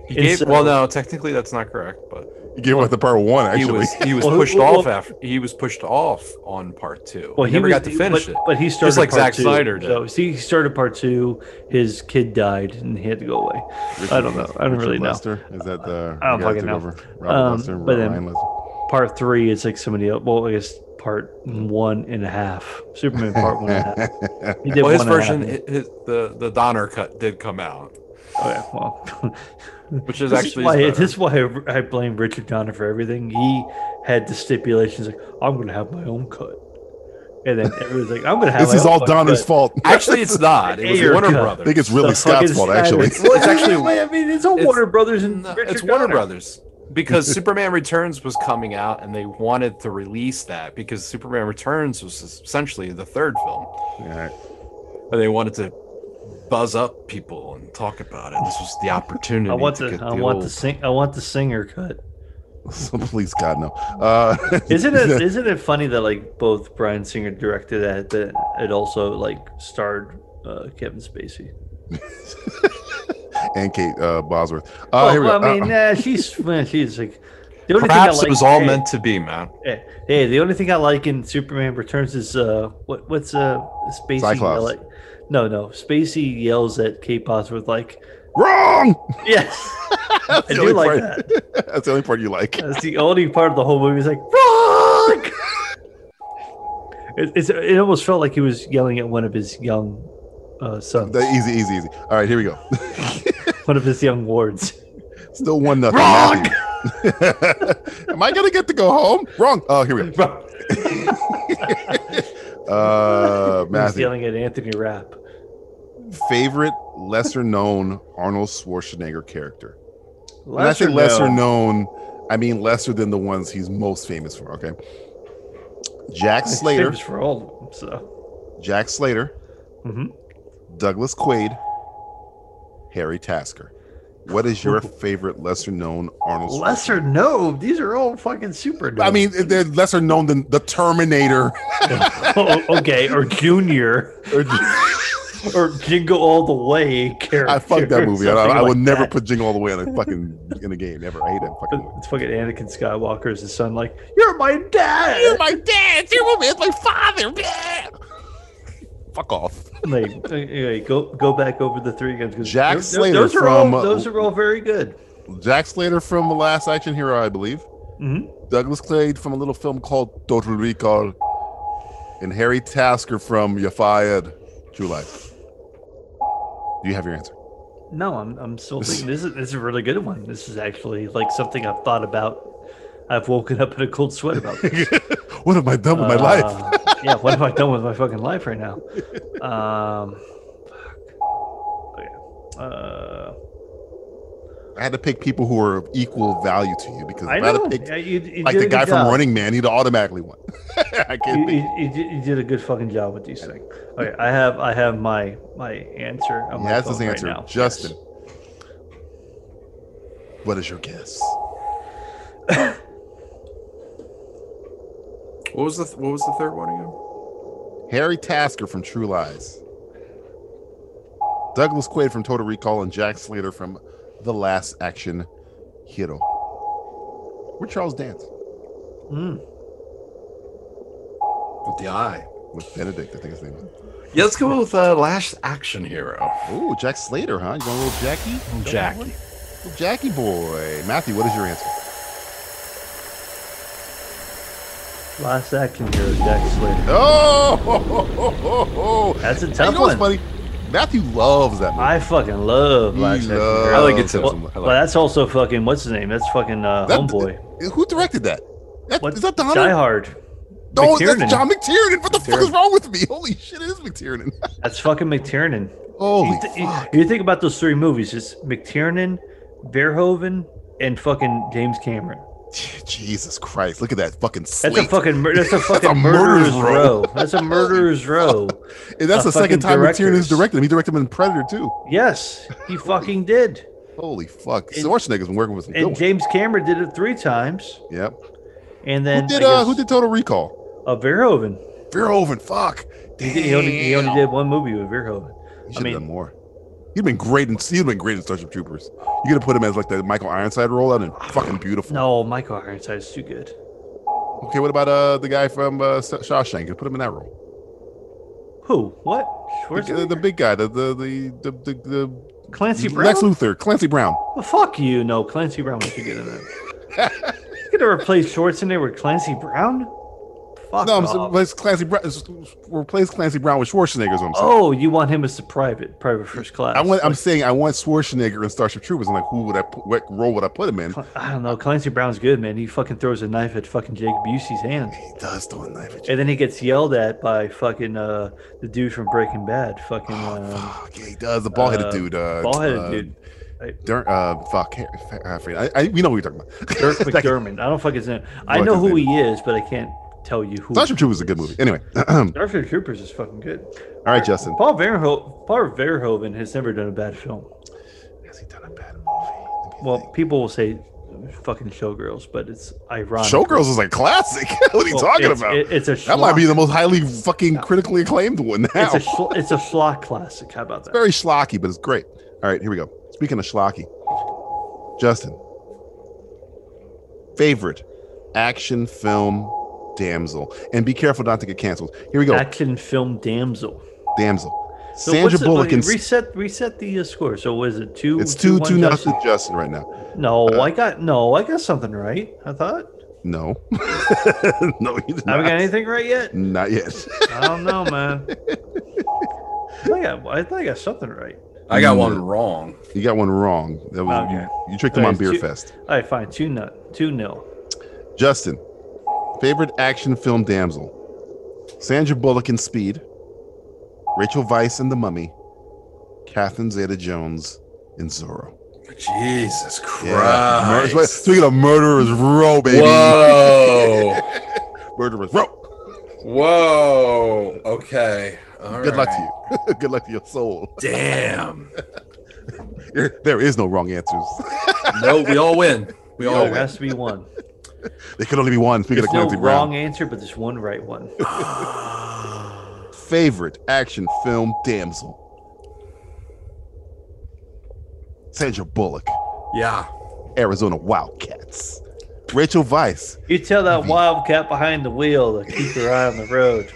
[SPEAKER 3] He
[SPEAKER 2] And
[SPEAKER 3] gave,
[SPEAKER 2] so-
[SPEAKER 3] well, no, technically that's not correct, but
[SPEAKER 1] You gave up the part one. Actually,
[SPEAKER 3] he was he was
[SPEAKER 2] Well,
[SPEAKER 3] pushed
[SPEAKER 2] well-
[SPEAKER 3] off after he was pushed off on part two.
[SPEAKER 2] Well,
[SPEAKER 3] he,
[SPEAKER 2] he,
[SPEAKER 3] never
[SPEAKER 2] was-
[SPEAKER 3] got to finish
[SPEAKER 2] but,
[SPEAKER 3] it.
[SPEAKER 2] But he started
[SPEAKER 3] just like
[SPEAKER 2] part
[SPEAKER 3] Zack
[SPEAKER 2] two.
[SPEAKER 3] Snyder did.
[SPEAKER 2] So see, he started part two. His kid died, and he had to go away. I don't know. I don't
[SPEAKER 1] Richard
[SPEAKER 2] really know.
[SPEAKER 1] Lester? Is that the
[SPEAKER 2] I don't
[SPEAKER 1] guy that
[SPEAKER 2] fucking
[SPEAKER 1] took
[SPEAKER 2] know.
[SPEAKER 1] over? Robert
[SPEAKER 2] Um,
[SPEAKER 1] Lester,
[SPEAKER 2] but then
[SPEAKER 1] Ryan Lester.
[SPEAKER 2] part three is like somebody else. Well, I guess part one and a half. Superman part one and a half. He did
[SPEAKER 3] well, his
[SPEAKER 2] one and a
[SPEAKER 3] version,
[SPEAKER 2] half.
[SPEAKER 3] hi- his, the the Donner cut did come out,
[SPEAKER 2] Okay, well,
[SPEAKER 3] which is
[SPEAKER 2] this
[SPEAKER 3] actually
[SPEAKER 2] is why,
[SPEAKER 3] better.
[SPEAKER 2] this is why I, I blame Richard Donner for everything. He had the stipulations like I'm going to have my own cut, and then everyone's like I'm going to have.
[SPEAKER 1] This
[SPEAKER 2] my
[SPEAKER 1] is
[SPEAKER 2] own
[SPEAKER 1] all
[SPEAKER 2] fucking
[SPEAKER 1] Donner's
[SPEAKER 2] cut.
[SPEAKER 1] fault.
[SPEAKER 3] Actually, it's not. It was
[SPEAKER 2] Ayer
[SPEAKER 3] Warner
[SPEAKER 2] cut.
[SPEAKER 3] Brothers.
[SPEAKER 1] I think it's really
[SPEAKER 2] The
[SPEAKER 1] Scott's
[SPEAKER 2] fucking
[SPEAKER 1] fault, actually.
[SPEAKER 2] Snyder-
[SPEAKER 3] Well, it's actually-
[SPEAKER 2] I mean, it's all
[SPEAKER 3] it's-
[SPEAKER 2] Warner Brothers and
[SPEAKER 3] No,
[SPEAKER 2] Richard
[SPEAKER 3] it's Warner
[SPEAKER 2] Donner.
[SPEAKER 3] Brothers because Superman Returns was coming out, and they wanted to release that because Superman Returns was essentially the third film, and they wanted to buzz up people and talk about it. This was the opportunity.
[SPEAKER 2] I want
[SPEAKER 3] to
[SPEAKER 2] the
[SPEAKER 3] get
[SPEAKER 2] I want
[SPEAKER 3] old-
[SPEAKER 2] the sing I want the singer cut.
[SPEAKER 1] So please, God, no. Uh,
[SPEAKER 2] Isn't it isn't it funny that like both Brian Singer directed that that it also like starred uh, Kevin Spacey.
[SPEAKER 1] and Kate uh, Bosworth. Uh,
[SPEAKER 2] Oh,
[SPEAKER 1] here we go.
[SPEAKER 2] I mean,
[SPEAKER 1] Uh,
[SPEAKER 2] nah, she's man, she's like the only thing I
[SPEAKER 3] Perhaps
[SPEAKER 2] like,
[SPEAKER 3] it was all
[SPEAKER 2] hey,
[SPEAKER 3] meant to be, man.
[SPEAKER 2] Hey, hey, the only thing I like in Superman Returns is uh, what what's uh, Spacey?
[SPEAKER 1] Cyclops.
[SPEAKER 2] Like, no, no, Spacey yells at Kate Bosworth like,
[SPEAKER 1] Uh, wrong.
[SPEAKER 2] "Yes, I
[SPEAKER 1] That's the
[SPEAKER 2] do
[SPEAKER 1] only
[SPEAKER 2] like
[SPEAKER 1] part-
[SPEAKER 2] that."
[SPEAKER 1] That's the only part you like.
[SPEAKER 2] That's the only part of the whole movie. Is like, "Fuck!" It, it's, it almost felt like he was yelling at one of his young uh, sons,
[SPEAKER 1] That- easy, easy, easy. All right, here we go.
[SPEAKER 2] one of his young wards.
[SPEAKER 1] Still one nothing.
[SPEAKER 2] Wrong!
[SPEAKER 1] Matthew. Am I gonna get to go home? Wrong. Oh, here we
[SPEAKER 2] go.
[SPEAKER 1] uh,
[SPEAKER 2] He was
[SPEAKER 1] Matthew,
[SPEAKER 2] yelling at Anthony Rapp.
[SPEAKER 1] favorite lesser known Arnold Schwarzenegger character. when I say lesser known, I mean lesser than the ones he's most famous for. Okay. Jack
[SPEAKER 2] He's
[SPEAKER 1] Slater.
[SPEAKER 2] famous for all of them. So
[SPEAKER 1] Jack Slater.
[SPEAKER 2] Mhm.
[SPEAKER 1] Douglas Quaid. Harry Tasker. What is your favorite lesser known Arnold? Schwarzenegger?
[SPEAKER 2] Lesser known. These are all fucking super.
[SPEAKER 1] I mean, they're lesser known than the Terminator.
[SPEAKER 2] oh, okay, or Junior, or, Jingle All the Way character.
[SPEAKER 1] I fuck that
[SPEAKER 2] or
[SPEAKER 1] movie. I,
[SPEAKER 2] something
[SPEAKER 1] I would
[SPEAKER 2] like
[SPEAKER 1] never
[SPEAKER 2] that.
[SPEAKER 1] put Jingle all the way in a fucking in a game. Never. I hate that fucking movie.
[SPEAKER 2] It's fucking Anakin Skywalker as his son. Like,
[SPEAKER 18] You're my dad. You're my dad. You're my father.
[SPEAKER 1] Fuck off.
[SPEAKER 2] like, uh, anyway, go go back over the three games. 'cause
[SPEAKER 1] Jack
[SPEAKER 2] those-
[SPEAKER 1] Slater
[SPEAKER 2] Those are
[SPEAKER 1] from uh,
[SPEAKER 2] all. Those are all very good.
[SPEAKER 1] Jack Slater from The Last Action Hero, I believe.
[SPEAKER 2] Mhm.
[SPEAKER 1] Douglas Clade from a little film called Total Recall, and Harry Tasker from You Fired, True Life. Do you have your answer?
[SPEAKER 2] No, I'm I'm still thinking this is this is a really good one. This is actually like something I've thought about. I've woken up in a cold sweat about this.
[SPEAKER 1] What have I done with my life?
[SPEAKER 2] Uh, yeah, what have I done with my fucking life right now? Um, fuck. Uh,
[SPEAKER 1] I had to pick people who are of equal value to you because
[SPEAKER 2] I
[SPEAKER 1] if I had
[SPEAKER 2] know.
[SPEAKER 1] to pick
[SPEAKER 2] Yeah, you- you
[SPEAKER 1] like
[SPEAKER 2] did
[SPEAKER 1] the
[SPEAKER 2] a
[SPEAKER 1] guy
[SPEAKER 2] good
[SPEAKER 1] from
[SPEAKER 2] job.
[SPEAKER 1] Running Man, he'd automatically win. I
[SPEAKER 2] you,
[SPEAKER 1] can't think.
[SPEAKER 2] you, you did, you did a good fucking job with these things. Okay, I have I have my my answer. On
[SPEAKER 1] He
[SPEAKER 2] my
[SPEAKER 1] has his
[SPEAKER 2] phone
[SPEAKER 1] answer.
[SPEAKER 2] Right now.
[SPEAKER 1] Justin, what is your guess?
[SPEAKER 3] What was the th- What was the third one again?
[SPEAKER 1] Harry Tasker from True Lies, Douglas Quaid from Total Recall, and Jack Slater from The Last Action Hero. Where Charles Dance
[SPEAKER 2] Mm.
[SPEAKER 3] With the eye.
[SPEAKER 1] with Benedict, I think his name. is.
[SPEAKER 3] Yeah, let's go with uh, Last Action Hero.
[SPEAKER 1] Ooh, Jack Slater, huh? You going a little Jackie?
[SPEAKER 3] Jackie.
[SPEAKER 1] Little Jackie boy. Matthew, what is your answer?
[SPEAKER 2] Last action hero, Jack Slater.
[SPEAKER 1] Oh, ho, ho, ho, ho, ho.
[SPEAKER 2] That's a
[SPEAKER 1] And
[SPEAKER 2] tough
[SPEAKER 1] you know what's
[SPEAKER 2] one.
[SPEAKER 1] funny? Matthew loves that movie.
[SPEAKER 2] I fucking love
[SPEAKER 1] He
[SPEAKER 2] Last Action Hero.
[SPEAKER 1] loves I like it too.
[SPEAKER 2] Well,
[SPEAKER 1] I like
[SPEAKER 2] well, that's also fucking what's his name? That's fucking uh,
[SPEAKER 1] That-
[SPEAKER 2] homeboy.
[SPEAKER 1] Who directed that? That- Is that Donald?
[SPEAKER 2] Die Hard.
[SPEAKER 1] No,
[SPEAKER 2] McTiernan.
[SPEAKER 1] that's John McTiernan. What the fuck is
[SPEAKER 2] McTiernan.
[SPEAKER 1] wrong with me? Holy shit, it is McTiernan.
[SPEAKER 2] That's fucking McTiernan.
[SPEAKER 1] Holy
[SPEAKER 2] you, th- you- you think about those three movies? It's McTiernan, Verhoeven, and fucking James Cameron.
[SPEAKER 1] Jesus Christ! Look at that fucking slate.
[SPEAKER 2] That's a fucking mur- that's a
[SPEAKER 1] That's
[SPEAKER 2] fucking
[SPEAKER 1] a murderer's
[SPEAKER 2] murderer's
[SPEAKER 1] row.
[SPEAKER 2] row. That's a murderer's row.
[SPEAKER 1] And that's the
[SPEAKER 2] of
[SPEAKER 1] second
[SPEAKER 2] fucking Oh.
[SPEAKER 1] time McTiernan has
[SPEAKER 2] directors.
[SPEAKER 1] directed him. He directed him in Predator too.
[SPEAKER 2] Yes, he fucking did.
[SPEAKER 1] Holy fuck! Schwarzenegger's been working with some good
[SPEAKER 2] And
[SPEAKER 1] ones.
[SPEAKER 2] James Cameron did it three times.
[SPEAKER 1] Yep.
[SPEAKER 2] And then
[SPEAKER 1] Who did
[SPEAKER 2] I
[SPEAKER 1] uh,
[SPEAKER 2] guess-
[SPEAKER 1] Who did Total Recall?
[SPEAKER 2] Uh, Verhoeven.
[SPEAKER 1] Verhoeven. Fuck.
[SPEAKER 2] He, did, he, only, he only
[SPEAKER 1] Damn.
[SPEAKER 2] did one movie with Verhoeven.
[SPEAKER 1] He
[SPEAKER 2] I
[SPEAKER 1] should have
[SPEAKER 2] mean,
[SPEAKER 1] done more. He'd been great in he'd been great in Starship Troopers. You could have put him as like the Michael Ironside role. That'd been fucking beautiful.
[SPEAKER 2] no, Michael Ironside's too good.
[SPEAKER 1] Okay, what about uh the guy from uh, Sa- Shawshank? You put him in that role.
[SPEAKER 2] Who? What?
[SPEAKER 1] The,
[SPEAKER 2] Schwarzenegger?
[SPEAKER 1] the big guy, the the the the, the, the
[SPEAKER 2] Clancy Brown.
[SPEAKER 1] Lex Luthor, Clancy Brown.
[SPEAKER 2] Well, fuck you. No, Clancy Brown was too good in that. You're gonna replace Schwarzenegger with Clancy Brown? Fuck
[SPEAKER 1] no, I'm
[SPEAKER 2] off.
[SPEAKER 1] s- replace Clancy Brown. s- Replace Clancy Brown with Schwarzenegger. Is what I'm saying.
[SPEAKER 2] Oh, you want him as the private, private first class?
[SPEAKER 1] I want, I'm
[SPEAKER 2] Like,
[SPEAKER 1] saying I want Schwarzenegger in Starship Troopers. I'm like, who would I? Put, what role would I put him in? He
[SPEAKER 2] I don't know. Clancy Brown's good, man. He fucking throws a knife at fucking Jake Busey's hand,
[SPEAKER 1] does throw a knife at you.
[SPEAKER 2] and then he gets yelled at by fucking uh, the dude from Breaking Bad. Fucking um,
[SPEAKER 1] Okay, he does. The ball-headed
[SPEAKER 2] uh,
[SPEAKER 1] dude. Uh,
[SPEAKER 2] ball-headed
[SPEAKER 1] Oh, uh,
[SPEAKER 2] dude. I-
[SPEAKER 1] Dur- uh, fuck. I, I, I, we know who you're talking about.
[SPEAKER 2] Dirk
[SPEAKER 1] That guy-
[SPEAKER 2] McDermott. I don't fuck his name. I
[SPEAKER 1] Fuck
[SPEAKER 2] know
[SPEAKER 1] his
[SPEAKER 2] who he is, but I can't tell you who.
[SPEAKER 1] Starship Troopers is a good movie. Anyway, all
[SPEAKER 2] Starship Troopers is fucking good.
[SPEAKER 1] right, Justin.
[SPEAKER 2] Paul Verho- Paul Verhoeven has never done a bad film. Well, people will say fucking Showgirls, but it's ironic.
[SPEAKER 1] Showgirls is a classic. what are you
[SPEAKER 2] Well,
[SPEAKER 1] talking
[SPEAKER 2] it's-
[SPEAKER 1] about?
[SPEAKER 2] it- it's a
[SPEAKER 1] that might be
[SPEAKER 2] schlock.
[SPEAKER 1] the most highly fucking critically acclaimed one now.
[SPEAKER 2] It's a schl- it's a schlock classic. How about that?
[SPEAKER 1] very schlocky, but it's great. All right, here we go. Speaking of schlocky, Justin, favorite action film damsel, and be careful not to get canceled. Here we go,
[SPEAKER 2] Action film damsel.
[SPEAKER 1] damsel.
[SPEAKER 2] So
[SPEAKER 1] Sandra
[SPEAKER 2] what's the-
[SPEAKER 1] Bullock and
[SPEAKER 2] reset reset the uh, score. So was it two?
[SPEAKER 1] it's two
[SPEAKER 2] one,
[SPEAKER 1] two
[SPEAKER 2] Justin?
[SPEAKER 1] nothing Uh, Justin right now.
[SPEAKER 2] No, I got no, I got something right. I thought
[SPEAKER 1] No, no, you did not.
[SPEAKER 2] I haven't got anything right yet.
[SPEAKER 1] Not yet.
[SPEAKER 2] I don't know, man. I think I, I think I got something right.
[SPEAKER 3] I got one wrong.
[SPEAKER 1] You got one wrong. That was you-
[SPEAKER 2] Okay.
[SPEAKER 1] you, tricked them on
[SPEAKER 2] Okay,
[SPEAKER 1] Beer
[SPEAKER 2] two-
[SPEAKER 1] Fest.
[SPEAKER 2] All right, fine. Two nut, two nil.
[SPEAKER 1] Justin, favorite action film damsel? Sandra Bullock in Speed, Rachel Weisz in The Mummy, Catherine Zeta Jones in Zorro.
[SPEAKER 3] Jesus Christ!
[SPEAKER 1] Mur- Speaking of murderers row, baby.
[SPEAKER 3] Whoa!
[SPEAKER 1] murderers row.
[SPEAKER 3] Whoa! Okay. All
[SPEAKER 1] Good luck
[SPEAKER 3] right.
[SPEAKER 1] to you. Good luck to your soul.
[SPEAKER 3] Damn.
[SPEAKER 1] There, there is no wrong answers.
[SPEAKER 3] no, we all win. We
[SPEAKER 1] Oh,
[SPEAKER 3] all
[SPEAKER 2] There has to be one.
[SPEAKER 1] There could only be one. Speaking
[SPEAKER 2] There's
[SPEAKER 1] of
[SPEAKER 2] no
[SPEAKER 1] Clancy Brown.
[SPEAKER 2] wrong answer, but there's one right one.
[SPEAKER 1] favorite action film damsel? Sandra Bullock.
[SPEAKER 3] Yeah.
[SPEAKER 1] Arizona Wildcats. Rachel Weisz.
[SPEAKER 2] You tell that wildcat behind the wheel to keep her eye on the road.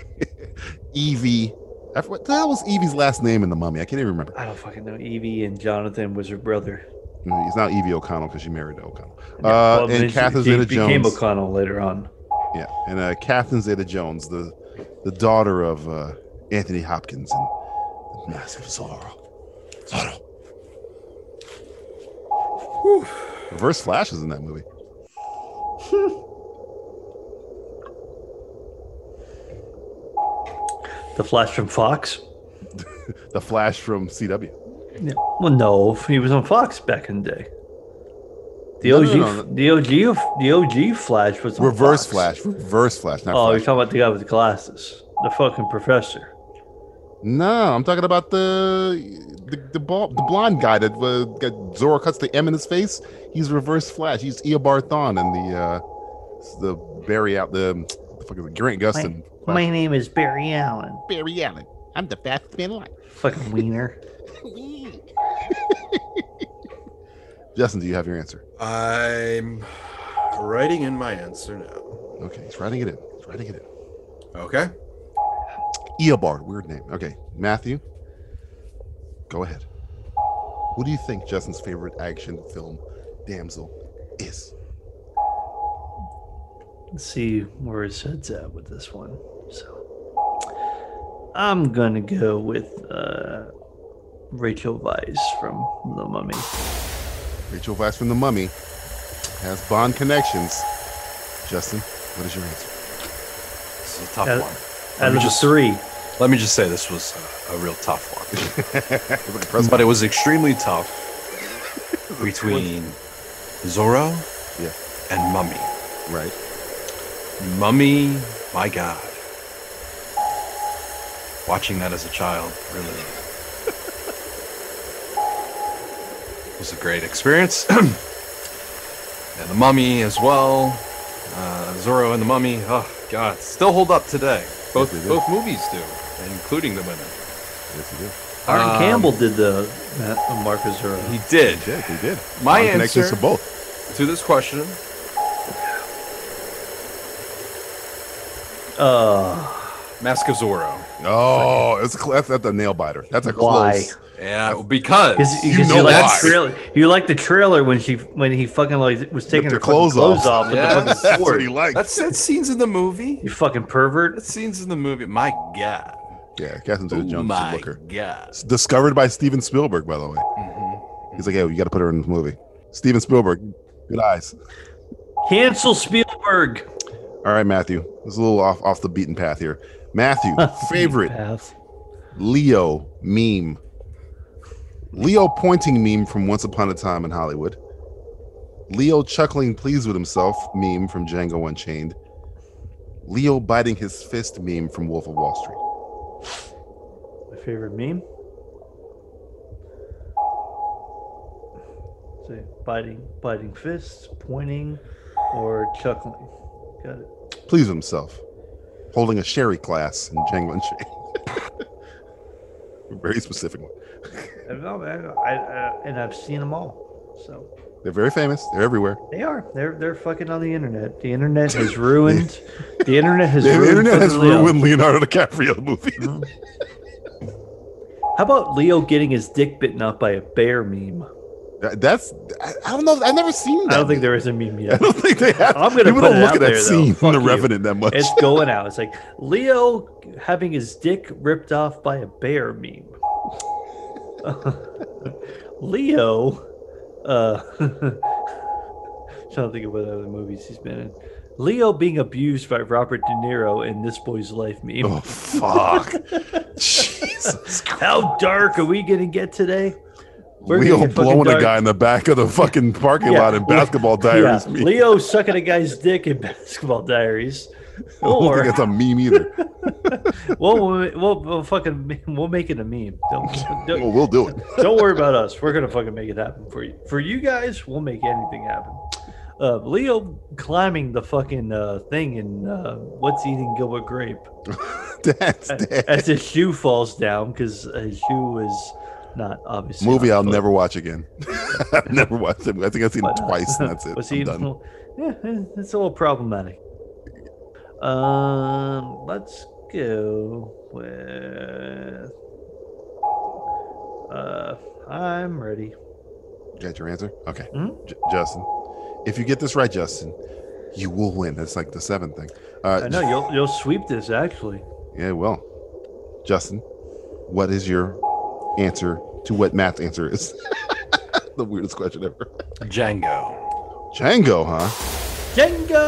[SPEAKER 1] Evie. I forgot, that was Evie's last name in The Mummy. I can't even remember.
[SPEAKER 2] I don't fucking know. Evie and Jonathan was her brother.
[SPEAKER 1] No, It's not Evie O'Connell because she married O'Connell.
[SPEAKER 2] Yeah,
[SPEAKER 1] uh,
[SPEAKER 2] well, then
[SPEAKER 1] and
[SPEAKER 2] she-
[SPEAKER 1] Catherine
[SPEAKER 2] she
[SPEAKER 1] Zeta
[SPEAKER 2] became
[SPEAKER 1] Jones.
[SPEAKER 2] O'Connell later on.
[SPEAKER 1] Yeah, and uh, Catherine Zeta Jones, the the daughter of uh, Anthony Hopkins and the Mask of Zorro. Zorro. Whew. Reverse Flash is in that movie.
[SPEAKER 2] The Flash from Fox.
[SPEAKER 1] the Flash from CW.
[SPEAKER 2] Yeah. Well, no, he was on Fox back in the day. The
[SPEAKER 1] No,
[SPEAKER 2] OG,
[SPEAKER 1] no, no,
[SPEAKER 2] the OG, of- the OG Flash was on
[SPEAKER 1] Reverse
[SPEAKER 2] Fox.
[SPEAKER 1] Flash. Reverse Flash. Not
[SPEAKER 2] Oh,
[SPEAKER 1] Flash.
[SPEAKER 2] you're talking about the guy with the glasses, the fucking professor.
[SPEAKER 1] No, I'm talking about the the the, ball, the blonde guy that uh, got Zorro cuts the M in his face. He's Reverse Flash. He's Eobard Thawne and the uh, the Barry out the, the fucking Grant Gustin.
[SPEAKER 2] My name is Barry Allen.
[SPEAKER 1] Barry Allen. I'm the fastest man alive.
[SPEAKER 2] Fucking wiener.
[SPEAKER 1] Justin, do you have your answer?
[SPEAKER 3] I'm writing in my answer now.
[SPEAKER 1] Okay, he's writing it in. He's writing it in.
[SPEAKER 3] Okay.
[SPEAKER 1] Eobard, weird name. Okay, Matthew, go ahead. What do you think Justin's favorite action film damsel is?
[SPEAKER 2] Let's see where his head's at with this one. So I'm gonna go with uh, Rachel Weisz from The Mummy.
[SPEAKER 1] Rachel Weisz from The Mummy has Bond connections. Justin, what is your answer?
[SPEAKER 3] This is a tough
[SPEAKER 2] Out-
[SPEAKER 3] one.
[SPEAKER 2] out of the three.
[SPEAKER 3] Let me just say this was a, a real tough one.
[SPEAKER 1] impressive.
[SPEAKER 3] but it was extremely tough between Zorro
[SPEAKER 1] Yeah.
[SPEAKER 3] and Mummy.
[SPEAKER 1] Right.
[SPEAKER 3] Mummy, my God. Watching that as a child really was a great experience. and the Mummy as well. Uh, Zorro and the Mummy. Oh God, still hold up today. Both
[SPEAKER 1] they do.
[SPEAKER 3] both movies do, including the women.
[SPEAKER 1] Yes, you do.
[SPEAKER 2] Arn
[SPEAKER 3] Um,
[SPEAKER 2] Campbell did the uh, Marcus Zero.
[SPEAKER 3] He did.
[SPEAKER 1] He did. He did.
[SPEAKER 3] My
[SPEAKER 1] Bond connections
[SPEAKER 3] answer-
[SPEAKER 1] to both.
[SPEAKER 3] To this question,
[SPEAKER 2] Uh,
[SPEAKER 3] Mask of Zorro.
[SPEAKER 1] Oh, it's a, cl- that's, that's a nail biter. That's a
[SPEAKER 2] Why?
[SPEAKER 1] close.
[SPEAKER 3] Yeah, because
[SPEAKER 2] Because
[SPEAKER 1] You
[SPEAKER 2] you,
[SPEAKER 1] know
[SPEAKER 2] like
[SPEAKER 1] why.
[SPEAKER 2] the trailer. You like the trailer when she when he fucking like was taking her
[SPEAKER 1] their
[SPEAKER 2] fucking
[SPEAKER 1] clothes
[SPEAKER 2] clothes
[SPEAKER 1] off.
[SPEAKER 2] off. with
[SPEAKER 3] Yeah,
[SPEAKER 2] the fucking
[SPEAKER 3] that's
[SPEAKER 2] sword.
[SPEAKER 1] what he liked.
[SPEAKER 3] That's that scenes in the movie.
[SPEAKER 2] You fucking pervert.
[SPEAKER 3] That scenes in the movie. My God.
[SPEAKER 1] Yeah, Catherine
[SPEAKER 3] Oh
[SPEAKER 1] Zeta-Jones is a
[SPEAKER 3] my
[SPEAKER 1] looker.
[SPEAKER 3] God. Mm-hmm.
[SPEAKER 1] It's discovered by Steven Spielberg, by the way. He's like, hey, you got to put her in this movie. Steven Spielberg, good eyes.
[SPEAKER 2] Cancel Spielberg.
[SPEAKER 1] All right, Matthew. This is a little off off the beaten path here. Matthew, favorite
[SPEAKER 2] Path.
[SPEAKER 1] Leo meme. Leo pointing meme from Once Upon a Time in Hollywood. Leo chuckling pleased with himself meme from Django Unchained. Leo biting his fist meme from Wolf of Wall Street.
[SPEAKER 2] My favorite meme. Say biting, biting fists, pointing, or chuckling. Got it.
[SPEAKER 1] Pleased with himself. Holding a sherry glass in Django Unchained. a very specific one.
[SPEAKER 2] And, no, man, I, I, and I've seen them all. So
[SPEAKER 1] They're very famous. They're everywhere.
[SPEAKER 2] they are. They're they're fucking on the internet. The internet has ruined. the internet has
[SPEAKER 1] the
[SPEAKER 2] ruined.
[SPEAKER 1] internet has
[SPEAKER 2] fucking Leo.
[SPEAKER 1] ruined Leonardo DiCaprio movies.
[SPEAKER 2] Uh-huh. How about Leo getting his dick bitten up by a bear meme?
[SPEAKER 1] That- That's I, I don't know. I've never seen
[SPEAKER 2] I
[SPEAKER 1] that.
[SPEAKER 2] don't think there is a meme yet.
[SPEAKER 1] I don't think they have.
[SPEAKER 2] I'm gonna
[SPEAKER 1] people
[SPEAKER 2] put
[SPEAKER 1] don't
[SPEAKER 2] it
[SPEAKER 1] look
[SPEAKER 2] out
[SPEAKER 1] at that
[SPEAKER 2] there, though.
[SPEAKER 1] scene from The
[SPEAKER 2] Fuck you.
[SPEAKER 1] Revenant that much.
[SPEAKER 2] It's going out. It's like Leo having his dick ripped off by a bear meme. Leo, uh, trying to think of what other movies he's been in. Leo being abused by Robert De Niro in This Boy's Life meme.
[SPEAKER 1] Oh fuck! Jesus,
[SPEAKER 2] How dark are we gonna get today? We're gonna
[SPEAKER 1] Leo
[SPEAKER 2] get fucking
[SPEAKER 1] blowing a
[SPEAKER 2] dark.
[SPEAKER 1] guy in the back of the fucking parking
[SPEAKER 2] Yeah.
[SPEAKER 1] lot in Basketball
[SPEAKER 2] Yeah,
[SPEAKER 1] Diaries.
[SPEAKER 2] Leo sucking a guy's dick in Basketball Diaries.
[SPEAKER 1] don't think it's a meme either.
[SPEAKER 2] we'll, we'll, we'll fucking we'll make it a meme. Don't, don't-
[SPEAKER 1] Well, we'll do it.
[SPEAKER 2] don't worry about us. We're gonna fucking make it happen for you. For you guys, we'll make anything happen. Uh, Leo climbing the fucking uh, thing and uh, what's eating Gilbert Grape?
[SPEAKER 1] That's
[SPEAKER 2] as his shoe falls down because his shoe is not obviously
[SPEAKER 1] Movie
[SPEAKER 2] on
[SPEAKER 1] I'll
[SPEAKER 2] foot.
[SPEAKER 1] never watch again. I've never watched it. I think I've seen it twice, and that's it.
[SPEAKER 2] Uh, Was
[SPEAKER 1] I'm
[SPEAKER 2] he
[SPEAKER 1] done.
[SPEAKER 2] even- yeah, eh, it's a little problematic. Um, let's go with. Uh, I'm ready.
[SPEAKER 1] Got your answer? Okay.
[SPEAKER 2] Hmm?
[SPEAKER 1] J- Justin, if you get this right, Justin, you will win. That's like the seventh thing. Uh,
[SPEAKER 2] I know you'll you'll sweep this actually.
[SPEAKER 1] Yeah, well, Justin, what is your answer to what Matt's answer is? the weirdest question ever.
[SPEAKER 3] Django.
[SPEAKER 1] Django, huh?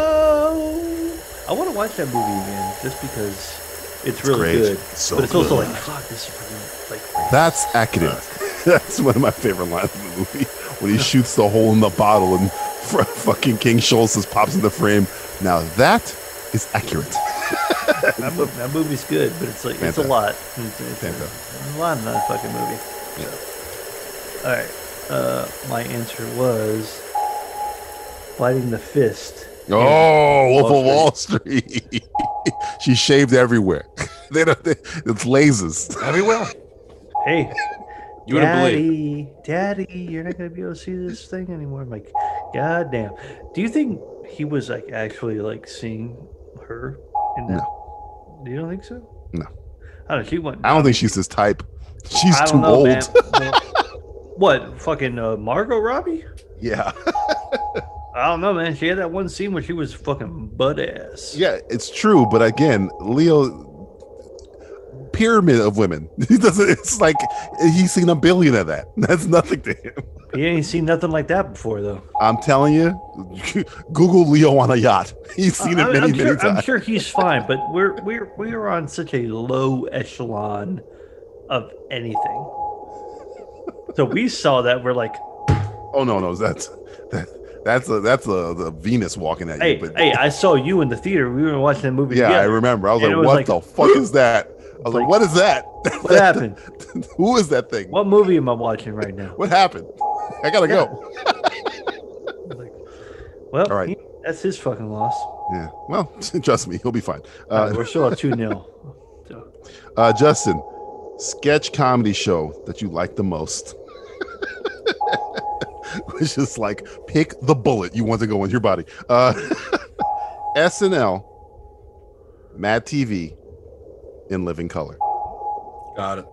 [SPEAKER 2] Django. I want to watch that movie again just because it's, really
[SPEAKER 1] great.
[SPEAKER 2] good.
[SPEAKER 1] It's so
[SPEAKER 2] but it's also
[SPEAKER 1] good.
[SPEAKER 2] like fuck this. Is really, like
[SPEAKER 1] That's academic. That's one of my favorite lines in the movie when he shoots the hole in the bottle and fr- fucking King Schultz just pops in the frame. Now that is accurate.
[SPEAKER 2] that, mov- that movie's good, but it's like it's a
[SPEAKER 1] Fantastic.
[SPEAKER 2] lot. It's, it's a, lot in that fucking movie. All right, uh, my answer was biting the fist.
[SPEAKER 1] Oh, Wolf of Wall Street. she shaved everywhere. they don't. They, it's lasers.
[SPEAKER 3] Everywhere.
[SPEAKER 2] Hey,
[SPEAKER 1] You wouldn't
[SPEAKER 2] Daddy, Daddy, you're not gonna be able to see this thing anymore. I'm like, God damn. Do you think he was like actually like seeing her in that? Do you don't think so?
[SPEAKER 1] No.
[SPEAKER 2] I don't know. She went.
[SPEAKER 1] I don't think she's his type. She's
[SPEAKER 2] I
[SPEAKER 1] too
[SPEAKER 2] don't know,
[SPEAKER 1] old.
[SPEAKER 2] man. Well, what fucking uh, Margot Robbie?
[SPEAKER 1] Yeah.
[SPEAKER 2] I don't know, man. She had that one scene where she was fucking butt ass.
[SPEAKER 1] Yeah, it's true, but again, Leo pyramid of women. He doesn't it's like he's seen a billion of that. That's nothing to him.
[SPEAKER 2] He ain't seen nothing like that before, though.
[SPEAKER 1] I'm telling you, Google Leo on a yacht. He's seen
[SPEAKER 2] I-
[SPEAKER 1] it many,
[SPEAKER 2] I'm,
[SPEAKER 1] many
[SPEAKER 2] sure, I'm
[SPEAKER 1] times.
[SPEAKER 2] sure he's fine, but we're we're we're on such a low echelon of anything. So we saw that we're like,
[SPEAKER 1] Oh no, no, that's that, that's a that's a the Venus walking at
[SPEAKER 2] hey,
[SPEAKER 1] you. But
[SPEAKER 2] hey, I saw you in the theater. We were watching that movie.
[SPEAKER 1] yeah, I
[SPEAKER 2] together.
[SPEAKER 1] remember. I was
[SPEAKER 2] And
[SPEAKER 1] like,
[SPEAKER 2] it was
[SPEAKER 1] what
[SPEAKER 2] like,
[SPEAKER 1] the fuck is that? I was like,
[SPEAKER 2] Like,
[SPEAKER 1] what is that?
[SPEAKER 2] What happened?
[SPEAKER 1] Who is that thing?
[SPEAKER 2] What movie am I watching right now?
[SPEAKER 1] What happened? I gotta go.
[SPEAKER 2] Well,
[SPEAKER 1] All right.
[SPEAKER 2] he- that's his fucking loss.
[SPEAKER 1] Yeah. Well, trust me, he'll be fine.
[SPEAKER 2] Uh, we're still at two 0
[SPEAKER 1] Uh, Justin, sketch comedy show that you like the most. Which is like pick the bullet you want to go in your body. Uh, SNL, Mad TV, in Living Color.
[SPEAKER 3] Got it.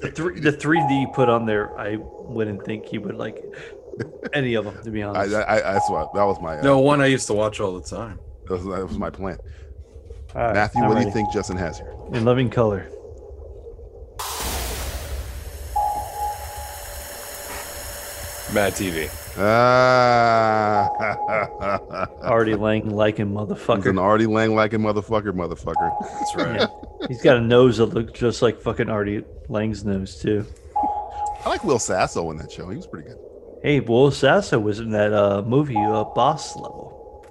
[SPEAKER 2] The three, the three D put on there, I wouldn't think he would like any of them. To be
[SPEAKER 1] I,
[SPEAKER 2] honest,
[SPEAKER 1] I, I that's what that was my uh,
[SPEAKER 3] No, one I used to watch all the time.
[SPEAKER 1] that, was, that was my plan.
[SPEAKER 2] All right,
[SPEAKER 1] Matthew,
[SPEAKER 2] I'm
[SPEAKER 1] what do you
[SPEAKER 2] ready.
[SPEAKER 1] think Justin has here?
[SPEAKER 2] in loving color.
[SPEAKER 3] Mad TV.
[SPEAKER 1] Ah,
[SPEAKER 2] Already Lang liking motherfucker.
[SPEAKER 1] He's an Artie Lang liking motherfucker, motherfucker.
[SPEAKER 3] That's
[SPEAKER 2] Yeah. He's got a nose that looks just like fucking Artie Lang's nose too.
[SPEAKER 1] I like Will Sasso in that show. He was pretty good.
[SPEAKER 2] Hey, Will Sasso was in that uh, movie, uh, Boss Level.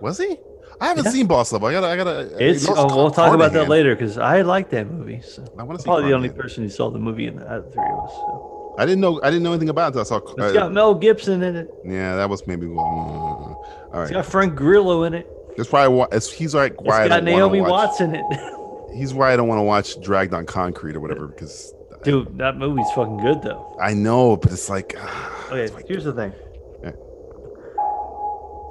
[SPEAKER 1] Was he? I haven't seen Boss Level. I gotta, uh, I gotta.
[SPEAKER 2] It's
[SPEAKER 1] I know
[SPEAKER 2] oh, we'll talk about that
[SPEAKER 1] Carnahan.
[SPEAKER 2] later because I like that movie. So I
[SPEAKER 1] wanna see
[SPEAKER 2] probably the only
[SPEAKER 1] Carnahan.
[SPEAKER 2] person who saw the movie in the, out of the three of us. So.
[SPEAKER 1] I didn't know, I didn't know anything about it. Until I saw.
[SPEAKER 2] It's got Mel Gibson in it.
[SPEAKER 1] yeah, that was maybe. All
[SPEAKER 2] It's
[SPEAKER 1] right,
[SPEAKER 2] got Frank Grillo in it.
[SPEAKER 1] that's probably why. It's, he's like
[SPEAKER 2] It's
[SPEAKER 1] why I
[SPEAKER 2] got
[SPEAKER 1] don't want
[SPEAKER 2] Naomi
[SPEAKER 1] to watch.
[SPEAKER 2] Watts in it.
[SPEAKER 1] He's why I don't want to watch Dragged on Concrete or whatever because
[SPEAKER 2] Dude, that movie's fucking good though.
[SPEAKER 1] I know, but it's like ah,
[SPEAKER 2] Okay, here's the thing.
[SPEAKER 1] Yeah.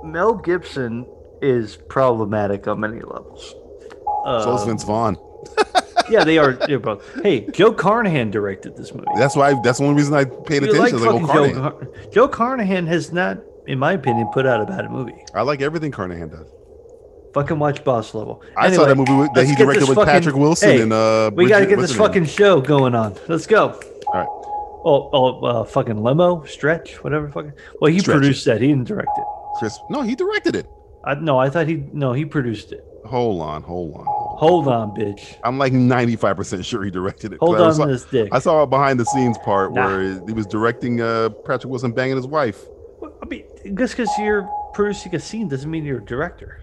[SPEAKER 2] Mel Gibson is problematic on many levels.
[SPEAKER 1] so is
[SPEAKER 2] Uh,
[SPEAKER 1] Vince Vaughn.
[SPEAKER 2] yeah, they are. They're both. Hey, Joe Carnahan directed this movie.
[SPEAKER 1] That's why. That's the only reason I paid
[SPEAKER 2] We
[SPEAKER 1] attention.
[SPEAKER 2] like
[SPEAKER 1] I was like, oh,
[SPEAKER 2] fucking
[SPEAKER 1] Carnahan.
[SPEAKER 2] Joe, Car- Joe Carnahan has not, in my opinion, put out a bad movie.
[SPEAKER 1] I like everything Carnahan does.
[SPEAKER 2] Fucking watch Boss Level.
[SPEAKER 1] I saw that movie with- that
[SPEAKER 2] let's
[SPEAKER 1] he
[SPEAKER 2] get
[SPEAKER 1] directed
[SPEAKER 2] this
[SPEAKER 1] with Patrick Wilson and, uh,
[SPEAKER 2] we gotta
[SPEAKER 1] Bridget-
[SPEAKER 2] get
[SPEAKER 1] what's
[SPEAKER 2] this
[SPEAKER 1] her name?
[SPEAKER 2] fucking show going on. Let's go.
[SPEAKER 1] All right.
[SPEAKER 2] Oh, oh, uh, fucking limo stretch, whatever. Fucking. Well, he
[SPEAKER 1] Stretch it.
[SPEAKER 2] produced that. He didn't direct it.
[SPEAKER 1] Chris. No, he directed it.
[SPEAKER 2] I no, I thought he no, he produced it.
[SPEAKER 1] Hold on, hold on.
[SPEAKER 2] Hold on, bitch.
[SPEAKER 1] I'm like 95% sure he directed it. 'cause
[SPEAKER 2] Hold
[SPEAKER 1] I was
[SPEAKER 2] on
[SPEAKER 1] like-
[SPEAKER 2] this dick.
[SPEAKER 1] I saw a behind the scenes part
[SPEAKER 2] Nah.
[SPEAKER 1] where he was directing uh, Patrick Wilson banging his wife.
[SPEAKER 2] I mean, just because you're producing a scene doesn't mean you're a director.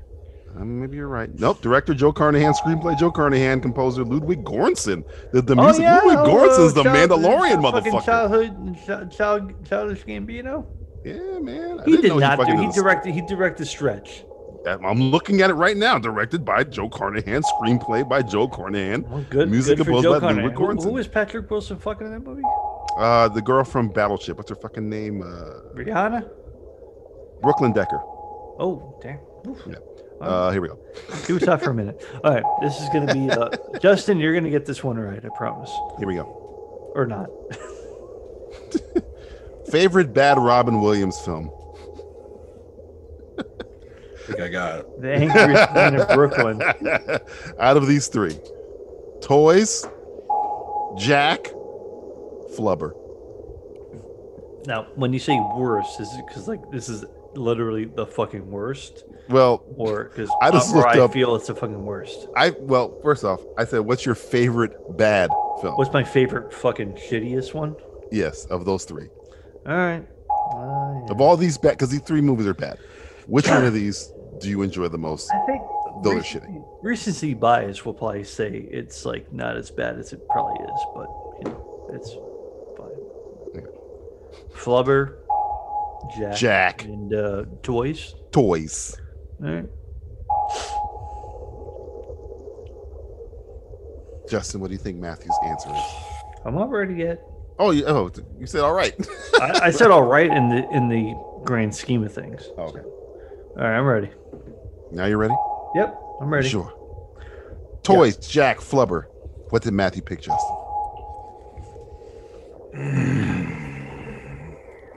[SPEAKER 1] Um, maybe you're right. Nope. Director Joe Carnahan, screenplay Joe Carnahan, composer Ludwig Göransson. The, the
[SPEAKER 2] Oh,
[SPEAKER 1] music
[SPEAKER 2] yeah?
[SPEAKER 1] Ludwig
[SPEAKER 2] Oh,
[SPEAKER 1] Göransson's the
[SPEAKER 2] uh, child-
[SPEAKER 1] Mandalorian
[SPEAKER 2] fucking
[SPEAKER 1] motherfucker.
[SPEAKER 2] Childhood, child, child, childish Gambino.
[SPEAKER 1] Yeah, man. I
[SPEAKER 2] he
[SPEAKER 1] didn't
[SPEAKER 2] did
[SPEAKER 1] know he
[SPEAKER 2] not
[SPEAKER 1] fucking
[SPEAKER 2] do. He
[SPEAKER 1] did this.
[SPEAKER 2] directed. He directed Stretch.
[SPEAKER 1] That- I'm looking at it right now. Directed by Joe Carnahan, screenplay by Joe Carnahan.
[SPEAKER 2] Good,
[SPEAKER 1] music
[SPEAKER 2] good for
[SPEAKER 1] composed
[SPEAKER 2] Joe
[SPEAKER 1] by
[SPEAKER 2] Conrad.
[SPEAKER 1] Ludwig
[SPEAKER 2] Who, who
[SPEAKER 1] Göransson.
[SPEAKER 2] was Patrick Wilson fucking in that movie?
[SPEAKER 1] Uh, the girl from Battleship. What's her fucking name? Uh,
[SPEAKER 2] Rihanna.
[SPEAKER 1] Brooklyn Decker.
[SPEAKER 2] Oh damn. Oof.
[SPEAKER 1] Uh, here we go.
[SPEAKER 2] He was out for a minute. All right, this is going to be uh, Justin. You're going to get this one right, I promise.
[SPEAKER 1] Here we go.
[SPEAKER 2] Or not.
[SPEAKER 1] Favorite bad Robin Williams film?
[SPEAKER 3] I think I got it.
[SPEAKER 2] The angriest man in Brooklyn.
[SPEAKER 1] Out of these three, Toys, Jack, Flubber.
[SPEAKER 2] Now, when you say worst, is it because like this is literally the fucking worst,
[SPEAKER 1] Well,
[SPEAKER 2] or because
[SPEAKER 1] I just looked
[SPEAKER 2] I
[SPEAKER 1] up-
[SPEAKER 2] feel it's the fucking worst?
[SPEAKER 1] I well, first off, I said, "What's your favorite bad film?"
[SPEAKER 2] What's my favorite fucking shittiest one?
[SPEAKER 1] yes, of those three,
[SPEAKER 2] All right. Uh,
[SPEAKER 1] of all these bad, because these three movies are bad. Which one of these do you enjoy the most?
[SPEAKER 2] I think
[SPEAKER 1] those are shitty.
[SPEAKER 2] Recency bias will probably say it's like not as bad as it probably is, but you know, it's fine. Flubber, Jack,
[SPEAKER 1] Jack.
[SPEAKER 2] and uh, toys.
[SPEAKER 1] Toys.
[SPEAKER 2] All right.
[SPEAKER 1] Justin, what do you think Matthew's answer is?
[SPEAKER 2] I'm not ready yet.
[SPEAKER 1] Oh, you, oh, you said all right.
[SPEAKER 2] I, I said all right in the in the grand scheme of things.
[SPEAKER 1] Oh, Okay.
[SPEAKER 2] All right, I'm ready.
[SPEAKER 1] Now you're ready.
[SPEAKER 2] Yep, I'm ready.
[SPEAKER 1] Sure. Toys, Jack, Flubber. What did Matthew pick, Justin?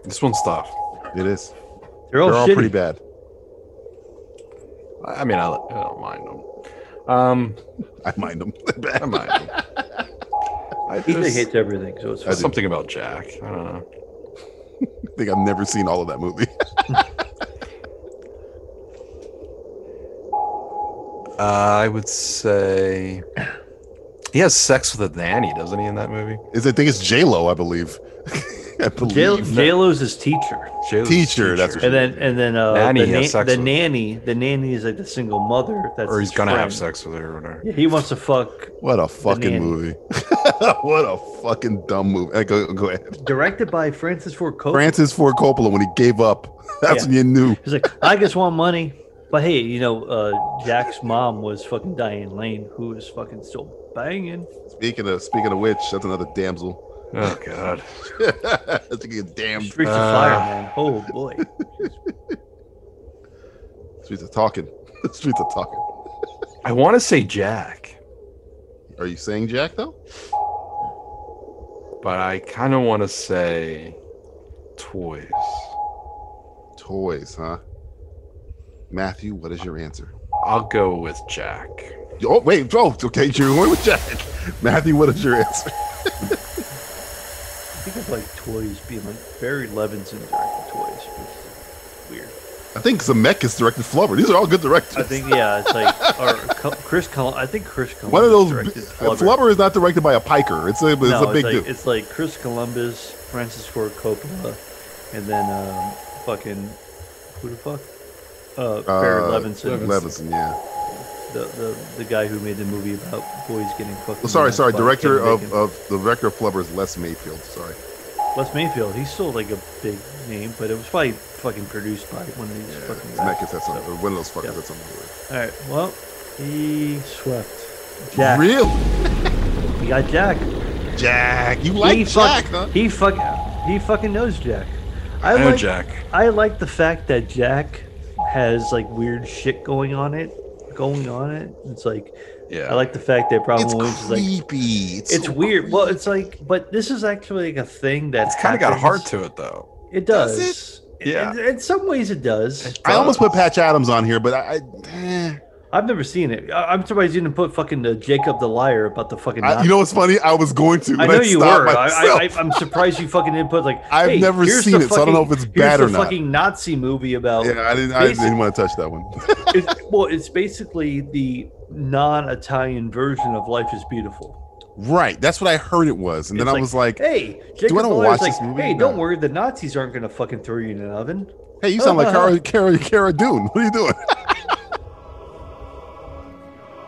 [SPEAKER 3] This one's tough.
[SPEAKER 1] It is.
[SPEAKER 2] They're all
[SPEAKER 1] pretty
[SPEAKER 3] shitty.
[SPEAKER 1] bad.
[SPEAKER 3] I I mean, I, I don't mind them. Um,
[SPEAKER 1] I mind them.
[SPEAKER 3] I mind them. I,
[SPEAKER 2] He
[SPEAKER 3] there's-
[SPEAKER 2] hates everything, so it's
[SPEAKER 3] there's
[SPEAKER 2] fine.
[SPEAKER 3] something about Jack. I don't know.
[SPEAKER 1] I think I've never seen all of that movie.
[SPEAKER 3] Uh, I would say he has sex with a nanny, doesn't he, in that movie?
[SPEAKER 1] Is I think it's J Lo, I believe. I believe.
[SPEAKER 2] J Lo's his teacher.
[SPEAKER 3] J-Lo's
[SPEAKER 1] Teacher, that's what
[SPEAKER 2] and then and then uh,
[SPEAKER 3] Nanny
[SPEAKER 2] the,
[SPEAKER 3] he has sex
[SPEAKER 2] the
[SPEAKER 3] with.
[SPEAKER 2] nanny, the nanny is like the single mother. That's
[SPEAKER 3] or he's
[SPEAKER 2] his
[SPEAKER 3] gonna
[SPEAKER 2] friend.
[SPEAKER 3] have sex with her or whatever.
[SPEAKER 2] Yeah, he wants to fuck.
[SPEAKER 1] What a
[SPEAKER 2] nanny.
[SPEAKER 1] fucking movie. what a fucking dumb movie. Uh, Go, go ahead.
[SPEAKER 2] Directed by Francis Ford Coppola.
[SPEAKER 1] Francis Ford Coppola, when he gave up, that's
[SPEAKER 2] Yeah.
[SPEAKER 1] when you knew.
[SPEAKER 2] He's like, I just want money. But hey, you know, uh, Jack's mom was fucking Diane Lane, who is fucking still banging.
[SPEAKER 1] Speaking of speaking of which, that's another damsel.
[SPEAKER 3] Oh God.
[SPEAKER 1] that's a damn.
[SPEAKER 2] Streets of Fire, man. Oh boy.
[SPEAKER 1] Streets are talking. Streets are talking.
[SPEAKER 3] I want to say Jack,
[SPEAKER 1] Are you saying Jack though?
[SPEAKER 3] but I kind of want to say toys.
[SPEAKER 1] Toys, huh? Matthew, what is your answer?
[SPEAKER 3] I'll go with Jack.
[SPEAKER 1] Oh wait, oh okay, you're going with Jack. Matthew, what is your answer?
[SPEAKER 2] I think of like toys being like Barry Levinson directed toys, which is weird.
[SPEAKER 1] I think Zemeckis directed Flubber. These are all good directors.
[SPEAKER 2] I think yeah, it's like or Co- Chris Col- I think Chris Columbus.
[SPEAKER 1] One of those.
[SPEAKER 2] directed
[SPEAKER 1] Flubber. is not directed by a piker. It's a it's
[SPEAKER 2] No,
[SPEAKER 1] a big
[SPEAKER 2] like,
[SPEAKER 1] dude.
[SPEAKER 2] It's like Chris Columbus, Francis Ford Coppola, and then um, fucking who the fuck? Uh, Barry
[SPEAKER 1] Uh,
[SPEAKER 2] Levinson.
[SPEAKER 1] Levinson, yeah.
[SPEAKER 2] The, the the guy who made the movie about boys getting fucked.
[SPEAKER 1] Well, Oh, sorry, sorry. Director of,
[SPEAKER 2] Ken
[SPEAKER 1] of the director of Flubber is Les Mayfield. Sorry.
[SPEAKER 2] Bacon. Les Mayfield. He's still like a big name, but it was probably fucking produced by one of these fucking.
[SPEAKER 1] Zemeckis had something. One of those fuckers had something to do with
[SPEAKER 2] All right. Well, he swept.
[SPEAKER 1] it.
[SPEAKER 2] Jack.
[SPEAKER 1] Really?
[SPEAKER 2] He got Jack.
[SPEAKER 1] Jack. You like Jack, huh?
[SPEAKER 2] He fuck, He fucking knows Jack.
[SPEAKER 3] I know Jack.
[SPEAKER 2] I like the fact that Jack has like weird shit going on it, going on it. It's like,
[SPEAKER 3] yeah.
[SPEAKER 2] I like the fact that Robin
[SPEAKER 1] It's
[SPEAKER 2] Williams is like,
[SPEAKER 1] creepy. It's,
[SPEAKER 2] it's, weird. Well, it's like, but this is actually like a thing that's
[SPEAKER 3] It's kind of got heart to it though.
[SPEAKER 2] It does.
[SPEAKER 3] Does
[SPEAKER 2] Yeah. In, in some ways, it does.
[SPEAKER 1] I almost put Patch Adams on here, but I, I eh.
[SPEAKER 2] I've never seen it. I, I'm surprised you didn't put fucking uh, Jacob the Liar about the fucking.
[SPEAKER 1] I- you know what's funny? I was going to.
[SPEAKER 2] I
[SPEAKER 1] but
[SPEAKER 2] know you
[SPEAKER 1] stopped
[SPEAKER 2] were. I,
[SPEAKER 1] myself.
[SPEAKER 2] I, I, I'm surprised you fucking didn't put like.
[SPEAKER 1] I've
[SPEAKER 2] hey,
[SPEAKER 1] never
[SPEAKER 2] here's
[SPEAKER 1] seen
[SPEAKER 2] the
[SPEAKER 1] it, so I don't know if it's
[SPEAKER 2] fucking-
[SPEAKER 1] bad
[SPEAKER 2] here's
[SPEAKER 1] or
[SPEAKER 2] the
[SPEAKER 1] not.
[SPEAKER 2] Fucking Nazi movie about.
[SPEAKER 1] yeah, I didn't. I
[SPEAKER 2] Basi-
[SPEAKER 1] didn't want to touch that one.
[SPEAKER 2] it's, well, it's basically the non-Italian version of Life is Beautiful.
[SPEAKER 1] Right, that's what I heard it was, and
[SPEAKER 2] It's
[SPEAKER 1] then I was like,
[SPEAKER 2] "Hey,
[SPEAKER 1] do
[SPEAKER 2] Jacob
[SPEAKER 1] I want to
[SPEAKER 2] Miller's
[SPEAKER 1] watch
[SPEAKER 2] like,
[SPEAKER 1] this movie?
[SPEAKER 2] Hey,
[SPEAKER 1] No.
[SPEAKER 2] don't worry, the Nazis aren't going to fucking throw you in an oven."
[SPEAKER 1] Hey, you sound like Cara, Cara, Cara Dune. What are you doing?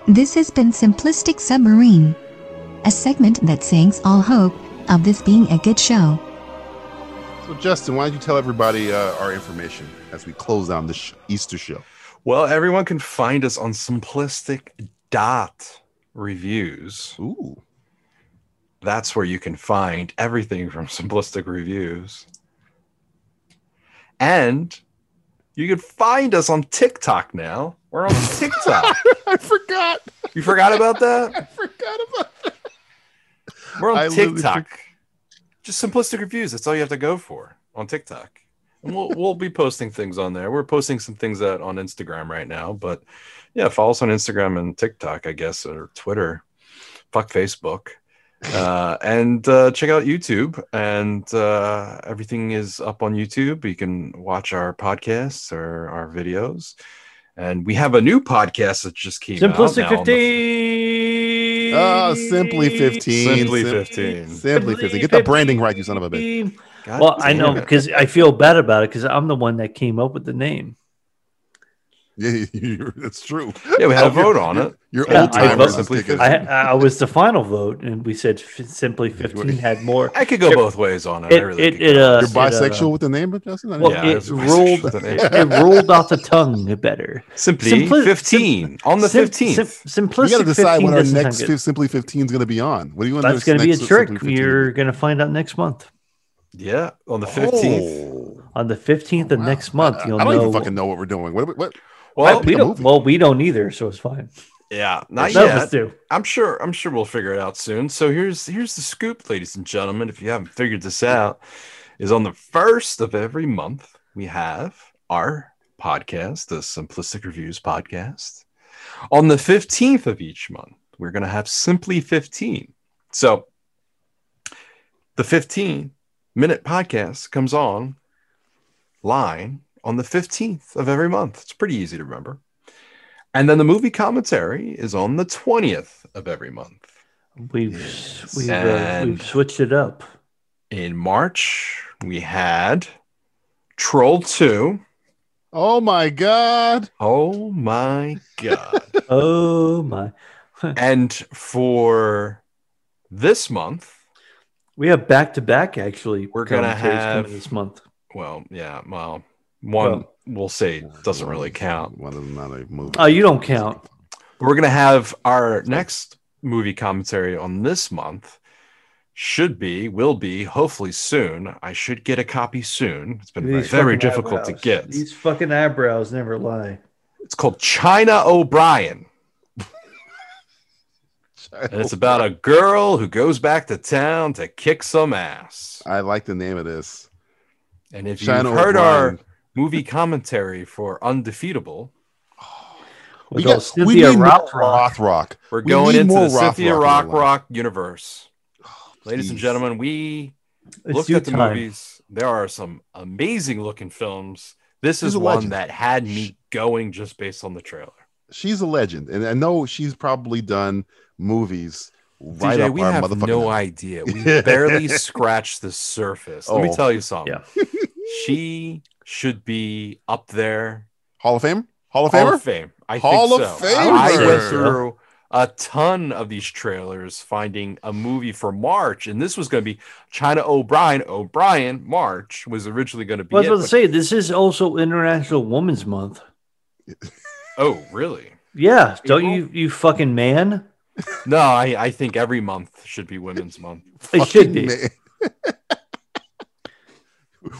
[SPEAKER 9] This has been Simplistic Submarine, a segment that sinks all hope of this being a good show.
[SPEAKER 1] So, Justin, why don't you tell everybody uh, our information as we close down this sh- Easter show?
[SPEAKER 3] Well, everyone can find us on simplistic dot reviews.
[SPEAKER 1] Ooh.
[SPEAKER 3] That's where you can find everything from simplistic reviews. And you can find us on TikTok now. We're on TikTok.
[SPEAKER 1] I forgot.
[SPEAKER 3] you forgot about that?
[SPEAKER 1] I forgot about that.
[SPEAKER 3] We're on
[SPEAKER 1] I literally
[SPEAKER 3] TikTok. Just simplistic reviews. That's all you have to go for on TikTok. And we'll we'll be posting things on there. We're posting some things out on Instagram right now, but yeah, follow us on Instagram and TikTok, I guess, or Twitter. Fuck Facebook. Uh, and uh, check out YouTube, and uh, everything is up on YouTube. You can watch our podcasts or our videos, and we have a new podcast that just came out.
[SPEAKER 2] Simplistic
[SPEAKER 3] now on the-
[SPEAKER 2] fifteen.
[SPEAKER 1] Ah, simply 15.
[SPEAKER 3] Simply
[SPEAKER 1] Sim-
[SPEAKER 3] 15.
[SPEAKER 1] Simply 15. Get the branding right, you son of a bitch.
[SPEAKER 2] well, I know because I feel bad about it because I'm the one that came up with the name.
[SPEAKER 1] Yeah, you- that's true.
[SPEAKER 3] Yeah, we had a vote
[SPEAKER 1] You're-
[SPEAKER 3] on it.
[SPEAKER 1] You're
[SPEAKER 2] Yeah,
[SPEAKER 1] old
[SPEAKER 2] I
[SPEAKER 1] timers.
[SPEAKER 2] vote-
[SPEAKER 1] Simply
[SPEAKER 2] I, I was the final vote, and we said f- simply 15 had more.
[SPEAKER 3] I could go both ways on it. I
[SPEAKER 2] It,
[SPEAKER 3] really
[SPEAKER 2] it,
[SPEAKER 3] could
[SPEAKER 2] it, uh,
[SPEAKER 1] You're
[SPEAKER 2] it, uh,
[SPEAKER 1] bisexual with the name, but Justin. I
[SPEAKER 2] well,
[SPEAKER 1] didn't-
[SPEAKER 2] it rolled. It, it rolled off the tongue better.
[SPEAKER 3] Simply
[SPEAKER 2] Simpli-
[SPEAKER 3] 15
[SPEAKER 2] sim-
[SPEAKER 3] on the
[SPEAKER 2] sim-
[SPEAKER 3] 15th.
[SPEAKER 2] Sim, simplistic.
[SPEAKER 1] you got to decide
[SPEAKER 2] 15
[SPEAKER 1] what our
[SPEAKER 2] doesn't sound
[SPEAKER 1] next
[SPEAKER 2] good.
[SPEAKER 1] fif- Simply 15 is going to be on. What do you want?
[SPEAKER 2] That's going to be a trick. You're going to find out next month.
[SPEAKER 3] Yeah,
[SPEAKER 2] Oh.
[SPEAKER 3] on the 15th.
[SPEAKER 2] On the 15th of next month, you'll
[SPEAKER 1] I don't
[SPEAKER 2] know.
[SPEAKER 1] even fucking know what we're doing. What? What?
[SPEAKER 3] Well,
[SPEAKER 2] Well, we don't. Well, we don't either, so it's fine.
[SPEAKER 3] Yeah, not
[SPEAKER 2] None of
[SPEAKER 3] yet.
[SPEAKER 2] us do.
[SPEAKER 3] I'm sure. I'm sure we'll figure it out soon. So here's here's the scoop, ladies and gentlemen. If you haven't figured this out, is on the first of every month we have our podcast, the Simplistic Reviews podcast. On the fifteenth of each month, we're gonna have Simply Fifteen. So the fifteen minute podcast comes on line on the fifteenth of every month. It's pretty easy to remember. And then the movie commentary is on the 20th of every month.
[SPEAKER 2] We've we've, uh,
[SPEAKER 3] And-
[SPEAKER 2] we've switched it up.
[SPEAKER 3] In March, we had Troll 2.
[SPEAKER 1] Oh my god!
[SPEAKER 3] Oh my God.
[SPEAKER 2] oh my.
[SPEAKER 3] and for this month,
[SPEAKER 2] We have back to back. Actually,
[SPEAKER 3] we're going to
[SPEAKER 2] commentaries coming
[SPEAKER 3] have.
[SPEAKER 2] this month.
[SPEAKER 3] Well, yeah. Well, one
[SPEAKER 2] Well-
[SPEAKER 3] we'll say doesn't really count.
[SPEAKER 1] One is not a movie.
[SPEAKER 2] Oh, you don't count.
[SPEAKER 3] We're going to have our next movie commentary on this month. Should be, will be, hopefully soon. I should get a copy soon. It's been very,
[SPEAKER 2] These
[SPEAKER 3] very
[SPEAKER 2] fucking
[SPEAKER 3] difficult to
[SPEAKER 2] eyebrows.
[SPEAKER 3] get.
[SPEAKER 2] These fucking eyebrows never lie.
[SPEAKER 3] It's called China O'Brien. and
[SPEAKER 1] Oh.
[SPEAKER 3] it's about a girl who goes back to town to kick some ass.
[SPEAKER 1] I like the name of this.
[SPEAKER 3] And if
[SPEAKER 1] China
[SPEAKER 3] you've heard our
[SPEAKER 1] O'Brien.
[SPEAKER 3] movie commentary for Undefeatable,
[SPEAKER 1] We
[SPEAKER 2] With all
[SPEAKER 1] got.
[SPEAKER 2] Cynthia
[SPEAKER 1] we need
[SPEAKER 2] Rothrock.
[SPEAKER 1] more Roth Rock.
[SPEAKER 3] we're
[SPEAKER 1] We
[SPEAKER 3] going
[SPEAKER 1] need
[SPEAKER 3] into
[SPEAKER 1] more
[SPEAKER 3] the Cynthia
[SPEAKER 1] in
[SPEAKER 3] Rock
[SPEAKER 1] our
[SPEAKER 3] Rock,
[SPEAKER 1] life.
[SPEAKER 3] universe. Ladies and
[SPEAKER 1] jeez.
[SPEAKER 3] gentlemen, we
[SPEAKER 2] It's
[SPEAKER 3] looked
[SPEAKER 2] due
[SPEAKER 3] at the
[SPEAKER 2] time.
[SPEAKER 3] movies. There are some amazing looking films. This
[SPEAKER 1] She's
[SPEAKER 3] is
[SPEAKER 1] a
[SPEAKER 3] one
[SPEAKER 1] legend.
[SPEAKER 3] that had me going just based on the trailer.
[SPEAKER 1] She's a legend, and I know she's probably done movies right
[SPEAKER 3] DJ,
[SPEAKER 1] up
[SPEAKER 3] we
[SPEAKER 1] our
[SPEAKER 3] have
[SPEAKER 1] motherfucking.
[SPEAKER 3] no
[SPEAKER 1] alley.
[SPEAKER 3] idea. We barely scratched the surface. Let me
[SPEAKER 1] Oh.
[SPEAKER 3] tell you something.
[SPEAKER 2] Yeah.
[SPEAKER 3] She should be up there.
[SPEAKER 1] Hall of Fame. Hall of
[SPEAKER 3] Hall
[SPEAKER 1] Famer.
[SPEAKER 3] of Fame. I
[SPEAKER 1] Hall
[SPEAKER 3] think
[SPEAKER 1] of
[SPEAKER 3] so. I
[SPEAKER 1] Famer.
[SPEAKER 3] went through a ton of these trailers finding a movie for March, and this was going to be China O'Brien. O'Brien March was originally going to be.
[SPEAKER 2] I was
[SPEAKER 3] it,
[SPEAKER 2] about to
[SPEAKER 3] but-
[SPEAKER 2] say this is also International Women's Month.
[SPEAKER 3] oh, really?
[SPEAKER 2] Yeah, don't you you fucking man?
[SPEAKER 3] No, I, I think every month should be Women's Month.
[SPEAKER 2] It should be.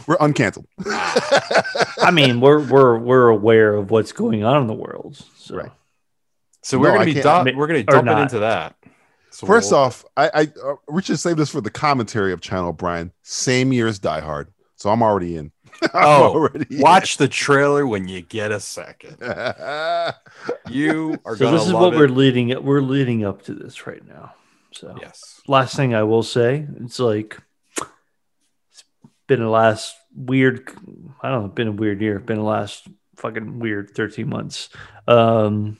[SPEAKER 1] We're uncanceled.
[SPEAKER 2] I mean, we're we're we're aware of what's going on in the world. So
[SPEAKER 1] Right.
[SPEAKER 3] So we're
[SPEAKER 1] No, I
[SPEAKER 3] going to be
[SPEAKER 1] can't-
[SPEAKER 3] dump, we're going to
[SPEAKER 2] or
[SPEAKER 3] dump it
[SPEAKER 2] not.
[SPEAKER 3] into that. So
[SPEAKER 1] First
[SPEAKER 3] we'll-
[SPEAKER 1] off, I, I uh, we should save this for the commentary of Channel O'Brien. Same year as Die Hard, so I'm already in. I'm
[SPEAKER 3] Oh,
[SPEAKER 1] already in.
[SPEAKER 3] watch the trailer when you get a second. You are
[SPEAKER 2] so
[SPEAKER 3] going to
[SPEAKER 2] this is
[SPEAKER 3] love
[SPEAKER 2] what
[SPEAKER 3] it.
[SPEAKER 2] we're leading it. We're leading up to this right now. So
[SPEAKER 3] Yes.
[SPEAKER 2] last thing I will say, it's like it's been the last weird. I don't know. Been a weird year. Been the last fucking weird thirteen months. Um,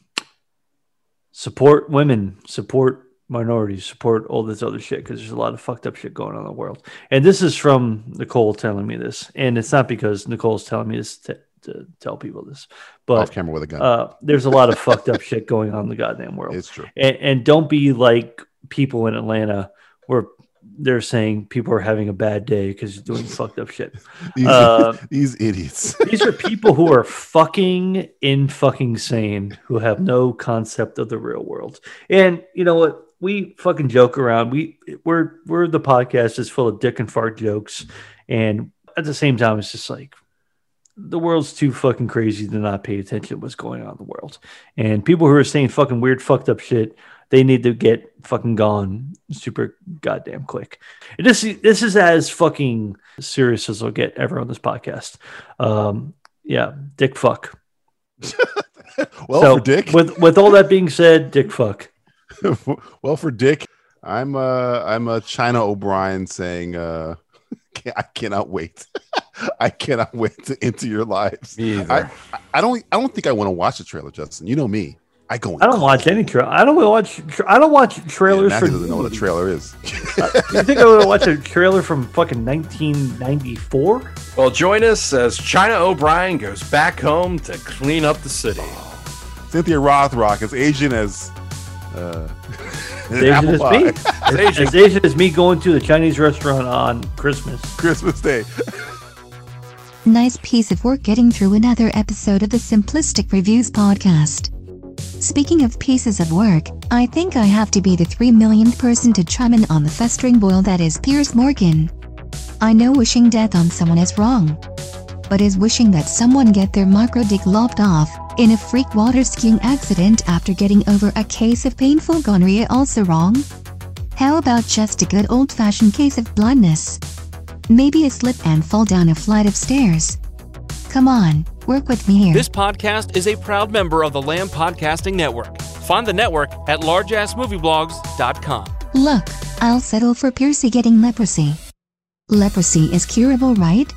[SPEAKER 2] support women. Support minorities support all this other shit because there's a lot of fucked up shit going on in the world. And this is from Nicole telling me this, and it's not because Nicole's telling me this to, to tell people this, but
[SPEAKER 1] Off camera with a gun.
[SPEAKER 2] Uh, there's a lot of fucked up shit going on in the goddamn world.
[SPEAKER 1] It's true.
[SPEAKER 2] And, and don't be like people in Atlanta where they're saying people are having a bad day because you're doing fucked up shit.
[SPEAKER 1] These-
[SPEAKER 2] Uh,
[SPEAKER 1] these idiots.
[SPEAKER 2] these are people who are fucking in fucking sane who have no concept of the real world. And you know what? We fucking joke around. We we're we're the podcast is full of dick and fart jokes, and at the same time, it's just like the world's too fucking crazy to not pay attention to what's going on in the world. And people who are saying fucking weird, fucked up shit, they need to get fucking gone super goddamn quick. And this this is as fucking serious as I'll get ever on this podcast. Um, yeah, dick fuck.
[SPEAKER 1] Well, for Dick.
[SPEAKER 2] With with all that being said, dick fuck.
[SPEAKER 1] well, for Dick, I'm uh I'm a China O'Brien saying uh "Ca- I cannot wait. I cannot wait to enter your lives. I, I- I don't I don't think I want to watch the trailer, Justin. You know me. I go in
[SPEAKER 2] I don't watch any trail. I don't watch. Tra- I don't watch trailers.
[SPEAKER 1] Max
[SPEAKER 2] for
[SPEAKER 1] doesn't know what a
[SPEAKER 2] movies.
[SPEAKER 1] trailer is.
[SPEAKER 2] you think I would have watched a trailer from fucking 1994?
[SPEAKER 3] Well, join us as China O'Brien goes back home to clean up the city.
[SPEAKER 1] Cynthia Rothrock is Asian as uh
[SPEAKER 2] As Asian as me. As,
[SPEAKER 1] Apple
[SPEAKER 2] as
[SPEAKER 1] pie.
[SPEAKER 2] Asian as me going to the Chinese restaurant on Christmas.
[SPEAKER 1] Christmas Day.
[SPEAKER 9] Nice piece of work getting through another episode of the Simplistic Reviews podcast. Speaking of pieces of work, I think I have to be the 3 millionth person to chime in on the festering boil that is Piers Morgan. I know wishing death on someone is wrong. But is wishing that someone get their micro dick lopped off in a freak water skiing accident after getting over a case of painful gonorrhea also wrong? How about just a good old fashioned case of blindness? Maybe a slip and fall down a flight of stairs. Come on, work with me here.
[SPEAKER 11] This podcast is a proud member of the Lamb Podcasting Network. Find the network at largeassmovieblogs.com.
[SPEAKER 9] Look, I'll settle for Piercy getting leprosy. Leprosy is curable, right?